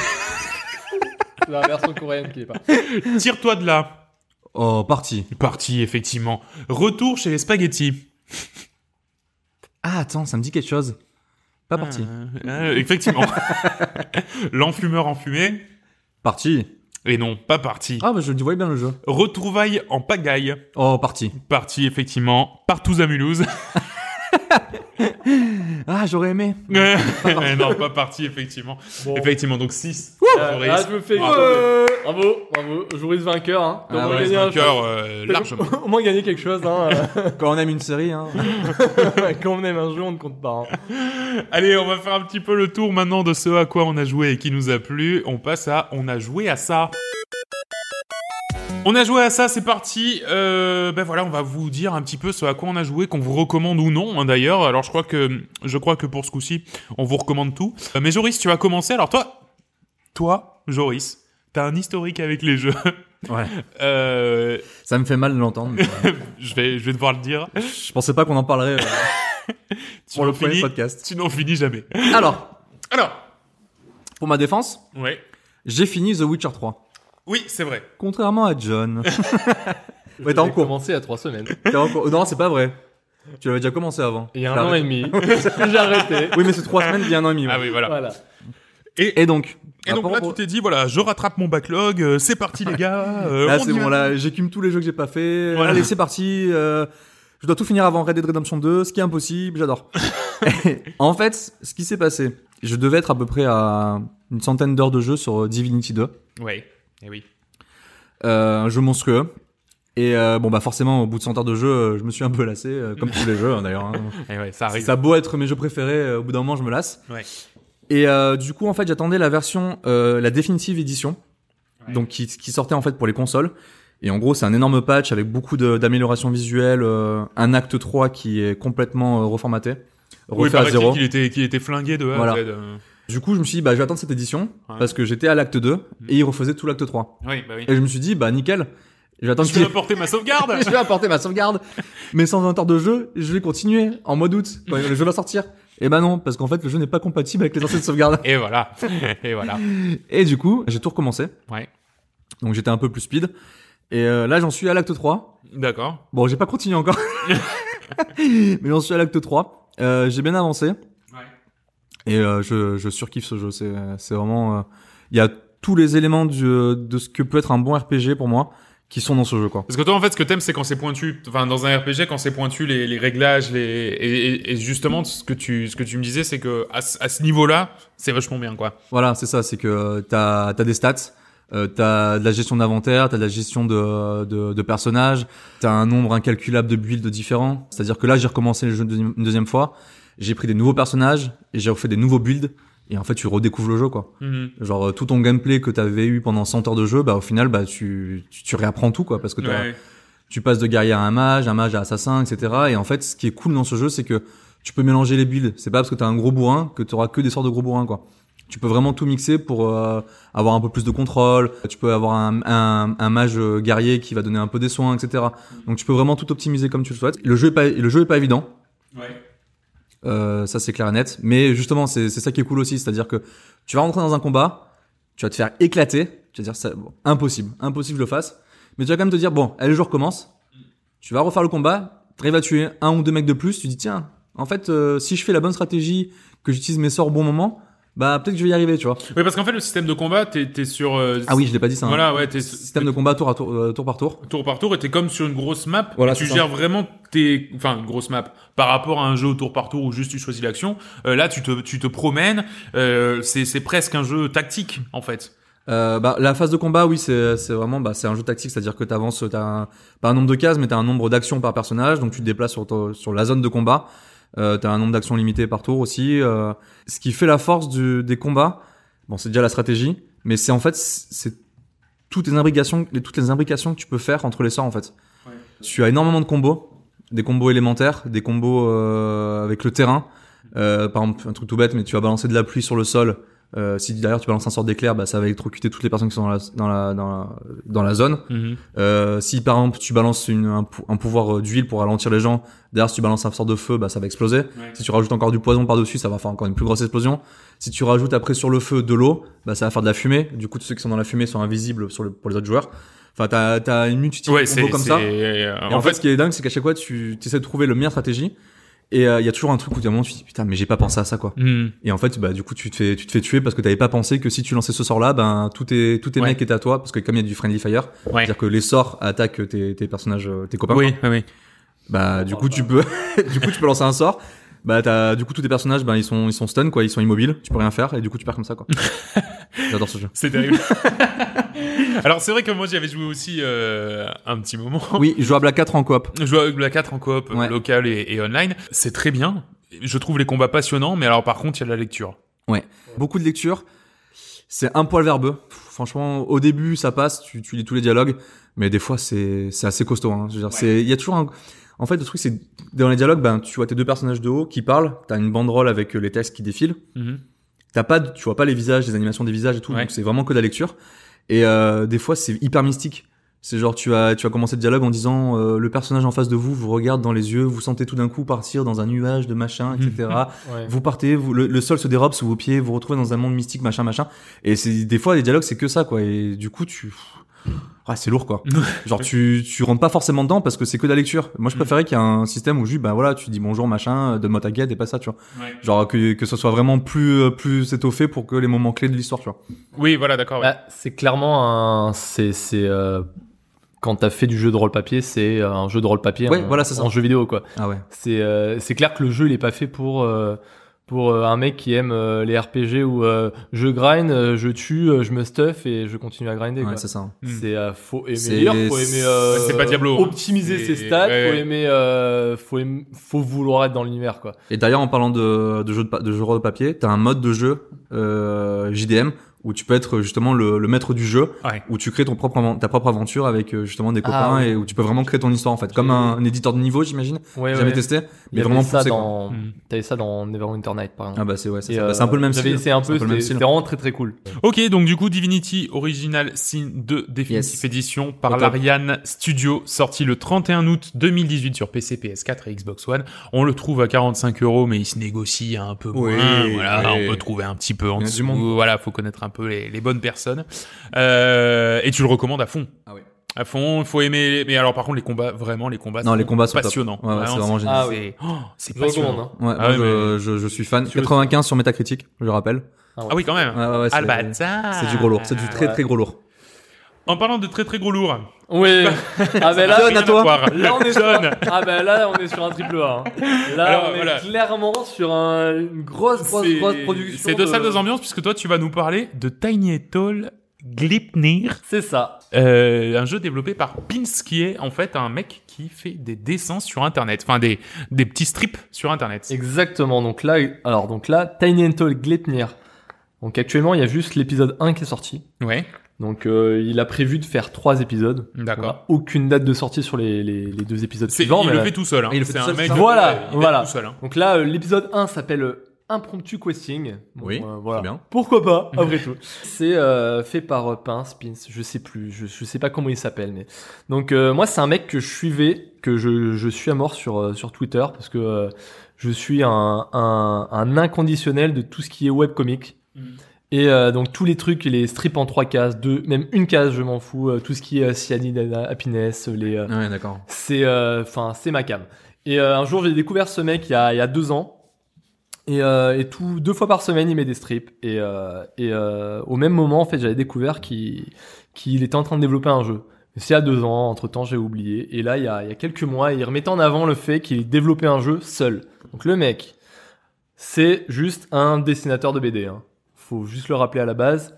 La version coréenne qui est pas.
Tire-toi de là.
Oh, parti.
Parti, effectivement. Retour chez les spaghettis.
Ah, attends, ça me dit quelque chose. Pas parti.
Euh, euh, effectivement. L'enfumeur enfumé.
Parti.
Et non, pas parti.
Ah, bah je le voyais bien le jeu.
Retrouvailles en pagaille.
Oh, parti.
Parti, effectivement. Partout à Mulhouse.
Ah, j'aurais aimé.
Euh, non, pas parti, effectivement.
Bon.
Effectivement, donc 6.
Ah, ah, je me fais
Bravo.
Bravo, bravo. Joris vainqueur hein. T'as
Ah
au moins
ouais,
gagné un-
vainqueur euh, largement.
Au moins gagné quelque chose hein.
Quand on aime une série, hein.
Quand on aime un jeu, on ne compte pas. hein.
Allez, on va faire un petit peu le tour maintenant de ce à quoi on a joué et qui nous a plu. On passe à On a joué à ça. On a joué à ça, c'est parti. Euh, ben voilà, on va vous dire un petit peu ce à quoi on a joué, qu'on vous recommande ou non hein, d'ailleurs. Alors je crois que je crois que pour ce coup-ci, on vous recommande tout. Euh, Mais Joris, tu vas commencer. Alors toi, toi, Joris, t'as un historique avec les jeux.
Ouais.
Euh,
Ça me fait mal de l'entendre. mais, euh,
je vais je vais devoir le dire.
Je pensais pas qu'on en parlerait euh,
Tu
pour le
n'en
premier
finis,
podcast.
tu n'en finis jamais.
Alors,
Alors,
pour ma défense,
ouais.
j'ai fini The Witcher 3.
Oui, c'est vrai.
Contrairement à John.
Je
ouais, t'es en
l'ai
cours.
commencé à trois semaines.
T'es en cours. Non, c'est pas vrai. Tu l'avais déjà commencé avant.
Il y a
Je l'ai
un an et
arrêté.
demi. J'ai arrêté.
Oui, mais c'est trois semaines, il y a un an et demi. ouais.
Ah oui, voilà.
Voilà.
Et donc
Et donc
rapport
là,
au-
tu t'es dit, voilà, je rattrape mon backlog, euh, c'est parti les gars. euh,
Là,
on
c'est
y
bon,
va.
là, j'écume tous les jeux que j'ai pas fait.
Voilà.
Allez, c'est parti. euh, je dois tout finir avant Red Dead Redemption 2, ce qui est impossible, j'adore. Et en fait, ce qui s'est passé, je devais être à peu près à une centaine d'heures de jeu sur euh, Divinity 2,
Ouais, et oui.
euh, un jeu monstrueux. Et euh, bon, bah forcément, au bout de 100 heures de jeu, euh, je me suis un peu lassé, euh, comme tous les jeux hein, d'ailleurs. hein.
Et ouais, ça arrive.
Ça a beau être mes jeux préférés, euh, au bout d'un moment, je me lasse.
Ouais.
Et euh, du coup, en fait, j'attendais la version, euh, la définitive édition,
Ouais.
donc qui, qui sortait en fait pour les consoles. Et en gros, c'est un énorme patch avec beaucoup de- d'améliorations visuelles, euh, un acte 3 qui est complètement euh, reformaté,
Oui,
refait à
paraît-il
zéro.
qu'il était, qu'il était flingué de A à
Voilà.
Z, euh.
Du coup, je me suis dit, bah, je vais attendre cette édition
Ouais.
parce que j'étais à l'acte 2 et ils refaisaient tout l'acte 3.
Oui, bah oui.
Et je me suis dit, bah nickel, je vais attendre
Je vais
qu'il
apporter ma sauvegarde.
je vais apporter ma sauvegarde. Mais 120 heures de jeu, je vais continuer en mois d'août quand le jeu va sortir. Et bah non, parce qu'en fait, le jeu n'est pas compatible avec les anciennes sauvegardes.
Et voilà. Et voilà.
Et du coup, j'ai tout recommencé.
Ouais.
Donc j'étais un peu plus speed. Et euh, là, j'en suis à l'acte 3.
D'accord.
Bon, j'ai pas continué encore. Mais j'en suis à l'acte 3. Euh, j'ai bien avancé. Et euh, je, je surkiffe ce jeu. C'est, c'est vraiment... euh, Il y a tous les éléments du, euh, de ce que peut être un bon RPG pour moi qui sont dans ce jeu, quoi.
Parce que toi, en fait, ce que t'aimes, c'est quand c'est pointu. Enfin, dans un RPG, quand c'est pointu, les, les réglages, les, et, et- et justement, ce que tu, ce que tu me disais, c'est que à, ce- à ce niveau-là, c'est vachement bien, quoi.
Voilà, c'est ça, c'est que euh, t'as as des stats. Euh, t'as de la gestion d'inventaire, t'as de la gestion de, de, de personnages, t'as un nombre incalculable de builds différents. C'est-à-dire que là, j'ai recommencé le jeu une deuxième- une deuxième fois, j'ai pris des nouveaux personnages et j'ai refait des nouveaux builds. Et en fait, tu redécouvres le jeu, quoi.
Mhm.
Genre euh, tout ton gameplay que t'avais eu pendant 100 heures de jeu, bah au final, bah tu tu, tu réapprends tout, quoi, parce que t'as-
Ouais.
tu passes de guerrier à un mage, un mage à assassin, etc. Et en fait, ce qui est cool dans ce jeu, c'est que tu peux mélanger les builds. C'est pas parce que t'as un gros bourrin que t'auras que des sorts de gros bourrin, quoi. Tu peux vraiment tout mixer pour euh, avoir un peu plus de contrôle. Tu peux avoir un, un, un mage euh, guerrier qui va donner un peu des soins, etc. Donc tu peux vraiment tout optimiser comme tu le souhaites. Le jeu est pas, le jeu est pas évident.
Ouais.
Euh, ça c'est clair et net. Mais justement, c'est c'est ça qui est cool aussi, c'est-à-dire que tu vas rentrer dans un combat, tu vas te faire éclater, tu vas dire ça, bon, impossible, impossible que je le fasse. Mais tu vas quand même te dire bon, allez, je recommence. Tu vas refaire le combat, tu arrives à tuer un ou deux mecs de plus, tu dis tiens, en fait, euh, si je fais la bonne stratégie, que j'utilise mes sorts au bon moment, bah peut-être que je vais y arriver, tu vois.
Ouais, parce qu'en fait, le système de combat, t'es t'es sur. euh,
Ah oui, je l'ai pas dit ça. hein.
Voilà, ouais, t'es
Système de combat tour à tour, euh, tour par tour.
tour par tour et t'es comme sur une grosse map.
Voilà,
et tu
c'est ça.
gères vraiment tes, enfin une grosse map par rapport à un jeu au tour par tour où juste tu choisis l'action. euh, là, tu te, tu te promènes. euh, c'est, c'est presque un jeu tactique en fait.
Euh, bah, la phase de combat, oui, c'est c'est vraiment bah, c'est un jeu tactique, c'est-à-dire que tu avances, t'as un, pas un nombre de cases, mais tu as un nombre d'actions par personnage, donc tu te déplaces sur, ton- sur la zone de combat, euh, tu as un nombre d'actions limité par tour aussi. euh, ce qui fait la force du, des combats, bon, c'est déjà la stratégie, mais c'est en fait c'est toutes les imbrications, les- toutes les imbrications que tu peux faire entre les sorts en fait. Tu as énormément de combos, des combos élémentaires, des combos euh, avec le terrain. Euh, par exemple, un truc tout bête, mais tu vas balancer de la pluie sur le sol. Euh, si d'ailleurs tu balances un sort d'éclair, bah, ça va électrocuter toutes les personnes qui sont dans la, dans la, dans la, dans la zone. Euh, si par exemple tu balances une, un, pou- un pouvoir euh, d'huile pour ralentir les gens, d'ailleurs si tu balances un sort de feu, bah, ça va exploser. Si tu rajoutes encore du poison par-dessus, ça va faire encore une plus grosse explosion. Si tu rajoutes après sur le feu de l'eau, bah, ça va faire de la fumée. Du coup, tous ceux qui sont dans la fumée sont invisibles sur le, pour les autres joueurs. Enfin, t'as as une multitude
Ouais,
de
c'est,
combos comme
c'est-
ça.
euh,
Et en, fait, ce qui est dingue, c'est qu'à chaque fois, tu essaies de trouver le meilleur stratégie. Et euh, il y a toujours un truc où, à un moment, tu te dis putain, mais j'ai pas pensé à ça, quoi.
mhm.
Et en fait, bah, du coup, tu te fais, tu te fais tuer parce que t'avais pas pensé que si tu lançais ce sort-là, ben, tout tes, tous tes
Ouais.
mecs étaient à toi parce que comme il y a du friendly fire,
Ouais.
c'est-à-dire que les sorts attaquent tes, tes personnages, euh, tes copains.
oui,
quoi.
oui, oui.
Bah, du coup, tu peux, du coup, tu peux lancer un sort. Bah, t'as, du coup, tous tes personnages, ben, ils sont, ils sont stun, quoi. Ils sont immobiles. Tu peux rien faire. Et du coup, tu perds comme ça, quoi. J'adore ce jeu.
C'est terrible. Alors c'est vrai que moi j'y avais joué aussi euh, un petit moment.
Oui, jouable à 4 en coop.
Je joue avec la 4 en coop,
Ouais.
local et, et online. C'est très bien. Je trouve les combats passionnants, mais alors par contre il y a de la lecture.
Beaucoup de lectures. C'est un poil verbeux. Pff, Franchement, au début, ça passe, tu, tu lis tous les dialogues, mais des fois, c'est c'est assez costaud. hein. Je veux dire, c'est il y a toujours un. En fait, le truc, c'est dans les dialogues, ben tu vois tes deux personnages de haut qui parlent, t'as une banderole avec euh, les textes qui défilent. T'as pas, de- tu vois pas les visages, les animations des visages et tout.
Ouais.
Donc c'est vraiment que de la lecture. Et euh, des fois, c'est hyper mystique. C'est genre tu as tu as commencé le dialogue en disant euh, le personnage en face de vous vous regarde dans les yeux, vous sentez tout d'un coup partir dans un nuage de machin, etc.
Ouais.
Vous partez, vous, le, le sol se dérobe sous vos pieds, vous vous retrouvez dans un monde mystique, machin, machin. Et c'est des fois les dialogues c'est que ça quoi. Et du coup tu, ah c'est lourd quoi. Genre tu tu rentres pas forcément dedans parce que c'est que de la lecture. Moi je
Mm.
préférais qu'il y ait un système où juste bah voilà tu dis bonjour machin, donne-moi ta guette et pas ça tu vois.
Ouais.
Genre que que ce soit vraiment plus euh, plus étoffé pour que les moments clés de l'histoire tu vois.
Oui, voilà, d'accord. ouais.
Bah, c'est clairement un. C'est. c'est, euh, Quand t'as fait du jeu de rôle papier, c'est euh, un jeu de rôle papier
Ouais,
en,
voilà, c'est ça.
en jeu vidéo quoi.
Ah ouais.
C'est euh, c'est clair que le jeu il est pas fait pour euh, pour euh, un mec qui aime euh, les RPG où euh, je grind, euh, je tue, euh, je me stuff et je continue à grinder.
Ouais
quoi.
c'est ça. hein.
C'est euh, faut aimer
C'est-
lire, faut aimer euh,
C'est pas Diablo, hein.
optimiser
C'est-
ses stats,
ouais,
faut
ouais.
aimer euh, faut aim- faut vouloir être dans l'univers quoi.
Et d'ailleurs, en parlant de, de jeux de, pa- de jeux de rôle papier, t'as un mode de jeu euh, JDM où tu peux être justement le, le maître du jeu,
Ouais.
où tu crées ton propre avan- ta propre aventure avec euh, justement des
Ah,
copains
ouais.
et où tu peux vraiment créer ton histoire en fait, comme un, un éditeur de niveau, j'imagine.
Ouais,
Jamais
ouais.
testé,
Il y
mais
avait
vraiment
ça
poussé. quoi.
dans
Mm.
t'avais ça dans Neverwinter Night par exemple.
Ah bah c'est ouais, c'est
Et,
ça. Bah,
euh,
c'est un peu le même
j'avais
style.
essayé un peu,
le même
c'était c'était
style.
vraiment très très cool.
Ok, donc du coup, Divinity Original Sin 2 Definitive
Yes.
Edition par
Au top.
l'Ariane Studio, sorti le 31 août 2018 sur PC, PS4 et Xbox One. On le trouve à 45 euros, mais il se négocie un peu
Oui,
moins. Voilà,
oui.
on peut trouver un petit peu en
Il y a du
dessous.
monde.
Voilà, faut connaître un peu les, les bonnes personnes. Euh, et tu le recommandes à fond.
Ah oui.
À fond, il faut aimer. les- Mais alors, par contre, les combats, vraiment, les combats
Non, les combats sont top.
passionnants.
Ouais, ouais, c'est
Vraiment,
vraiment génial.
Ah oui.
c'est- oh, c'est
Je recommande,
passionnant.
hein.
Ouais,
Ah ouais,
moi, je, je, je suis fan.
Tu veux-
95 sur Metacritic, je rappelle.
hein.
Ah oui, quand même.
Ouais, ouais, ouais,
Ah,
c'est-
le bâtard.
c'est du gros lourd, c'est du très
Ouais.
très gros lourd.
En parlant de très très gros lourd.
Oui. ah ben là,
John, à toi.
voir.
Là, on est sur-
John.
ah ben là, on est sur un triple A. hein. Là,
Alors,
on est
voilà.
clairement sur un- une grosse, grosse,
C'est-
grosse production.
C'est deux
de-
salles, deux ambiances, puisque toi, tu vas nous parler de Tiny Atoll Glipnir,
C'est ça.
euh, un jeu développé par Pins, qui est en fait un mec qui fait des dessins sur Internet, enfin des, des petits strips sur Internet.
Exactement. Donc là, alors donc là, Tiny Antle Gleipnir. Donc actuellement, il y a juste l'épisode 1 qui est sorti.
Ouais,
Donc euh, il a prévu de faire trois épisodes. On
d'accord.
a aucune date de sortie sur les, les, les deux épisodes
C'est,
suivants.
il
mais,
le
euh,
fait tout seul. Hein.
il le fait
C'est
tout
un
seul,
mec
ça.
qui-
Voilà,
il le fait
voilà.
Tout seul, hein.
Donc là, euh, l'épisode 1 s'appelle euh, Impromptu Questing. Bon,
Oui,
euh, voilà.
très bien.
Pourquoi pas, après tout. C'est euh, fait par euh, Pince, Pince, je sais plus, je, je sais pas comment il s'appelle. mais Donc euh, moi, c'est un mec que je suivais, que je, je suis à mort sur, euh, sur Twitter, parce que euh, je suis un, un, un inconditionnel de tout ce qui est webcomic.
Mhm.
Et euh, donc tous les trucs, les strips en trois cases, deux, même une case, je m'en fous, euh, tout ce qui est euh, Cyanide Happiness, les... euh,
Ouais, d'accord.
c'est euh, enfin c'est ma cam. Et euh, un jour j'ai découvert ce mec il y a, il y a deux ans. Et, euh, et tout deux fois par semaine il met des strips. Et, euh, et euh, au même moment en fait j'avais découvert qu'il qu'il était en train de développer un jeu. Mais C'est il y a deux ans, entre temps j'ai oublié. Et là il y a, il y a quelques mois il remettait en avant le fait qu'il développait un jeu seul. Donc le mec c'est juste un dessinateur de BD. Hein. Faut juste le rappeler à la base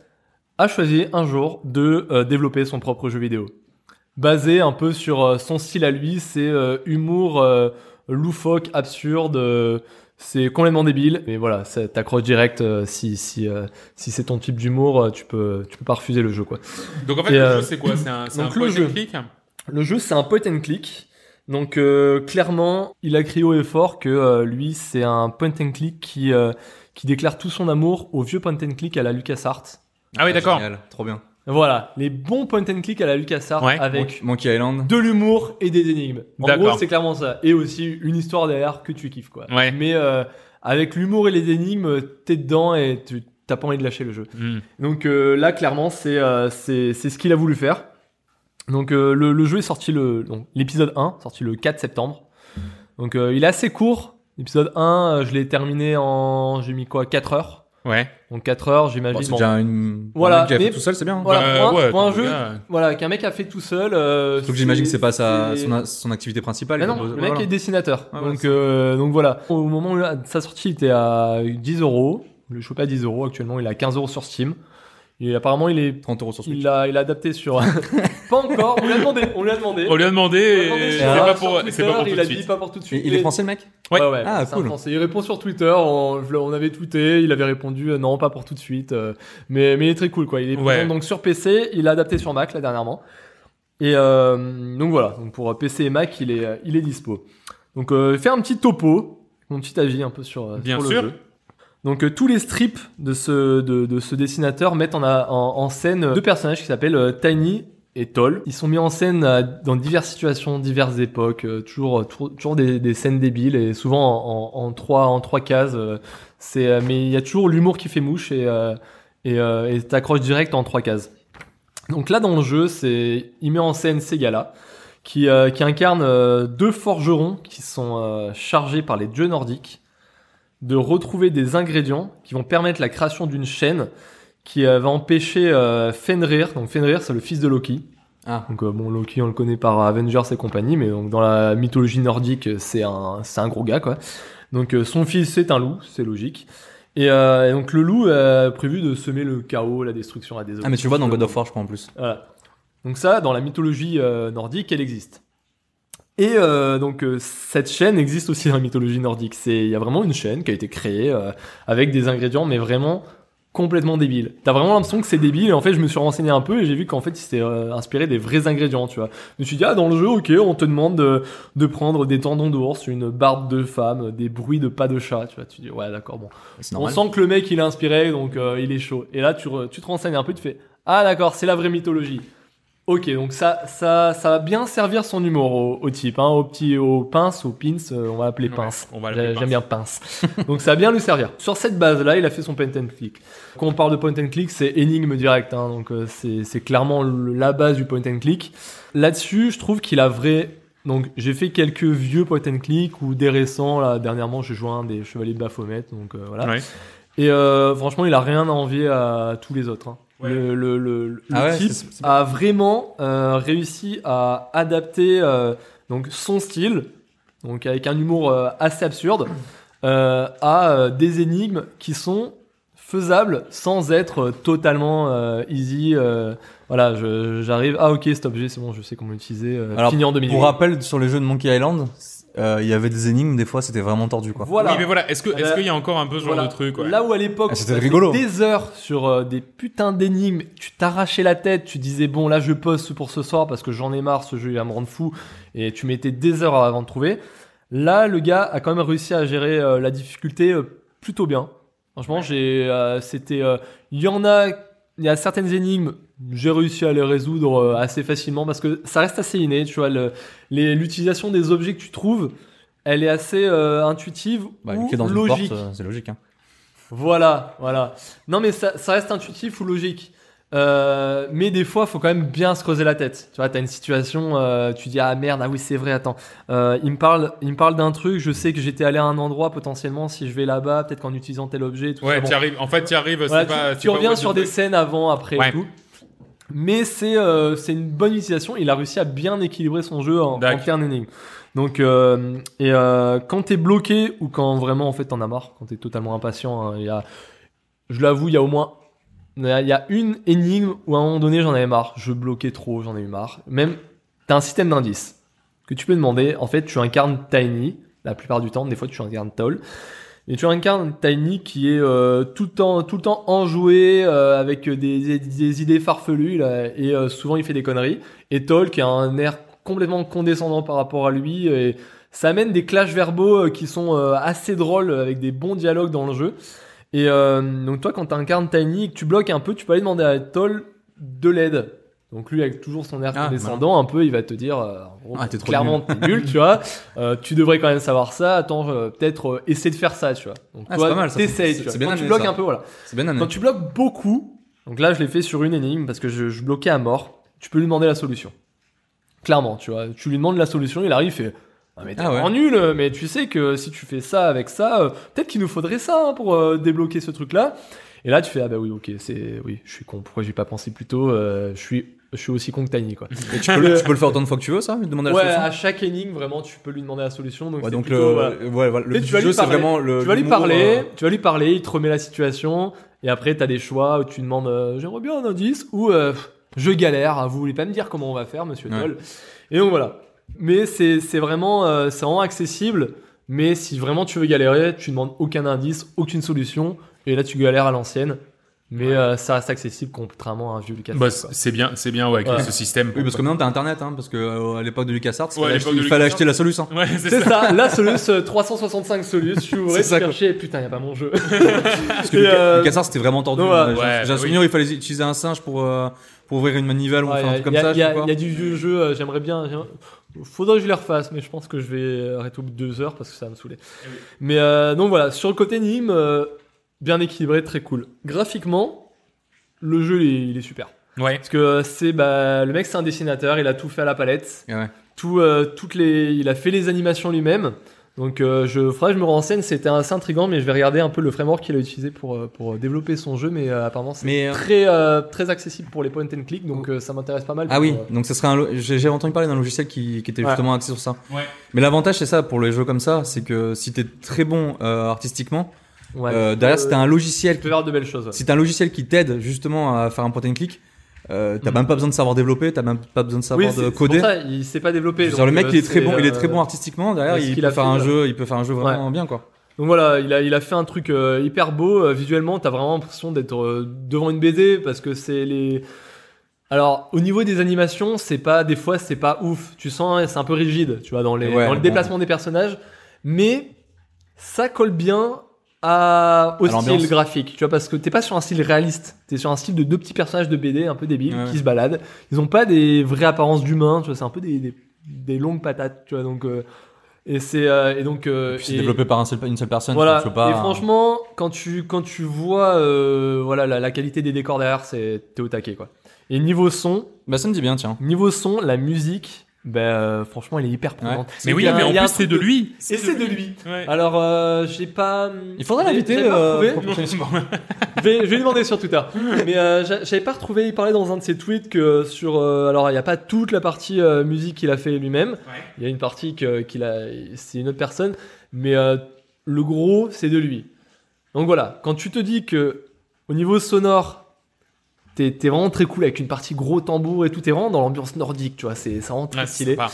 a choisi un jour de euh, développer son propre jeu vidéo basé un peu sur euh, son style à lui, c'est euh, humour euh, loufoque, absurde, euh, c'est complètement débile, mais voilà, ça t'accroche direct euh, si si euh, si c'est ton type d'humour, euh, tu peux tu peux pas refuser le jeu quoi.
Donc en fait,
Et,
le
euh,
jeu, c'est quoi C'est un, c'est un
donc, le
point
jeu.
and click
Le jeu c'est un point and click. Donc euh, clairement, il a crié haut et fort que euh, lui c'est un point and click qui euh, qui déclare tout son amour au vieux point and click à la LucasArts.
Ah oui, d'accord.
Génial, Trop bien.
Voilà, les bons point and click à la LucasArts
Ouais.
avec
Mon- Monkey Island.
de l'humour et des énigmes. En
D'accord.
gros, c'est clairement ça. Et aussi une histoire derrière que tu kiffes, quoi.
Ouais.
Mais euh, avec l'humour et les énigmes, t'es dedans et tu t'as pas envie de lâcher le jeu.
Hmm.
Donc euh, là, clairement, c'est euh, c'est c'est ce qu'il a voulu faire. Donc euh, le, le jeu est sorti le donc, l'épisode 1, sorti le 4 septembre. Donc euh, il est assez court. L'épisode 1, euh, je l'ai terminé en j'ai mis quoi 4 heures.
Ouais.
Donc 4 heures, j'imagine.
Bon, c'est
Bon,
déjà une.
Voilà,
un mec qui a fait
mais-
tout seul, c'est bien. hein.
Voilà,
Bah,
pour un-
ouais,
pour un
attends,
jeu,
le gars,
Voilà, qu'un mec a fait tout seul. euh,
Donc j'imagine que c'est pas sa,
c'est-
son, a- son activité principale.
Bah non,
comme-
le mec
Ah, voilà.
est dessinateur.
Ah,
donc,
ouais,
euh, donc voilà. Au moment où sa sortie était à 10 euros, le chopé à 10 euros, actuellement il est à 15 euros sur Steam. Et apparemment il est,
30 euros sur Switch.
il a, il a adapté sur. pas encore. On lui a demandé. On lui a demandé.
On lui a demandé,
On lui a demandé
et c'est
sur-
pas
sur
pour,
Twitter,
c'est pas pour tout
il
de
a dit
suite.
pas pour tout de
Il,
suite.
il est français le mec
Ouais.
Ouais, ouais,
Ah,
c'est un
cool.
Français. Il répond sur Twitter. On, je le- on avait tweeté. Il avait répondu euh, non, pas pour tout de suite. euh, mais, mais il est très cool, quoi. Il est présent
Ouais.
donc sur PC. Il l'a adapté sur Mac là dernièrement. Et euh, donc voilà. Donc pour euh, PC et Mac, il est, euh, il est dispo. Donc euh, fais un petit topo, mon petit avis un peu sur, euh,
Bien
sur
sûr.
le jeu. Donc euh, tous les strips de ce, de, de ce dessinateur mettent en, a- en, en scène euh, deux personnages qui s'appellent euh, Tiny et Toll. Ils sont mis en scène euh, dans diverses situations, diverses époques, euh, toujours, euh, tou- toujours des, des scènes débiles et souvent en, en, en trois, en trois cases. euh, c'est, euh, mais il y a toujours l'humour qui fait mouche et euh, et euh, et t'accroches direct en trois cases. Donc là dans le jeu, c'est il met en scène ces gars-là qui euh, qui incarnent euh, deux forgerons qui sont euh, chargés par les dieux nordiques de retrouver des ingrédients qui vont permettre la création d'une chaîne qui euh, va empêcher euh, Fenrir. Donc Fenrir, c'est le fils de Loki.
Ah.
Donc euh, bon, Loki, on le connaît par Avengers et compagnie, mais donc dans la mythologie nordique, euh, c'est un c'est un gros gars quoi. Donc euh, son fils, c'est un loup, c'est logique. Et, euh, et donc le loup a prévu de semer le chaos, la destruction, la désolation.
Ah, mais tu le vois dans God of War, je crois en plus.
Voilà. Donc ça, dans la mythologie euh, nordique, elle existe. Et euh, donc euh, cette chaîne existe aussi dans la mythologie nordique. C'est il y a vraiment une chaîne qui a été créée euh, avec des ingrédients, mais vraiment complètement débiles. T'as vraiment l'impression que c'est débile. Et en fait, je me suis renseigné un peu et j'ai vu qu'en fait, il s'était euh, inspiré des vrais ingrédients. Tu vois. Je me suis dit ah dans le jeu, ok, on te demande de, de prendre des tendons d'ours, une barbe de femme, des bruits de pas de chat. Tu vois. Tu dis ouais d'accord bon.
C'est normal.
On sent que le mec il est inspiré, donc euh, il est chaud. Et là, tu, re- tu te renseignes un peu, tu fais Ah, d'accord, c'est la vraie mythologie. Ok, donc ça, ça, ça va bien servir son humour au, au type, hein, au petit, au pince, au pins, euh, on va appeler
Ouais,
pince.
on va l'appeler
J'ai-
pince.
J'aime bien pince. donc ça va bien lui servir. Sur cette base-là, il a fait son point and click. Quand on parle de point and click, c'est énigme direct, hein, donc euh, c'est c'est clairement le- la base du point and click. Là-dessus, je trouve qu'il a vrai. Donc, j'ai fait quelques vieux point and click ou des récents. Là, dernièrement, j'ai joué à un des Chevaliers de Baphomet. Donc, euh, voilà.
Ouais.
Et euh, franchement, il a rien à envier à tous les autres. hein.
Ouais.
Le, le, le, le
Ah ouais,
type
c'est- c'est-
a vraiment euh, réussi à adapter euh, donc son style, donc avec un humour euh, assez absurde, euh, à euh, des énigmes qui sont faisable sans être euh, totalement euh, easy. euh, voilà, je- j'arrive. Ah ok, cet objet, c'est bon, je sais comment l'utiliser. euh,
Alors,
fini en 2000.
Pour rappel, sur les jeux de Monkey Island, euh, il y avait des énigmes, des fois c'était vraiment tordu quoi.
Voilà.
Oui, mais voilà, est-ce que- est-ce
Voilà.
qu'il y a encore un peu ce genre
Voilà.
de truc ouais.
Là où à l'époque,
Ah,
tu
c'était
passais
rigolo.
des heures sur euh, des putains d'énigmes, tu t'arrachais la tête, tu disais bon là je poste pour ce soir parce que j'en ai marre, ce jeu il va me rendre fou, et tu mettais des heures avant de trouver. Là, le gars a quand même réussi à gérer euh, la difficulté euh, plutôt bien. Franchement, j'ai, euh, c'était, euh, il y en a, il y a certaines énigmes, j'ai réussi à les résoudre euh, assez facilement parce que ça reste assez inné, tu vois, le- les- l'utilisation des objets que tu trouves. Elle est assez euh, intuitive
Bah,
ou
une clé dans
logique.
une porte, euh, c'est logique. Hein.
Voilà, voilà. Non, mais ça, ça reste intuitif ou logique. Euh, mais des fois, faut quand même bien se creuser la tête. Tu vois, t'as une situation, euh, tu dis ah merde, ah oui c'est vrai, attends. Euh, il me parle, il me parle d'un truc. Je sais que j'étais allé à un endroit potentiellement. Si je vais là-bas, peut-être qu'en utilisant tel objet, tout ça.
Ouais,
Bon,
tu arrives. En fait, tu arrives.
voilà,
c'est pas,
tu,
c'est
tu
pas
reviens
what
sur
you
des
do.
scènes avant, après et
Ouais.
tout. Mais c'est euh, c'est une bonne utilisation. Il a réussi à bien équilibrer son jeu en, en
D'accord.
termes d'énigmes. Donc euh, et euh, quand t'es bloqué ou quand vraiment en fait t'en as marre, quand t'es totalement impatient, hein, il y a, je l'avoue, il y a au moins il y a- il y a une énigme où à un moment donné j'en avais marre, je bloquais trop, j'en ai eu marre. Même t'as un système d'indices que tu peux demander. En fait, tu incarnes Tiny la plupart du temps. Des fois, tu incarnes Toll. Et tu incarnes Tiny qui est euh, tout le temps, tout le temps enjoué euh, avec des, des- des idées farfelues là, et euh, souvent il fait des conneries. Et Toll qui a un air complètement condescendant par rapport à lui et ça amène des clashs verbaux euh, qui sont euh, assez drôles avec des bons dialogues dans le jeu. Et euh, donc toi quand tu incarnes Tiny et que tu bloques un peu, tu peux aller demander à Toll de l'aide. Donc lui avec toujours son air
Ah,
condescendant un peu, il va te dire euh, en gros,
Ah, t'es trop
clairement t'es nul, tu vois. Euh, tu devrais quand même savoir ça. Attends, euh, peut-être euh, essayer de faire ça, tu vois.
Ah,
Donc
c'est pas
toi,
mal, ça.
t'essayes,
C'est-
tu vois.
c'est bien
Quand tu
amené,
bloques
ça.
un peu, voilà.
C'est bien amené.
Quand tu bloques beaucoup, donc là, je l'ai fait sur une énigme parce que je, je bloquais à mort. Tu peux lui demander la solution. Clairement, tu vois. Tu lui demandes la solution, il arrive, il fait. Ah, mais t'es
Ah ouais.
vraiment nul, euh, mais tu sais que si tu fais ça avec ça, euh, peut-être qu'il nous faudrait ça hein, pour euh, débloquer ce truc-là. Et là, tu fais ah bah oui, ok, c'est oui, je suis con. Pourquoi j'ai pas pensé plus tôt Euh, Je suis, je suis aussi con que Tiny quoi.
Et tu, peux le, tu peux le faire autant de fois que tu veux, ça lui Demander
Ouais,
la solution
à chaque énigme, vraiment, tu peux lui demander la solution. Donc,
Ouais,
c'est
donc
plutôt,
le,
voilà.
ouais, voilà, le but
Tu sais, tu vas
du jeu,
lui
c'est
parler.
vraiment le.
tu vas lui
l'humour,
parler,
euh,
tu vas lui parler, il te remet la situation, et après t'as des choix où tu demandes euh, j'aimerais bien un indice ou euh, pff, je galère, hein, vous voulez pas me dire comment on va faire, monsieur
Ouais.
Toll. Et donc voilà. Mais c'est c'est vraiment, euh, c'est vraiment accessible, mais si vraiment tu veux galérer, tu demandes aucun indice, aucune solution, et là tu galères à l'ancienne, mais euh, ça reste accessible contrairement à un vieux Lucas.
Bah, c'est c'est bien, c'est bien, ouais, avec
Ouais.
ce système.
Oui, parce que maintenant t'as internet, hein, parce que euh, à l'époque de LucasArts,
Ouais, à
il
l'époque
fallait,
de LucasArts.
acheter la solution.
Ouais, c'est
C'est
ça.
ça, la Solus euh, 365 Solus, je suis ouvert,
C'est ça, quoi.
chercher, putain, y a pas mon jeu.
Parce que
Et,
Luca-
euh,
LucasArts, c'était vraiment tordu.
non, voilà.
hein, j'ai-
Ouais,
J'ai un
bah
souvenir, il fallait utiliser un singe pour, euh, pour ouvrir une manivelle ou
Ouais,
faire un
y a-
truc comme
y a-
ça. je
y a-
sais pas.
y a du vieux jeu, euh, j'aimerais bien. j'aimerais- Faudrait que je les refasse, mais je pense que je vais arrêter au bout de deux heures parce que ça va me saouler. Mais euh, donc voilà, sur le côté Nîmes, euh, bien équilibré, très cool. Graphiquement, le jeu il est, il est super.
Ouais.
Parce que c'est bah, le mec, c'est un dessinateur, il a tout fait à la palette.
Ouais.
Tout, euh, toutes les, il a fait les animations lui-même. Donc euh, je ferai, je me renseigne, c'était assez intrigant, mais je vais regarder un peu le framework qu'il a utilisé pour, euh, pour développer son jeu, mais euh, apparemment c'est
Mais, euh,
très, euh, très accessible pour les point and click, donc euh, ça m'intéresse pas mal.
Ah
pour,
oui,
euh,
donc ça serait un lo- j'ai j'ai entendu parler d'un logiciel qui, qui était
Ouais.
justement axé sur ça.
Ouais.
Mais l'avantage c'est ça pour les jeux comme ça, c'est que si t'es très bon euh, artistiquement,
Ouais,
euh,
tu peux-
derrière si t'as un logiciel,
Tu peux faire de belles choses. ouais.
si t'as un logiciel qui t'aide justement à faire un point and click, euh, t'as
Mm.
même pas besoin de savoir développer, t'as même pas besoin de savoir
c'est-
de
c'est
coder.
Pour ça, il s'est pas développé.
Genre
donc,
le mec
euh,
il est très
c'est,
bon, il est
euh,
très bon artistiquement derrière,
parce
il
qu'il
peut
a
faire
fait,
un
là.
jeu, il peut faire un jeu vraiment bien quoi.
Donc voilà, il a, il a fait un truc euh, hyper beau. euh, visuellement, t'as vraiment l'impression d'être euh, devant une BD parce que c'est les. Alors, au niveau des animations, c'est pas. Des fois, c'est pas ouf. Tu sens, hein, c'est un peu rigide, tu vois, dans, les,
Ouais,
dans le
bon.
déplacement des personnages. Mais ça colle bien à, au
À l'ambiance.
style graphique, tu vois, parce que t'es pas sur un style réaliste. T'es sur un style de deux petits personnages de BD un peu débiles
Ouais,
qui
ouais.
se baladent. Ils ont pas des vraies apparences d'humains, tu vois, c'est un peu des, des, des longues patates, tu vois, donc. euh, et c'est. euh, et donc. euh,
Et puis c'est
et-
développé par un seul- une seule personne,
voilà.
tu peux pas.
Et franchement, quand tu quand tu vois euh, voilà la, la qualité des décors derrière, c'est t'es au taquet quoi. Et niveau son,
Bah ça me dit bien tiens.
niveau son, la musique, ben euh, franchement, elle est hyper prenante.
Mais
Il
oui,
y a-
mais en
il y a un
plus, c'est
truc
de lui.
Et c'est de lui.
Ouais.
Alors euh, j'ai pas.
Il faudrait
j'ai-
l'inviter
j'ai pas
euh,
retrouvé-
pour prochaine fois.
je vais, je vais lui demander sur Twitter. Mais euh, j'a- j'avais pas retrouvé, il parlait dans un de ses tweets que sur... euh, alors il n'y a pas toute la partie euh, musique qu'il a fait lui-même. Il y a une partie que- qu'il a... C'est une autre personne. Mais euh, le gros, c'est de lui. Donc voilà, quand tu te dis que Au niveau sonore, t'es t'es vraiment très cool avec une partie gros tambour et tout. T'es vraiment dans l'ambiance nordique, tu vois. C'est ça rend très
Ouais, Ah, c'est
stylé.
sympa.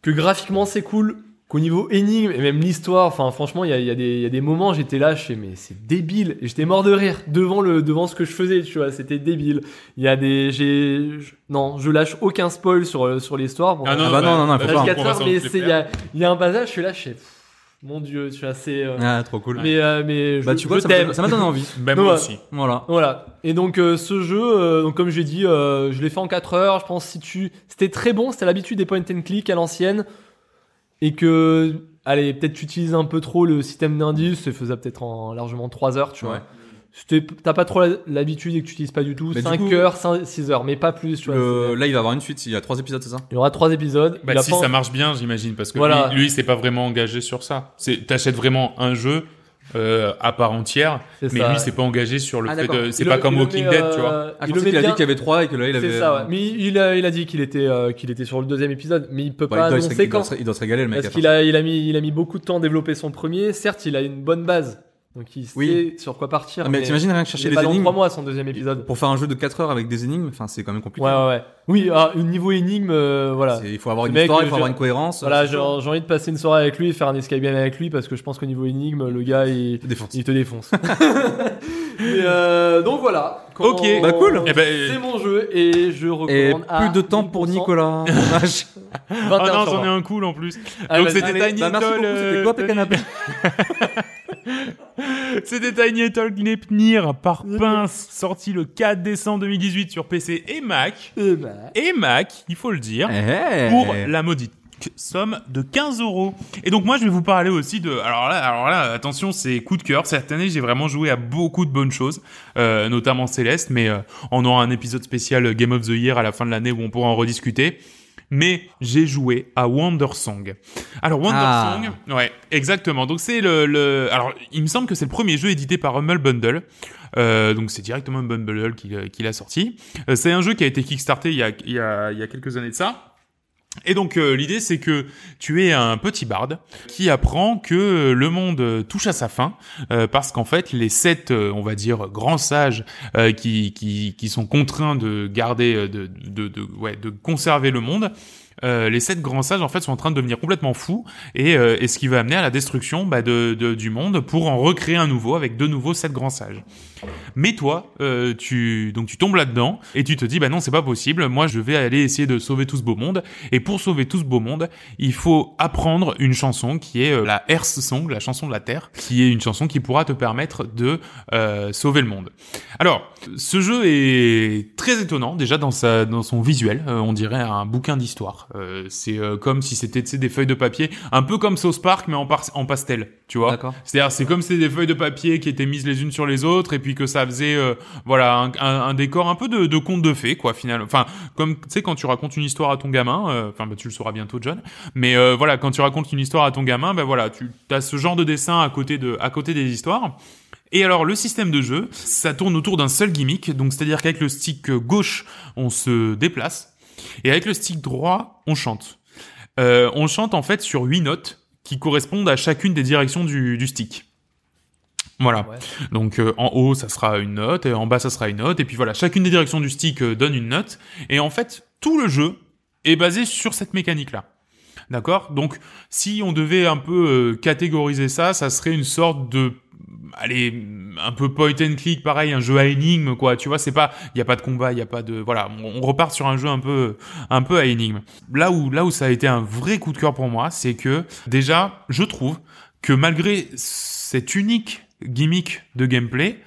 Que graphiquement, c'est cool. Qu'au niveau énigme et même l'histoire, enfin, franchement, il y a, il y a des- il y a des moments, j'étais là, je fais, mais c'est débile. Et j'étais mort de rire devant le, devant ce que je faisais, tu vois. C'était débile. Il y a des, j'ai, je- non, je lâche aucun spoil sur, euh, sur l'histoire. Bon,
Ah
Ah bah non, non, non,
bah,
faut
Page
pas.
on
14,
va s'en
mais
occuper.
c'est- il y a, il y a un passage, je suis là, je fais, pff, mon dieu, tu vois, c'est, euh,
Ah, trop cool.
mais, euh, mais je,
bah, tu vois,
je
ça m'a
t'aime.
donné- ça m'a donné envie.
Ben,
Non,
moi
bah,
aussi.
Voilà.
Voilà. Et donc euh, ce jeu, euh, donc comme j'ai dit, euh, je l'ai fait en 4 heures. Je pense si tu, c'était très bon. C'était l'habitude des point and click à l'ancienne, et que, allez, peut-être tu utilises un peu trop le système d'indice. Ça faisait peut-être en largement 3 heures, tu vois.
Ouais.
C'était- T'as pas trop l'habitude et que tu utilises pas du tout.
Mais du
5
coup-
heures, 5, 6 heures, mais pas plus. Tu vois,
Le-
C'est-
Là, il va avoir une suite. Il y a trois épisodes, c'est ça
Il y aura 3 épisodes.
Bah,
Il a
si
pas-
ça marche bien, j'imagine, parce que
Voilà.
lui, lui, il s'est pas vraiment engagé sur ça. C'est, t'achètes vraiment un jeu euh, à part entière,
c'est
mais
ça.
lui, c'est pas engagé sur le
Ah,
fait de.
d'accord.
C'est
Il
pas
le-
comme
il le
Walking
met,
Dead,
euh,
tu vois.
Ah, je
il le
pensais
met
qu'il a dit
bien-
qu'il y avait trois et que là, il avait.
C'est ça, ouais. Mais il a, il a dit qu'il était, euh, qu'il était sur le deuxième épisode, mais il peut pas
Bah, il, doit se,
annoncer
il doit
quand.
se- il doit se régaler, le mec.
Parce
à
qu'il a, il a, mis, il a mis beaucoup de temps à développer son premier. Certes, il a une bonne base. Donc il
Oui.
sait sur quoi partir.
Ah, mais t'imagines rien que
chercher
chercher
les
les
pas dans
énigmes
3 mois son deuxième épisode.
pour faire un jeu de 4 heures avec des énigmes, enfin c'est quand même compliqué.
Ouais, ouais, ouais. Oui, ah, une niveau énigme, euh, voilà.
C'est- Il faut avoir
Ce
une
mec,
histoire,
le
il faut avoir
jeu-
une cohérence.
Voilà,
c'est
j'ai j'ai
chaud.
envie de passer une soirée avec lui et faire un escape game avec lui parce que je pense qu'au niveau énigme, le gars, il,
Défense.
il te défonce. Mais, euh, donc voilà.
Ok.
Bah, cool.
Eh ben,
C'est mon jeu et je
Et
recommande. à
plus de temps pour
1000%,
Nicolas. Dommage.
21
oh non,
sur
j'en ai
20.
un cool en plus.
Ah,
Donc
vas-y.
c'était
Allez,
Tiny
bah, merci
Doll,
beaucoup, c'était
euh,
quoi tes
Tony-
canapés
C'était Tiny Talk Nepnir par Pince, sorti le 4 décembre 2018 sur PC et Mac.
Euh, bah.
Et Mac, il faut le dire,
Eh.
pour la maudite somme de 15 euros. Et donc moi, je vais vous parler aussi de... Alors là, alors là attention, c'est coup de cœur. Cette année, j'ai vraiment joué à beaucoup de bonnes choses, euh, notamment Céleste, mais euh, on aura un épisode spécial Game of the Year à la fin de l'année où on pourra en rediscuter. Mais j'ai joué à Wonder Song. Alors Wonder
Ah.
Song, Ouais, exactement. Donc c'est le, le- Alors, il me semble que c'est le premier jeu édité par Humble Bundle. Euh, donc c'est directement Humble Bundle qui, l'a- qui l'a sorti. Euh, c'est un jeu qui a été kickstarté il y a, il y a, il y a quelques années de ça. Et donc euh, l'idée c'est que tu es un petit barde qui apprend que le monde euh, touche à sa fin euh, parce qu'en fait les sept euh, on va dire grands sages euh, qui, qui qui sont contraints de garder euh, de de, de ouais de conserver le monde euh, les sept grands sages en fait sont en train de devenir complètement fous et, euh, et ce qui va amener à la destruction bah, de, de- du monde pour en recréer un nouveau avec de nouveaux sept grands sages. Mais toi, euh, tu donc tu tombes là-dedans et tu te dis bah non c'est pas possible. Moi je vais aller essayer de sauver tout ce beau monde et pour sauver tout ce beau monde il faut apprendre une chanson qui est euh, la Earth Song, la chanson de la terre, qui est une chanson qui pourra te permettre de euh, sauver le monde. Alors ce jeu est très étonnant déjà dans sa dans son visuel. Euh, on dirait un bouquin d'histoire. Euh, c'est euh, comme si c'était tu sais, des feuilles de papier, un peu comme South Park mais en, par- en pastel, tu vois.
D'accord.
C'est-à-dire, c'est comme si c'était des feuilles de papier qui étaient mises les unes sur les autres et puis que ça faisait, euh, voilà, un, un- un décor un peu de, de conte de fées, quoi, finalement. Enfin, comme, tu sais, quand tu racontes une histoire à ton gamin, euh, enfin, bah, tu le sauras bientôt, John. Mais euh, voilà, quand tu racontes une histoire à ton gamin, ben voilà, tu as ce genre de dessin à côté de, à côté des histoires. Et alors le système de jeu, ça tourne autour d'un seul gimmick, donc c'est-à-dire qu'avec le stick gauche, on se déplace, et avec le stick droit, on chante. Euh, on chante en fait sur huit notes qui correspondent à chacune des directions du, du stick.
Ah.
Voilà.
Ouais.
Donc euh, en haut, ça sera une note, et en bas, ça sera une note, et puis voilà, chacune des directions du stick euh, donne une note, et en fait, tout le jeu est basé sur cette mécanique-là. D'accord Donc si on devait un peu euh, catégoriser ça, ça serait une sorte de allez un peu point and click pareil un jeu à énigme quoi tu vois c'est pas il y a pas de combat il y a pas de voilà on, on repart sur un jeu un peu un peu à énigme là où là où ça a été un vrai coup de cœur pour moi c'est que déjà je trouve que malgré cette unique gimmick de gameplay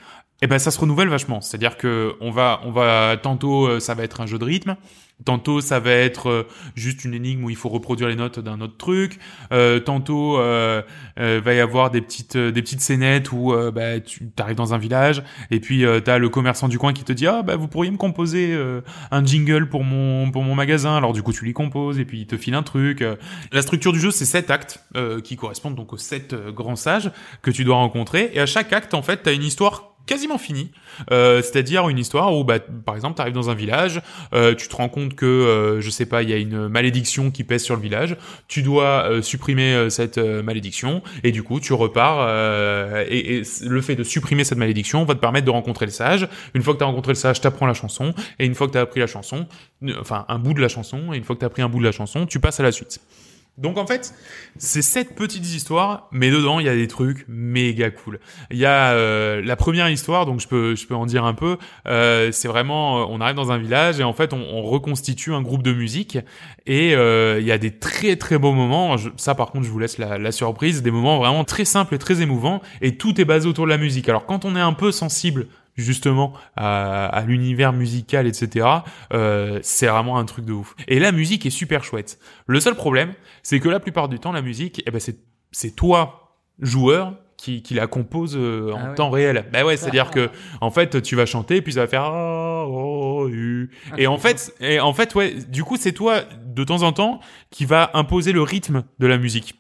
eh ben ça se renouvelle vachement c'est-à-dire que on va on va tantôt euh, ça va être un jeu de rythme Tantôt ça va être euh, juste une énigme où il faut reproduire les notes d'un autre truc. Euh, tantôt euh, euh, va y avoir des petites euh, des petites scénettes où euh, bah, tu arrives dans un village et puis euh, t'as le commerçant du coin qui te dit ah bah vous pourriez me composer euh, un jingle pour mon pour mon magasin alors du coup tu lui composes et puis il te file un truc euh. la structure du jeu c'est sept actes euh, qui correspondent donc aux sept euh, grands sages que tu dois rencontrer et à chaque acte en fait t'as une histoire quasiment fini. Euh, C'est-à-dire une histoire où, bah, par exemple, t'arrives dans un village, euh, tu te rends compte que, euh, je sais pas, il y a une malédiction qui pèse sur le village. Tu dois euh, supprimer euh, cette euh, malédiction et du coup, tu repars. euh, et, et le fait de supprimer cette malédiction va te permettre de rencontrer le sage. Une fois que t'as rencontré le sage, t'apprends la chanson. Et une fois que t'as appris la chanson, euh, enfin un bout de la chanson, et une fois que t'as appris un bout de la chanson, tu passes à la suite. Donc en fait, c'est sept petites histoires, mais dedans il y a des trucs méga cool. Il y a euh, la première histoire, donc je peux je peux en dire un peu. Euh, c'est vraiment, euh, on arrive dans un village et en fait on, on reconstitue un groupe de musique et euh, il y a des très très beaux moments. Je- ça par contre, je vous laisse la, la surprise, des moments vraiment très simples et très émouvants et tout est basé autour de la musique. Alors quand on est un peu sensible justement à, à l'univers musical, etc. euh, c'est vraiment un truc de ouf. Et la musique est super chouette. Le seul problème, c'est que la plupart du temps, la musique, eh ben c'est c'est toi joueur qui, qui la compose euh, en
Ah ouais. ah.
temps réel. Bah ouais, c'est-à-dire que en fait, tu vas chanter, puis ça va faire ah, oh, hu. et en fait, et en fait, ouais, du coup, c'est toi de temps en temps qui va imposer le rythme de la musique.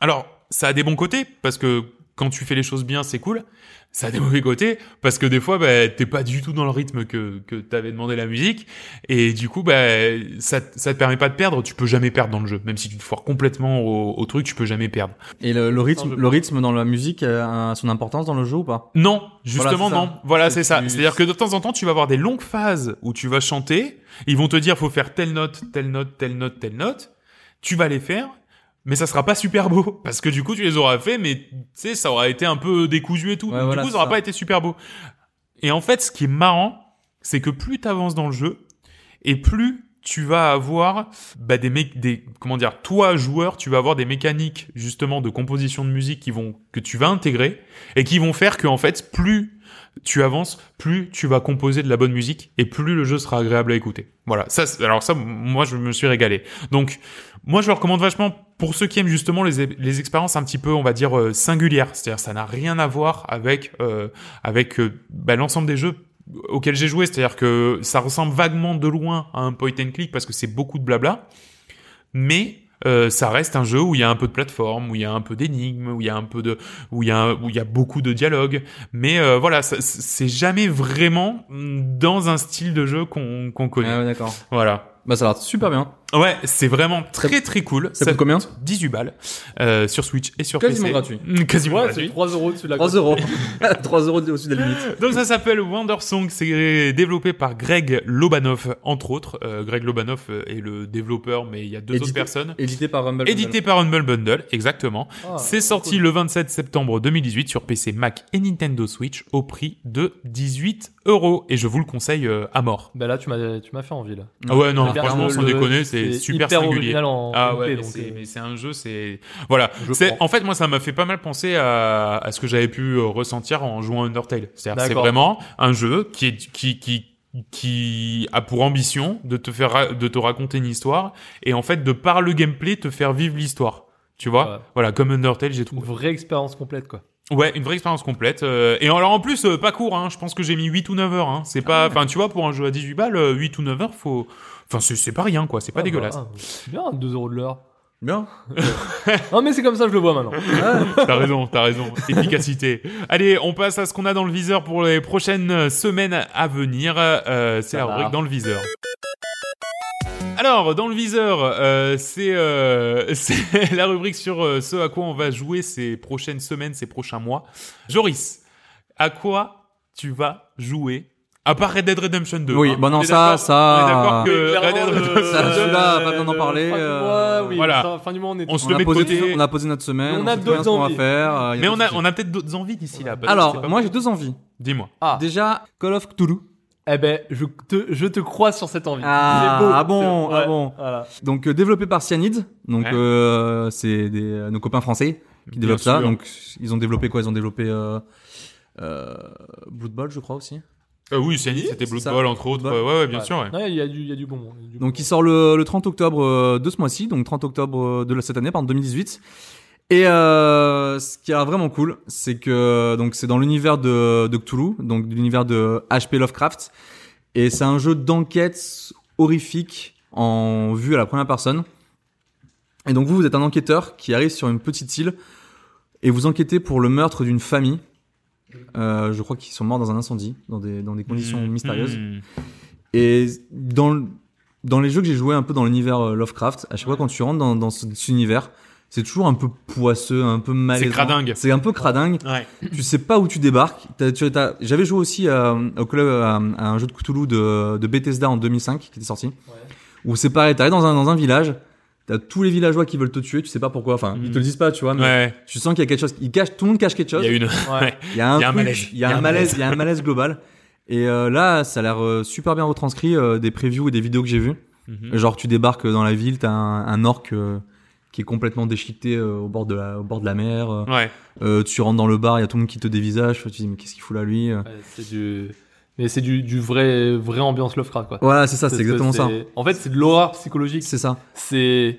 Alors, ça a des bons côtés parce que quand tu fais les choses bien, c'est cool. Ça a des mauvais côtés parce que des fois, bah, t'es pas du tout dans le rythme que que t'avais demandé la musique et du coup, bah, ça ça te permet pas de perdre. Tu peux jamais perdre dans le jeu, même si tu te foires complètement au, au truc, tu peux jamais perdre.
Et le, le rythme,
je
le rythme dans la musique a un- son importance dans le jeu ou pas
Non, justement
Voilà, c'est
non.
ça.
Voilà,
C'est
c'est ça.
plus-
C'est-à-dire que de temps en temps, tu vas avoir des longues phases où tu vas chanter. Ils vont te dire, faut faire telle note, telle note, telle note, telle note. Tu vas les faire, mais ça sera pas super beau parce que du coup, tu les auras fait, mais tu sais, ça aura été un peu décousu et tout.
Ouais,
du
voilà,
coup, ça
c'est
aura
ça.
pas été super beau. Et en fait, ce qui est marrant, c'est que plus t'avances dans le jeu et plus tu vas avoir bah, des mé- des comment dire toi joueur tu vas avoir des mécaniques justement de composition de musique qui vont que tu vas intégrer et qui vont faire que en fait plus tu avances plus tu vas composer de la bonne musique et plus le jeu sera agréable à écouter voilà ça c'est- alors ça moi je me suis régalé donc moi je le recommande vachement pour ceux qui aiment justement les, les expériences un petit peu on va dire euh, singulières c'est-à-dire ça n'a rien à voir avec euh, avec euh, bah, l'ensemble des jeux auquel j'ai joué, c'est-à-dire que ça ressemble vaguement de loin à un point and click parce que c'est beaucoup de blabla, mais euh, ça reste un jeu où il y a un peu de plateforme, où il y a un peu d'énigmes, où il y a un peu de, où il y a où il y a beaucoup de dialogues, mais euh, voilà, ça- c'est jamais vraiment dans un style de jeu qu'on qu'on connaît.
Ah ouais, d'accord.
Voilà.
Bah ça a l'air super bien.
Ouais, c'est vraiment très très cool.
Ça coûte combien
18 balles euh, sur Switch et sur
Quasiment
PC.
gratuit.
Mm, Quasiment
Ouais,
gratuit.
c'est 3 euros dessus de la
3
cote.
euros. 3 euros au-dessus de la limite.
Donc ça s'appelle Wonder Song, c'est développé par Greg Lobanov entre autres. Euh, Greg Lobanov euh, est le développeur, mais il y a deux
Édité.
autres personnes.
Édité par Rumble.
Édité par Humble Bundle, exactement.
Ah,
c'est sorti
cool.
le 27 septembre 2018 sur PC, Mac et Nintendo Switch au prix de 18 euros. Et je vous le conseille euh, à mort.
Bah là, tu m'as, tu m'as fait envie là.
Ah ouais, non,
Regarde,
franchement,
le-
sans
le-
déconner, c'est super
hyper
singulier.
original en
Ah
MP,
ouais, mais
donc,
c'est-
euh,
mais c'est un jeu, c'est voilà.
Je
C'est
prends.
en fait moi ça m'a fait pas mal penser à, à ce que j'avais pu euh, ressentir en jouant à Undertale. C'est-à-dire que c'est
D'accord.
vraiment un jeu qui est qui qui qui a pour ambition de te faire ra- de te raconter une histoire et en fait de par le gameplay te faire vivre l'histoire. Tu vois,
Ouais.
voilà, comme Undertale, j'ai
une
trouvé.
vraie expérience complète quoi.
Ouais, une vraie expérience complète. euh, et alors en plus, euh, pas court, hein. Je pense que j'ai mis 8 ou 9 heures, hein.
Ah
C'est pas, enfin, tu vois, pour un jeu à 18 balles, euh, 8 ou 9 heures, faut, enfin, c'est- c'est pas rien, quoi. C'est pas
Ah,
dégueulasse.
bah, ah, c'est bien, 2 euros de l'heure.
Bien.
Non mais c'est comme ça, je le vois maintenant.
T'as raison, t'as raison. Efficacité. Allez, on passe à ce qu'on a dans le viseur pour les prochaines semaines à venir. Euh, c'est
Ça
la
va.
rubrique dans le viseur. Alors, dans le viseur, euh, c'est euh, c'est la rubrique sur euh, ce à quoi on va jouer ces prochaines semaines, ces prochains mois. Joris, à quoi tu vas jouer à part Red Dead Redemption 2
Oui,
hein
bah non,
On est
ça-
d'accord-
ça- euh,
On est d'accord que
Mais
Red Dead
clairement,
Redemption
Ça,
Euh,
celui-là,
euh,
pas besoin d'en parler.
Fin du
euh,
mois, oui,
voilà.
ça, fin du mois, on est.
On se
on
le
a
met de
posé,
côté.
on a posé notre semaine.
Mais on
on
a
sait très bien ce
d'autres
qu'on va
envies.
faire. euh, y a
Mais
pas
on
de Bah,
a,
souci.
on a peut-être d'autres envies d'ici là. parce que c'est
Alors,
pas-
moi j'ai deux envies.
dis-moi.
Ah,
Déjà, Call of Cthulhu.
eh ben, je te, je te crois sur cette envie.
Ah,
C'est beau.
ah bon,
C'est-
ah
ouais,
bon.
Voilà.
Donc euh, développé par Cyanide. Donc
Ouais.
euh, c'est des, euh, nos copains français qui
Bien
développent ça.
sûr.
Donc ils ont développé quoi Ils ont développé euh, euh, Blood Bowl, je crois aussi.
Euh, oui, Cyanide, c'était
c'est
Blood
ça.
Bowl, entre autres.
Blood
Ouais,
Bowl.
ouais, bien sûr. ouais.
Non, il y a du, il y a du bon. il y a du
Donc
bon.
il sort le, le 30 octobre euh, de ce mois-ci, donc 30 octobre euh, de la- cette année, pardon 2018. Et euh, ce qui est vraiment cool, c'est que donc c'est dans l'univers de, de Cthulhu, donc de l'univers de H.P. Lovecraft, et c'est un jeu d'enquête horrifique en vue à la première personne. Et donc vous, vous êtes un enquêteur qui arrive sur une petite île et vous enquêtez pour le meurtre d'une famille
Euh, je crois qu'ils sont morts dans un incendie, dans des, dans des conditions
Mmh.
mystérieuses.
Mmh.
Et dans, le- dans les jeux que j'ai joués un peu dans l'univers euh, Lovecraft, à chaque fois quand tu rentres dans, dans cet univers, c'est toujours un peu poisseux, un peu malaisant.
cradingue.
C'est un peu cradingue.
Ouais.
Tu sais pas où tu débarques. T'as- tu- t'as- J'avais joué aussi à, au club à, à un jeu de Cthulhu de, de Bethesda en 2005 qui était sorti. Où c'est pareil, t'arrives dans un, dans un village, t'as tous les villageois qui veulent te tuer, tu sais pas pourquoi. Enfin, ils te le disent pas, tu vois, mais
Mhm. Ouais.
tu sens qu'il y a quelque chose. Ils cachent, tout le monde cache quelque
Il
chose.
y a une.
Ouais.
Il y a un,
Il y a un
truc,
malaise.
Il y a un malaise. Il y a un malaise global. Et euh, là, ça a l'air euh, super bien retranscrit euh, des previews et des vidéos que j'ai vues.
Mhm.
Genre, tu débarques dans la ville, t'as un, un orc euh, qui est complètement déchiqueté euh, au, bord de la, au bord de la mer. euh,
Ouais.
euh, tu rentres dans le bar, il y a tout le monde qui te dévisage. Tu te dis, mais qu'est-ce qu'il fout là, lui euh.
Ouais, c'est du. Mais c'est du, du vrai, vrai ambiance Lovecraft, quoi.
Voilà, c'est ça, c'est
Parce que
exactement ça.
c'est- En fait, c'est de l'horreur psychologique.
C'est ça.
C'est.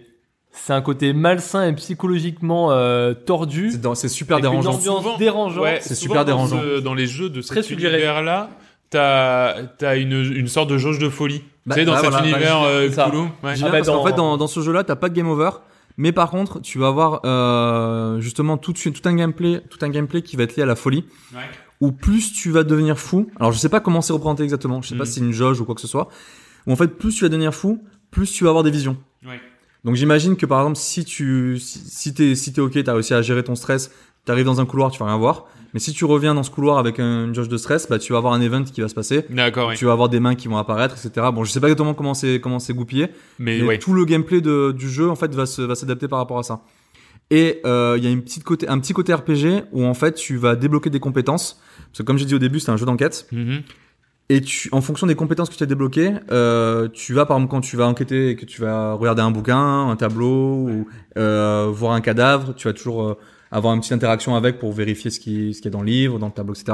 C'est un côté malsain et psychologiquement euh, tordu.
C'est dans- C'est super
avec une
dérangeant.
ambiance
Souvent-
dérangeante.
Ouais,
c'est
souvent
super
dans
dérangeant.
ce- dans les jeux de
Très
cet
suggéré.
univers-là, t'as t'as une, une sorte de jauge de folie.
Bah,
tu sais, dans
bah,
cet
voilà, bah,
univers euh,
c'est ça.
Cthulhu. Ouais.
Ah
J'y viens
bah,
parce qu'en
dans-
fait, dans, dans ce jeu-là, t'as pas de game over. Mais par contre, tu vas avoir euh, justement tout, de suite- tout, un gameplay, tout un gameplay qui va être lié à la folie.
Ouais.
Ou plus tu vas devenir fou. Alors, je sais pas comment c'est représenté exactement. Je sais pas
Mhm.
si c'est une jauge ou quoi que ce soit. Ou en fait, plus tu vas devenir fou, plus tu vas avoir des visions.
Ouais.
Donc, j'imagine que par exemple, si tu si, si t'es si t'es ok, t'as réussi à gérer ton stress, t'arrives dans un couloir, tu vas rien voir. Mais si tu reviens dans ce couloir avec un- une jauge de stress, bah tu vas avoir un event qui va se passer.
D'accord, ouais.
Tu vas avoir des mains qui vont apparaître, etc. Bon, je sais pas exactement comment c'est comment c'est goupillé,
Mais
mais
ouais.
tout le gameplay de- du jeu en fait va se- va s'adapter par rapport à ça. Et euh, il y a une petite côté, un petit côté RPG où en fait tu vas débloquer des compétences. Parce que comme j'ai dit au début, c'est un jeu d'enquête.
Mhm.
Et tu, en fonction des compétences que tu as débloquées, euh, tu vas par exemple quand tu vas enquêter et que tu vas regarder un bouquin, un tableau ou euh, voir un cadavre, tu vas toujours euh, avoir une petite interaction avec pour vérifier ce qui, ce qui est dans le livre, dans le tableau, etc.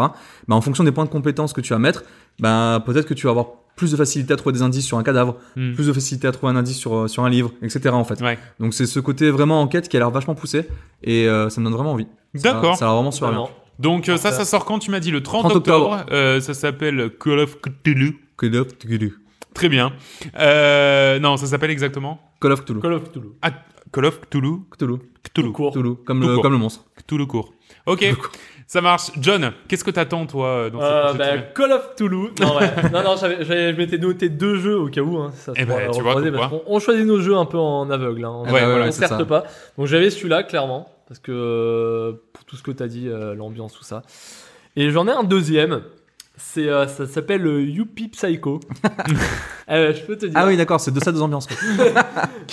Bah, en fonction des points de compétences que tu vas mettre, bah, peut-être que tu vas avoir plus de facilité à trouver des indices sur un cadavre,
Mm.
plus de facilité à trouver un indice sur, euh, sur un livre, etc. En fait.
Ouais.
Donc c'est ce côté vraiment enquête qui a l'air vachement poussé et euh, ça me donne vraiment envie. Ça-
D'accord.
Ça a l'air vraiment super bien.
Vraiment.
Donc euh, ça, ça sort quand Tu m'as dit le 30,
30
octobre.
octobre.
Euh, ça s'appelle Call of Cthulhu.
Call of Cthulhu.
Très bien. Euh, non, ça s'appelle exactement
Call of Cthulhu.
Call of Cthulhu.
Call of Cthulhu.
Cthulhu.
Cthulhu.
Tout court.
Cthulhu. Comme,
Tout
le,
court.
comme le monstre.
Cthulhu court. Ok, ça marche. John, qu'est-ce que t'attends toi euh, dans cette
Euh,
prochaine
bah,
semaine
Call of Toulouse. Non, ouais. non, non, j'avais- j'avais- je m'étais noté deux jeux au cas où. Hein, ça se
Eh ben,
pourra
tu vois,
recroiser,
comme
parce qu'on- on choisit nos jeux un peu en aveugle. Hein.
Ah
Ouais,
bah
voilà,
on
c'est
s'erte
ça.
pas. Donc j'avais celui-là, clairement, parce que euh, pour tout ce que t'as dit, euh, l'ambiance, tout ça. Et j'en ai un deuxième. C'est, euh, ça s'appelle euh, Youpi Psycho. Euh, je peux te dire.
Ah oui, d'accord, c'est de ça des ambiances. quoi.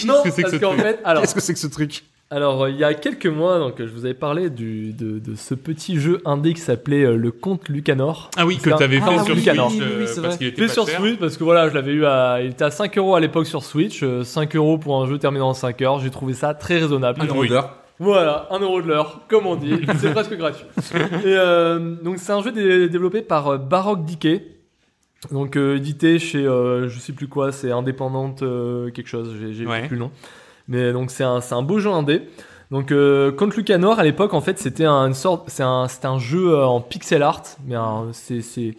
non,
que c'est que
parce
ce
qu'en
truc
fait, alors,
Qu'est-ce que c'est que ce truc
alors, euh, il y a quelques mois, donc euh, je vous avais parlé du, de, de ce petit jeu indé qui s'appelait euh, le Comte Lucanor.
Ah oui, que
c'est un-
t'avais
Ah
fait
oui,
sur
oui,
Switch
oui,
euh,
oui, c'est
parce
vrai.
qu'il
Il
était
était
pas
sur
cher.
Switch parce que voilà, je l'avais eu à. Il était à 5 euros à l'époque sur Switch, euh, 5 euros pour un jeu terminé en 5 heures. J'ai trouvé ça très raisonnable.
Un euro. Oui.
Voilà, 1 euro de l'heure, comme on dit, c'est presque gratuit. Et euh, donc c'est un jeu dé- développé par euh, Baroque Dickey. Donc euh, édité chez euh, je sais plus quoi, c'est indépendante euh, quelque chose, j'ai j'ai
Ouais.
plus le nom. Mais donc c'est un, c'est un beau jeu indé. Donc euh, Count Lucanor à l'époque en fait c'était un- une sorte c'est un c'est un jeu euh, en pixel art mais un- c'est c'est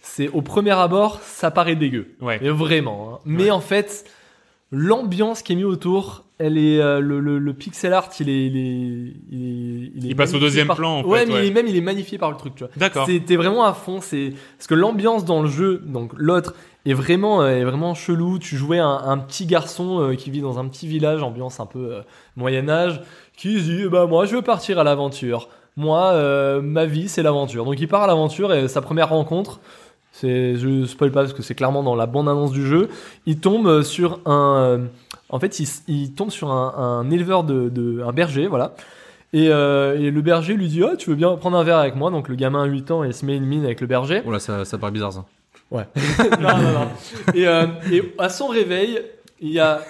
c'est au premier abord ça paraît dégueu.
Ouais.
Mais vraiment. hein. Mais
Ouais.
en fait, l'ambiance qui est mise autour, elle est euh, le, le- le pixel art, il est, il est, il est- est
Il passe au
magnifié
deuxième
par-
plan, en
ouais,
fait,
mais
ouais.
il est- même il est magnifié par le truc, tu vois.
D'accord.
C'était vraiment à fond. C'est parce que l'ambiance dans le jeu, donc l'autre, est vraiment euh, est vraiment chelou. Tu jouais un, un petit garçon euh, qui vit dans un petit village, ambiance un peu euh, Moyen Âge, qui se dit eh ben, moi je veux partir à l'aventure. Moi, euh, ma vie, c'est l'aventure. Donc il part à l'aventure et sa première rencontre. C'est, je spoil pas parce que c'est clairement dans la bande-annonce du jeu. Il tombe euh, sur un, euh, en fait, il, s- il tombe sur un, un éleveur de, de, un berger, voilà, et, euh, et le berger lui dit Oh, tu veux bien prendre un verre avec moi Donc le gamin a 8 ans et il se met une mine avec le berger.
Oh là, ça, ça paraît bizarre ça.
non, non, non. Et, euh, et à son réveil, il y a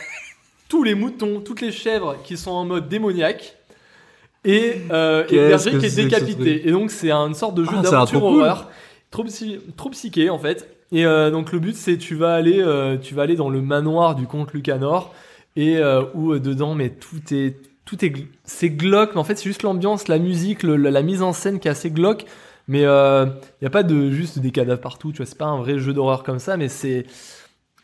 tous les moutons, toutes les chèvres qui sont en mode démoniaque. Et, euh, et le
Qu'est-ce
berger
que
qui est
c'est que ce truc
décapité. Et donc c'est une sorte de jeu
Ah, ça a l'air
d'aventure
trop cool.
horreur. Trop, psy- trop psyché en fait. Et euh, donc le but c'est tu vas aller euh, tu vas aller dans le manoir du comte Lucanor et euh, où euh, dedans mais tout est tout est gl- c'est glauque mais en fait c'est juste l'ambiance la musique le- la, la mise en scène qui est assez glauque euh, mais il n'y y a pas de juste des cadavres partout tu vois c'est pas un vrai jeu d'horreur comme ça mais c'est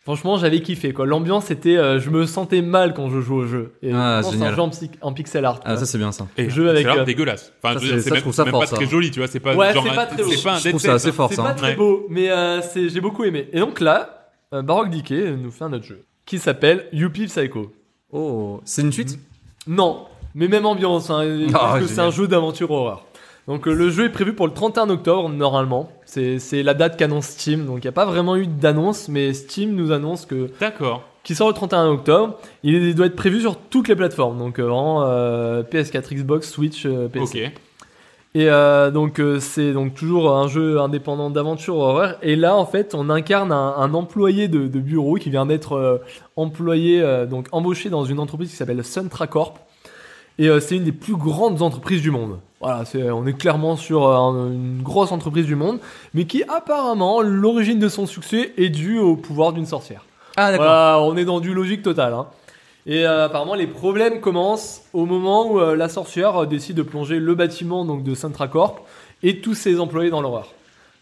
Franchement, j'avais kiffé quoi. L'ambiance était, euh, je me sentais mal quand je joue au jeu. Et
Ah,
pourtant, c'est un
génial.
jeu en, psy- en pixel art.
Ah,
quoi.
ça c'est bien ça.
Et
Jeu avec,
c'est vraiment
euh,
dégueulasse. Enfin,
ça,
je veux dire, c'est
c'est- ça, je
même,
trouve ça
même
fort,
pas très
ça.
joli, tu vois. C'est pas
Ouais,
genre
c'est
un-
pas très beau.
c'est pas un
Je trouve
Dead
ça assez
Cells,
fort
c'est
ça.
pas
hein.
très
Ouais.
beau, mais euh, c'est- j'ai beaucoup aimé. Et donc là, euh, Baroque Dickey nous fait un autre jeu qui s'appelle Youpi Psycho.
Oh, c'est une suite
Non, mais même ambiance, hein,
Ah,
parce que
génial.
c'est un jeu d'aventure horreur. Donc euh, le jeu est prévu pour le 31 octobre normalement. C'est c'est la date qu'annonce Steam. Donc il n'y a pas vraiment eu d'annonce, mais Steam nous annonce que
D'accord.
qui sort le 31 octobre. Il, est- il doit être prévu sur toutes les plateformes, donc euh, vraiment euh, PS4, Xbox, Switch, euh, PC.
Ok.
Et euh, donc euh, c'est donc toujours un jeu indépendant d'aventure horreur. Et là en fait on incarne un, un employé de, de bureau qui vient d'être euh, employé euh, donc embauché dans une entreprise qui s'appelle Suntra Corp. Et euh, c'est une des plus grandes entreprises du monde. Voilà, c'est- on est clairement sur euh, un- une grosse entreprise du monde, mais qui apparemment l'origine de son succès est due au pouvoir d'une sorcière.
Ah, d'accord.
Voilà, on est dans du logique total. hein. Et euh, apparemment, les problèmes commencent au moment où euh, la sorcière euh, décide de plonger le bâtiment donc de Centra Corp et tous ses employés dans l'horreur.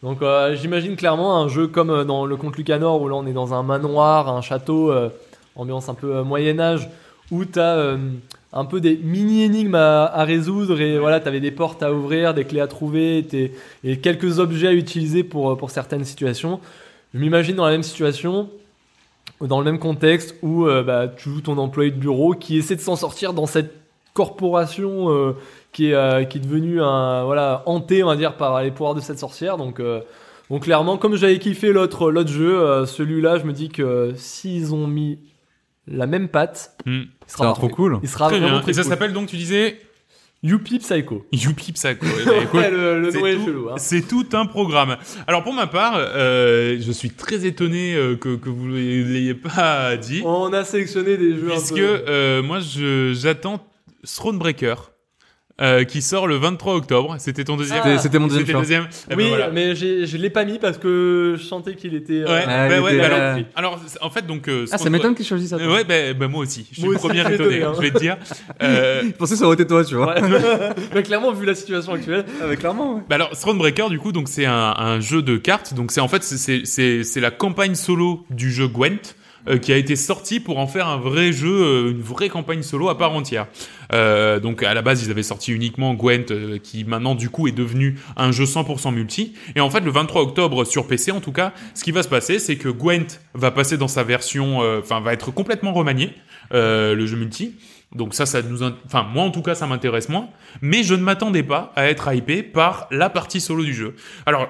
Donc, euh, j'imagine clairement un jeu comme euh, dans le Comte Lucanor où là on est dans un manoir, un château, euh, ambiance un peu euh, Moyen Âge, où t'as euh, un peu des mini énigmes à, à résoudre et voilà, t'avais des portes à ouvrir, des clés à trouver, et t'es- et quelques objets à utiliser pour euh, pour certaines situations. Je m'imagine dans la même situation, dans le même contexte où euh, bah, tu joues ton employé de bureau qui essaie de s'en sortir dans cette corporation euh, qui, est, euh, qui est devenue un, voilà, hantée, on va dire, par les pouvoirs de cette sorcière. Donc, euh, donc clairement, comme j'avais kiffé l'autre l'autre jeu, euh, celui-là, je me dis que euh, s'ils ont mis la même patte,
Hmm.
il
Ça a
sera
l'air trop
parfait.
cool.
Il sera
Très
Ah, vraiment
bien.
très
Et ça
cool.
s'appelle donc, tu disais
Youpi Psycho.
Youpi Psycho. Eh ben, écoute,
Ouais, le, le
C'est
nom est
tout-
chelou. hein.
C'est tout un programme. Alors pour ma part, euh, je suis très étonné euh, que, que vous l'ayez pas dit,
On a sélectionné des jeux
puisque
un peu...
euh, moi je- j'attends Thronebreaker, euh, qui sort le 23 octobre. C'était ton deuxième.
Ah,
C'était- C'était mon deuxième
C'était
choix.
le deuxième. Eh ben,
oui,
voilà.
mais j'ai- je l'ai pas mis parce que je sentais qu'il était... euh,
Ouais,
Ah,
bah
il
ouais,
était,
bah
euh,
alors, alors, c'est- en fait donc. euh,
Ah, ça
Thronebreaker-
m'étonne qu'ils choisissent ça.
Ouais, ben ben, moi aussi. Je suis
Moi
le
aussi,
premier
je suis étonné,
étonné.
hein.
Je vais te dire. Euh,
Je pensais que ça aurait été toi, tu vois.
Ouais. Mais clairement, vu la situation actuelle,
clairement, ouais.
Bah alors, Thronebreaker, du coup, donc c'est un, un jeu de cartes. Donc c'est en fait c'est- c'est c'est c'est la campagne solo du jeu Gwent. euh, qui a été sorti pour en faire un vrai jeu, euh, une vraie campagne solo à part entière. Euh, donc à la base ils avaient sorti uniquement Gwent, euh, qui maintenant du coup est devenu un jeu 100% multi. Et en fait le 23 octobre sur PC en tout cas, ce qui va se passer c'est que Gwent va passer dans sa version, euh, enfin va être complètement remanié euh, le jeu multi. Donc ça, ça nous, in- enfin moi en tout cas, ça m'intéresse moins. Mais je ne m'attendais pas à être hypé par la partie solo du jeu. Alors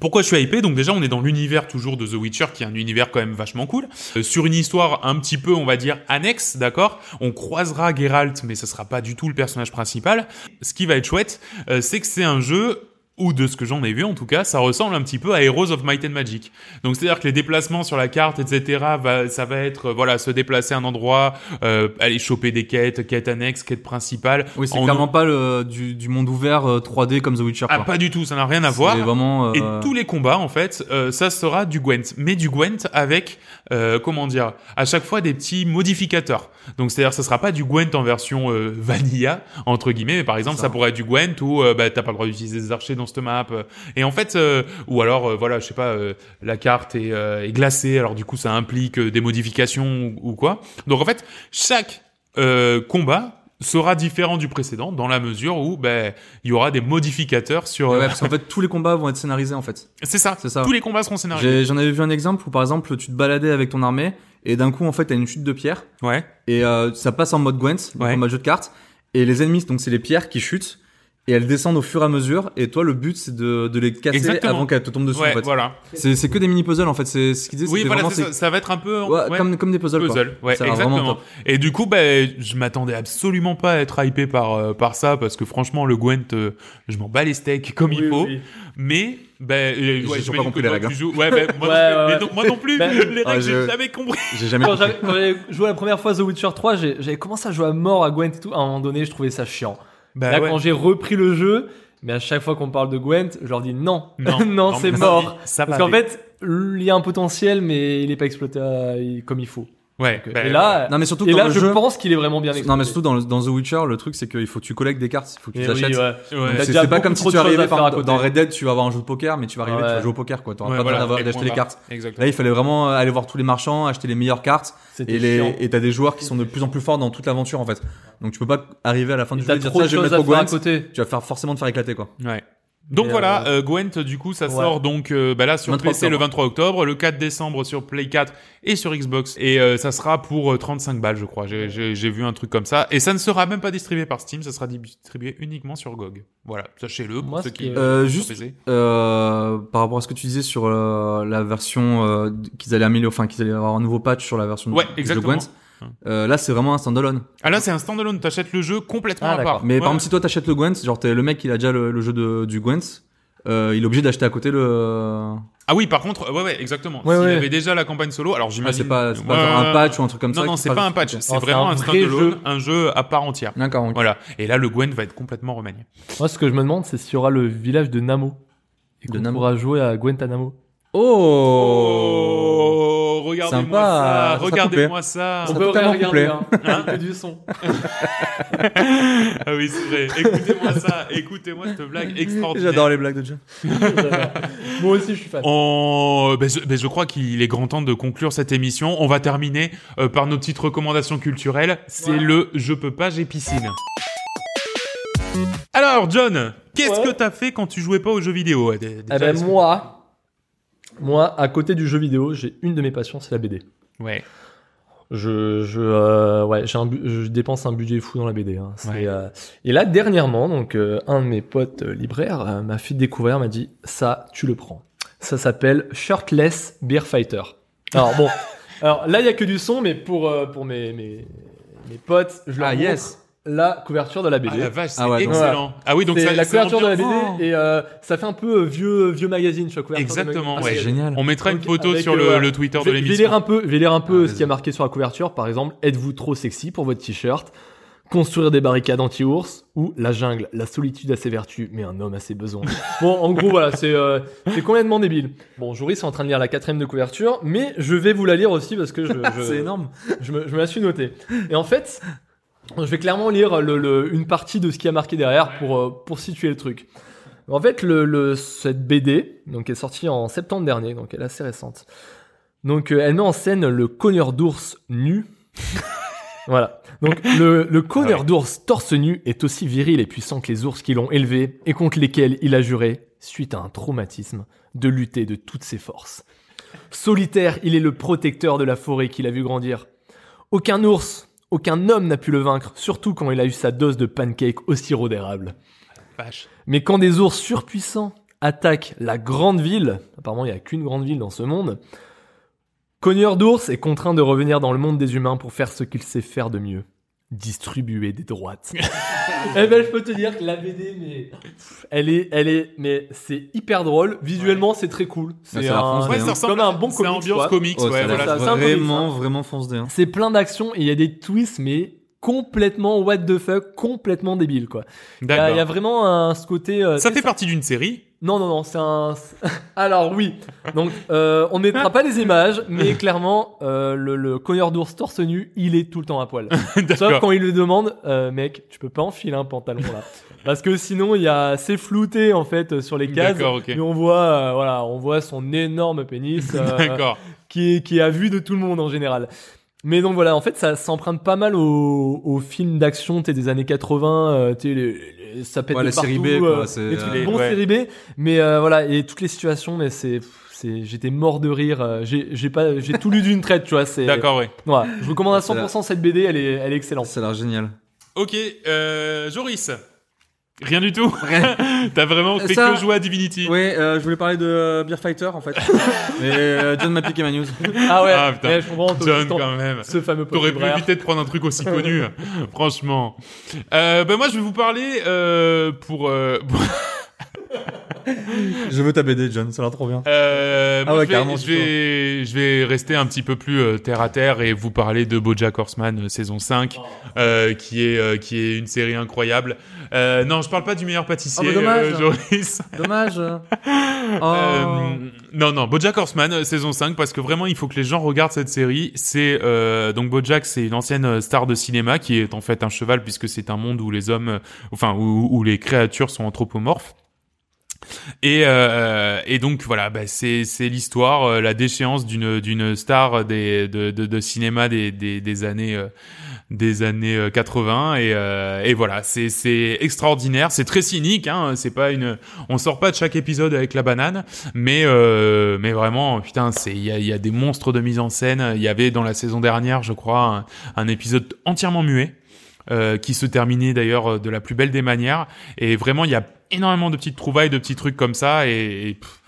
pourquoi je suis hypé Donc déjà, on est dans l'univers toujours de The Witcher, qui est un univers quand même vachement cool, Euh, sur une histoire un petit peu, on va dire, annexe, d'accord On croisera Geralt, mais ce sera pas du tout le personnage principal. Ce qui va être chouette, euh, c'est que c'est un jeu ou de ce que j'en ai vu en tout cas, ça ressemble un petit peu à Heroes of Might and Magic. Donc c'est-à-dire que les déplacements sur la carte, etc., va, ça va être euh, voilà se déplacer à un endroit, euh, aller choper des quêtes, quêtes annexes, quêtes principales.
Oui, c'est
en-
clairement pas le, du, du monde ouvert euh, 3D comme The Witcher.
Ah
quoi.
pas du tout, ça n'a rien à voir.
C'est vraiment.
Et
euh,
tous les combats, en fait, euh, ça sera du Gwent, mais du Gwent avec, euh, comment dire, à chaque fois des petits modificateurs. Donc c'est-à-dire, ça sera pas du Gwent en version euh, vanilla entre guillemets, mais par exemple, ça.
ça.
pourrait être du Gwent où euh, bah, t'as pas le droit d'utiliser des archers dans cette map. euh. Et en fait, euh, ou alors, euh, voilà, je sais pas, euh, la carte est, euh, est glacée, alors du coup, ça implique euh, des modifications ou, ou quoi. Donc en fait, chaque euh, combat sera différent du précédent dans la mesure où ben il y aura des modificateurs sur
ouais,
euh,
ouais, parce qu'en fait, tous les combats vont être scénarisés en fait.
c'est ça
C'est ça.
tous les combats seront scénarisés
J'ai- J'en avais vu un exemple où par exemple, tu te baladais avec ton armée et d'un coup, en fait, t'as une chute de pierre
Ouais.
et euh, ça passe en mode Gwent, donc
Ouais.
en mode jeu de cartes. Et les ennemis, donc c'est les pierres qui chutent et elles descendent au fur et à mesure. Et toi, le but, c'est de, de les casser
Exactement.
avant qu'elles te tombent dessus.
Ouais,
en fait.
voilà.
C'est c'est que des mini puzzles en fait. C'est ce qu'ils disent.
Oui,
c'était
voilà,
vraiment,
c'est ça.
c'est-
ça va être un peu
Ouais,
ouais,
Comme, comme des puzzles. quoi.
puzzle. Ouais,
Ça va vraiment
exactement.
top.
Et du coup, ben, je m'attendais absolument pas à être hypé par euh, par ça parce que franchement, le Gwent, euh, je m'en bats les steaks comme il
oui,
faut.
oui.
Mais ben, euh,
J'ai
ouais,
toujours
j'imagine
pas
que
compris les
toi,
règles,
tu joues- Ouais, ben, moi, non plus, mais
Ouais, ouais, ouais.
non- moi non plus.
Ben,
les règles,
ah,
j'ai
je-
jamais compris.
J'ai jamais.
quand j'avais- quand j'avais joué la première fois à The Witcher 3, j'ai- j'avais commencé à jouer à mort à Gwent et tout. À un moment donné, je trouvais ça chiant.
Bah,
Là,
ouais.
quand j'ai repris le jeu, mais à chaque fois qu'on parle de Gwent, je leur dis non,
Non, non,
c'est
mais ça-
mort.
ça va
Parce qu'en
aller.
fait, il y a un potentiel, mais il n'est pas exploité euh, il- comme il faut.
Ouais.
Donc,
bah,
et là,
Non mais surtout que
et
dans
là
le
je
jeu.
pense qu'il est vraiment bien exploité.
Non mais surtout dans, le- dans The Witcher, le truc c'est qu'il faut que tu collectes des cartes, il faut que tu
Mais
les achètes.
Eh oui, ouais.
ouais.
Donc, t'as
C'est
déjà
c'est pas
beaucoup
comme si
trop
tu
de choses
arrivais
à faire
par
à
exemple,
côté.
dans Red Dead, tu vas avoir un jeu de poker, mais tu vas arriver, tu
Ouais.
vas jouer au poker quoi. T'auras
Ouais,
pas
voilà,
besoin d'avoir-
et
d'acheter
point
les
barre.
cartes. Là
Exactement.
il fallait vraiment aller voir tous les marchands, acheter les meilleures cartes,
C'était
et les
chiant.
et t'as des joueurs qui sont de plus en plus forts dans toute l'aventure en fait. Donc tu peux pas arriver à la fin
Et
du jeu
t'as
et dire
trop
ça
de
je vais
choses
mettre
à
au
faire à
Gwent.
côté.
Tu vas faire forcément te faire éclater quoi.
Ouais. Donc
Et,
voilà, euh, Gwent, du coup, ça
ouais.
sort donc euh, bah là sur
23
PC le
octobre.
23 octobre, le 4 décembre sur Play 4 et sur Xbox. Et euh, ça sera pour euh, 35 balles, je crois. J'ai- J'ai j'ai vu un truc comme ça. Et ça ne sera même pas distribué par Steam, ça sera distribué uniquement sur GOG. Voilà, sachez-le pour
Moi,
ceux
ce
qui...
que-
Euh,
sur
juste
PC.
Euh, par rapport à ce que tu disais sur euh, la version euh, qu'ils allaient améliorer, enfin qu'ils allaient avoir un nouveau patch sur la version
Ouais,
du jeu
exactement.
Gwent. Euh, là, c'est vraiment un standalone.
Ah là, c'est un standalone, t'achètes le jeu complètement
Ah,
à part.
d'accord.
Mais
Ouais.
par exemple, si toi t'achètes le Gwent, genre t'es le mec, il a déjà le, le jeu de, du Gwent, euh, il est obligé d'acheter à côté le.
Ah oui, par contre, ouais, ouais, exactement.
Ouais,
S'il
ouais.
avait déjà la campagne solo, alors
Ah,
j'imagine...
c'est pas, c'est pas
Ouais,
genre
ouais,
un
ouais.
patch ou un truc comme ça.
Non, non,
qui
c'est
sera-
pas un patch,
Non,
c'est
c'est
vraiment
un
un
vrai
standalone,
jeu.
un jeu à part entière.
D'accord. ok.
Voilà. Et là, le Gwen va être complètement remanié.
Moi, ce que je me demande, c'est s'il y aura le village de Namo. Et
De
qu'on
Namo.
pourra jouer à Gwent à Namo.
Oh.
Oh, regardez-moi
Sympa,
ça,
ça sera
regardez-moi ça.
Ah, Ça peut tellement couplé.
hein. Que du son.
Ah oui, c'est vrai. Écoutez-moi ça, écoutez-moi cette blague Oh, extraordinaire.
J'adore les blagues de John.
Moi aussi, je suis fan.
On- ben, je, ben, je crois qu'il est grand temps de conclure cette émission. On va terminer euh, par nos petites recommandations culturelles. C'est
Ouais.
le Je peux pas, j'ai piscine. Alors, John, qu'est-ce
Ouais.
que t'as fait quand tu jouais pas aux jeux vidéo Eh
Eh ben, moi, moi, à côté du jeu vidéo, j'ai une de mes passions, c'est la BD.
Ouais.
Je, je, euh, ouais, j'ai un bu- je dépense un budget fou dans la BD. hein. C'est,
Ouais.
euh, et là, dernièrement, donc, euh, un de mes potes euh, libraires euh, m'a fait découvrir, m'a dit Ça, tu le prends. Ça s'appelle Shirtless Beer Fighter. Alors, bon, alors là, il n'y a que du son, mais pour, euh, pour mes, mes, mes potes, je leur
Ah,
montre
yes.
la couverture de la BD.
Ah la vache, c'est
Ah ouais, donc-
excellent. Ah oui, donc
c'est
ça,
la
ça
couverture de la BD
ambiance-
et euh, ça fait un peu euh, vieux vieux magazine tu vois, couverture de
Exactement,
magazine.
ouais.
Ah, C'est génial.
On mettra une
Ok,
photo
avec,
sur
euh,
le,
voilà.
le Twitter
Je
de
vais- je vais lire
l'émission.
un peu, je vais lire un peu
Ah,
ce qui a marqué sur la couverture. Par exemple, êtes-vous trop sexy pour votre t-shirt Construire des barricades anti-ours ou la jungle, la solitude a ses vertus, mais un homme a ses besoins. Bon, en gros, voilà, c'est euh, c'est complètement débile. Bon, Joris est en train de lire la quatrième de couverture, mais je vais vous la lire aussi parce que je, je-
C'est énorme.
je me, je me la suis notée. Et en fait, je vais clairement lire le- le- une partie de ce qui a marqué derrière pour, euh, pour situer le truc. En fait, le, le- cette BD, donc, est sortie en septembre dernier, donc elle est assez récente. Donc, euh, elle met en scène le cogneur d'ours nu. voilà. Donc, le, le cogneur d'ours torse nu est aussi viril et puissant que les ours qui l'ont élevé et contre lesquels il a juré, suite à un traumatisme, de lutter de toutes ses forces. Solitaire, il est le protecteur de la forêt qu'il a vu grandir. Aucun ours, aucun homme n'a pu le vaincre, surtout quand il a eu sa dose de pancake au sirop d'érable.
Vache.
Mais quand des ours surpuissants attaquent la grande ville, apparemment il n'y a qu'une grande ville dans ce monde, Cogneur d'ours est contraint de revenir dans le monde des humains pour faire ce qu'il sait faire de mieux. Distribuer des droites. eh ben, je peux te dire que la BD, mais. Pff, Elle est, elle est, mais c'est hyper drôle. Visuellement, c'est très cool.
c'est la France,
Ouais,
mais
ça
hein.
ressemble
comme un bon
C'est
comics.
ambiance
quoi.
comics,
Oh,
ouais,
ça
voilà.
laisse
c'est un peu
vraiment,
bizarre.
vraiment fonce D. hein.
C'est plein d'actions et il y a des twists, mais complètement what the fuck, complètement débile quoi. Il y, a il y a
D'accord.
vraiment un, ce côté. euh,
Ça
tu
fait
sais,
partie d'une série.
Non, non, non, c'est un. Alors oui. Donc, euh, on ne mettra pas les images, mais clairement, euh, le, le cogneur d'ours torse nu, il est tout le temps à poil. Sauf
D'accord.
quand il le demande, euh, mec, tu peux pas enfiler un pantalon là. Parce que sinon, il y a. C'est flouté en fait euh, sur les cases.
D'accord, ok.
Mais on voit, euh, voilà, on voit son énorme pénis. euh,
D'accord.
qui est, qui est à vue de tout le monde en général. Mais donc voilà, en fait, ça s'emprunte pas mal aux au films d'action tu sais, des années 80, euh, tu sais, les- les- ça pète
Ouais,
de
la
partout,
série B, quoi,
euh,
c'est,
les trucs
euh,
bons
ouais.
série B, mais euh, voilà, et toutes les situations, mais c'est, pff, c'est, j'étais mort de rire, euh, j'ai, j'ai pas, j'ai tout lu d'une traite, tu vois, c'est,
D'accord, ouais.
voilà, je recommande à
C'est la-
100% cette BD, elle est, elle est excellente.
Ça a l'air génial.
Ok, euh, Joris. Rien du tout. T'as vraiment fait
Ça-
que jouer à Divinity.
Ouais, euh, je voulais parler de euh, Beer Fighter en fait. Mais euh, John m'a piqué ma news.
Ah ouais,
Ah, putain.
ouais, je comprends, ton-
John,
ton-
quand même.
ce fameux pote
T'aurais pu
libraire.
éviter de prendre un truc aussi connu, franchement. Euh, ben moi, je vais vous parler euh, pour. euh, pour-
Je veux ta BD, John, ça a l'air trop bien.
euh,
Ah
moi,
ouais,
je vais-
carrément,
je, vais, je vais rester un petit peu plus euh, terre à terre et vous parler de BoJack Horseman euh, saison 5, euh, qui est euh, qui est une série incroyable. Euh, non, je parle pas du meilleur pâtissier,
Ah, bah, dommage.
euh, Joris.
Dommage.
Oh.
Euh, non, non, Bojack Horseman, euh, saison 5, parce que vraiment, il faut que les gens regardent cette série. C'est euh, donc Bojack, c'est une ancienne euh, star de cinéma qui est en fait un cheval, puisque c'est un monde où les hommes, euh, enfin, où, où les créatures sont anthropomorphes. Et, euh, et donc voilà, bah, c'est c'est l'histoire, euh, la déchéance d'une d'une star des de, de, de cinéma des des, des années euh, des années euh, 80 et euh, et voilà, c'est c'est extraordinaire, c'est très cynique, hein, c'est pas une, on sort pas de chaque épisode avec la banane, mais euh, mais vraiment putain c'est il y a, il y a des monstres de mise en scène. Il y avait dans la saison dernière je crois un, un épisode entièrement muet. euh, qui se terminait d'ailleurs euh, de la plus belle des manières et vraiment il y a énormément de petites trouvailles de petits trucs comme ça et, et, pff,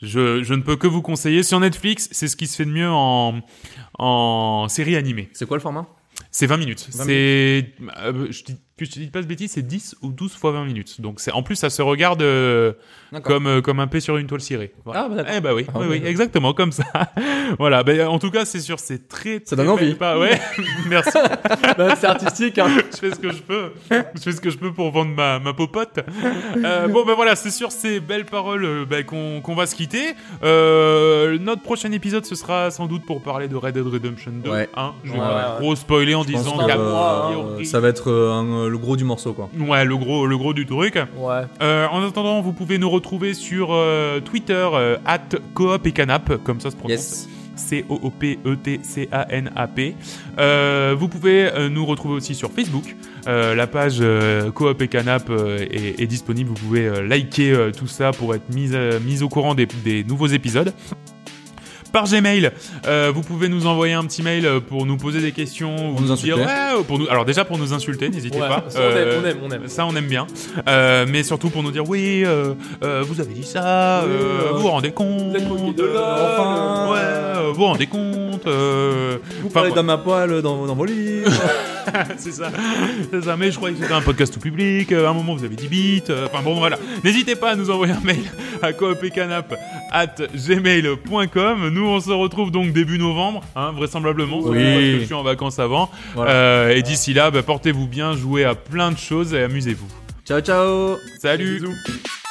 je, je ne peux que vous conseiller sur Netflix c'est ce qui se fait de mieux en en série animée
C'est quoi le format
c'est 20 minutes. C'est euh, je dis- que je te dis pas de bêtises, c'est 10 ou 12 fois 20 minutes. Donc c'est en plus ça se regarde euh,
D'accord.
comme euh, comme un P sur une toile cirée. Voilà.
Ah, bah, d'accord.
eh bah oui,
Ah,
oui,
bah,
oui,
d'accord.
exactement comme ça. voilà, bah, en tout cas, c'est sûr, c'est très,
Ça
très
donne envie.
belle Pas, ouais. Merci,
Bah, C'est artistique. Hein.
je fais ce que je peux. Je fais ce que je peux pour vendre ma ma popote. Euh, bon bah voilà, c'est sur ces belles paroles euh, bah, qu'on qu'on va se quitter. Euh, notre prochain épisode ce sera sans doute pour parler de Red Dead Redemption 2,
Ouais.
hein. Je vais
Ouais, ouais,
pas trop spoiler en
Je pense
disant
que,
qu'il y a
hein,
euh, ça va être euh, un, euh, le gros du morceau quoi.
Ouais, le gros, le gros du truc.
Ouais.
Euh, en attendant, vous pouvez nous retrouver sur euh, Twitter, euh, at coop et canap, comme ça se prononce.
Yes.
E C-O-O-P-E-T-C-A-N-A-P. Euh, vous pouvez euh, nous retrouver aussi sur Facebook. Euh, la page euh, Coop et Canap euh, est, est disponible. Vous pouvez euh, liker euh, tout ça pour être mise euh, mise au courant des, des nouveaux épisodes. Par Gmail, euh, vous pouvez nous envoyer un petit mail euh, pour nous poser des questions,
Pour nous
vous dire
insulter.
ouais, pour nous. Alors déjà pour nous insulter, n'hésitez
Ouais.
pas.
Ça, on,
Euh,
aime, on aime, on aime.
ça, on aime bien. Euh, mais surtout pour nous dire oui, euh, euh, vous avez dit ça, euh,
Oui, euh,
vous vous rendez compte.
êtes coquille de
euh,
l'homme.
enfin, ouais, euh, vous vous rendez compte. euh,
Vous
enfin,
parlez
ouais,
d'âme à
euh,
poil dans, dans vos livres.
c'est ça. C'est ça. Mais je croyais que c'était un podcast tout public. euh, à un moment, vous avez dit bits. euh, Enfin bon, voilà. N'hésitez pas à nous envoyer un mail à gmail.com Nous, on se retrouve donc début novembre, hein, vraisemblablement. surtout
Oui.
Parce que je suis en vacances avant.
Voilà.
Euh, et d'ici là, bah, portez-vous bien, jouez à plein de choses et amusez-vous.
ciao, ciao.
Salut.
Bisous.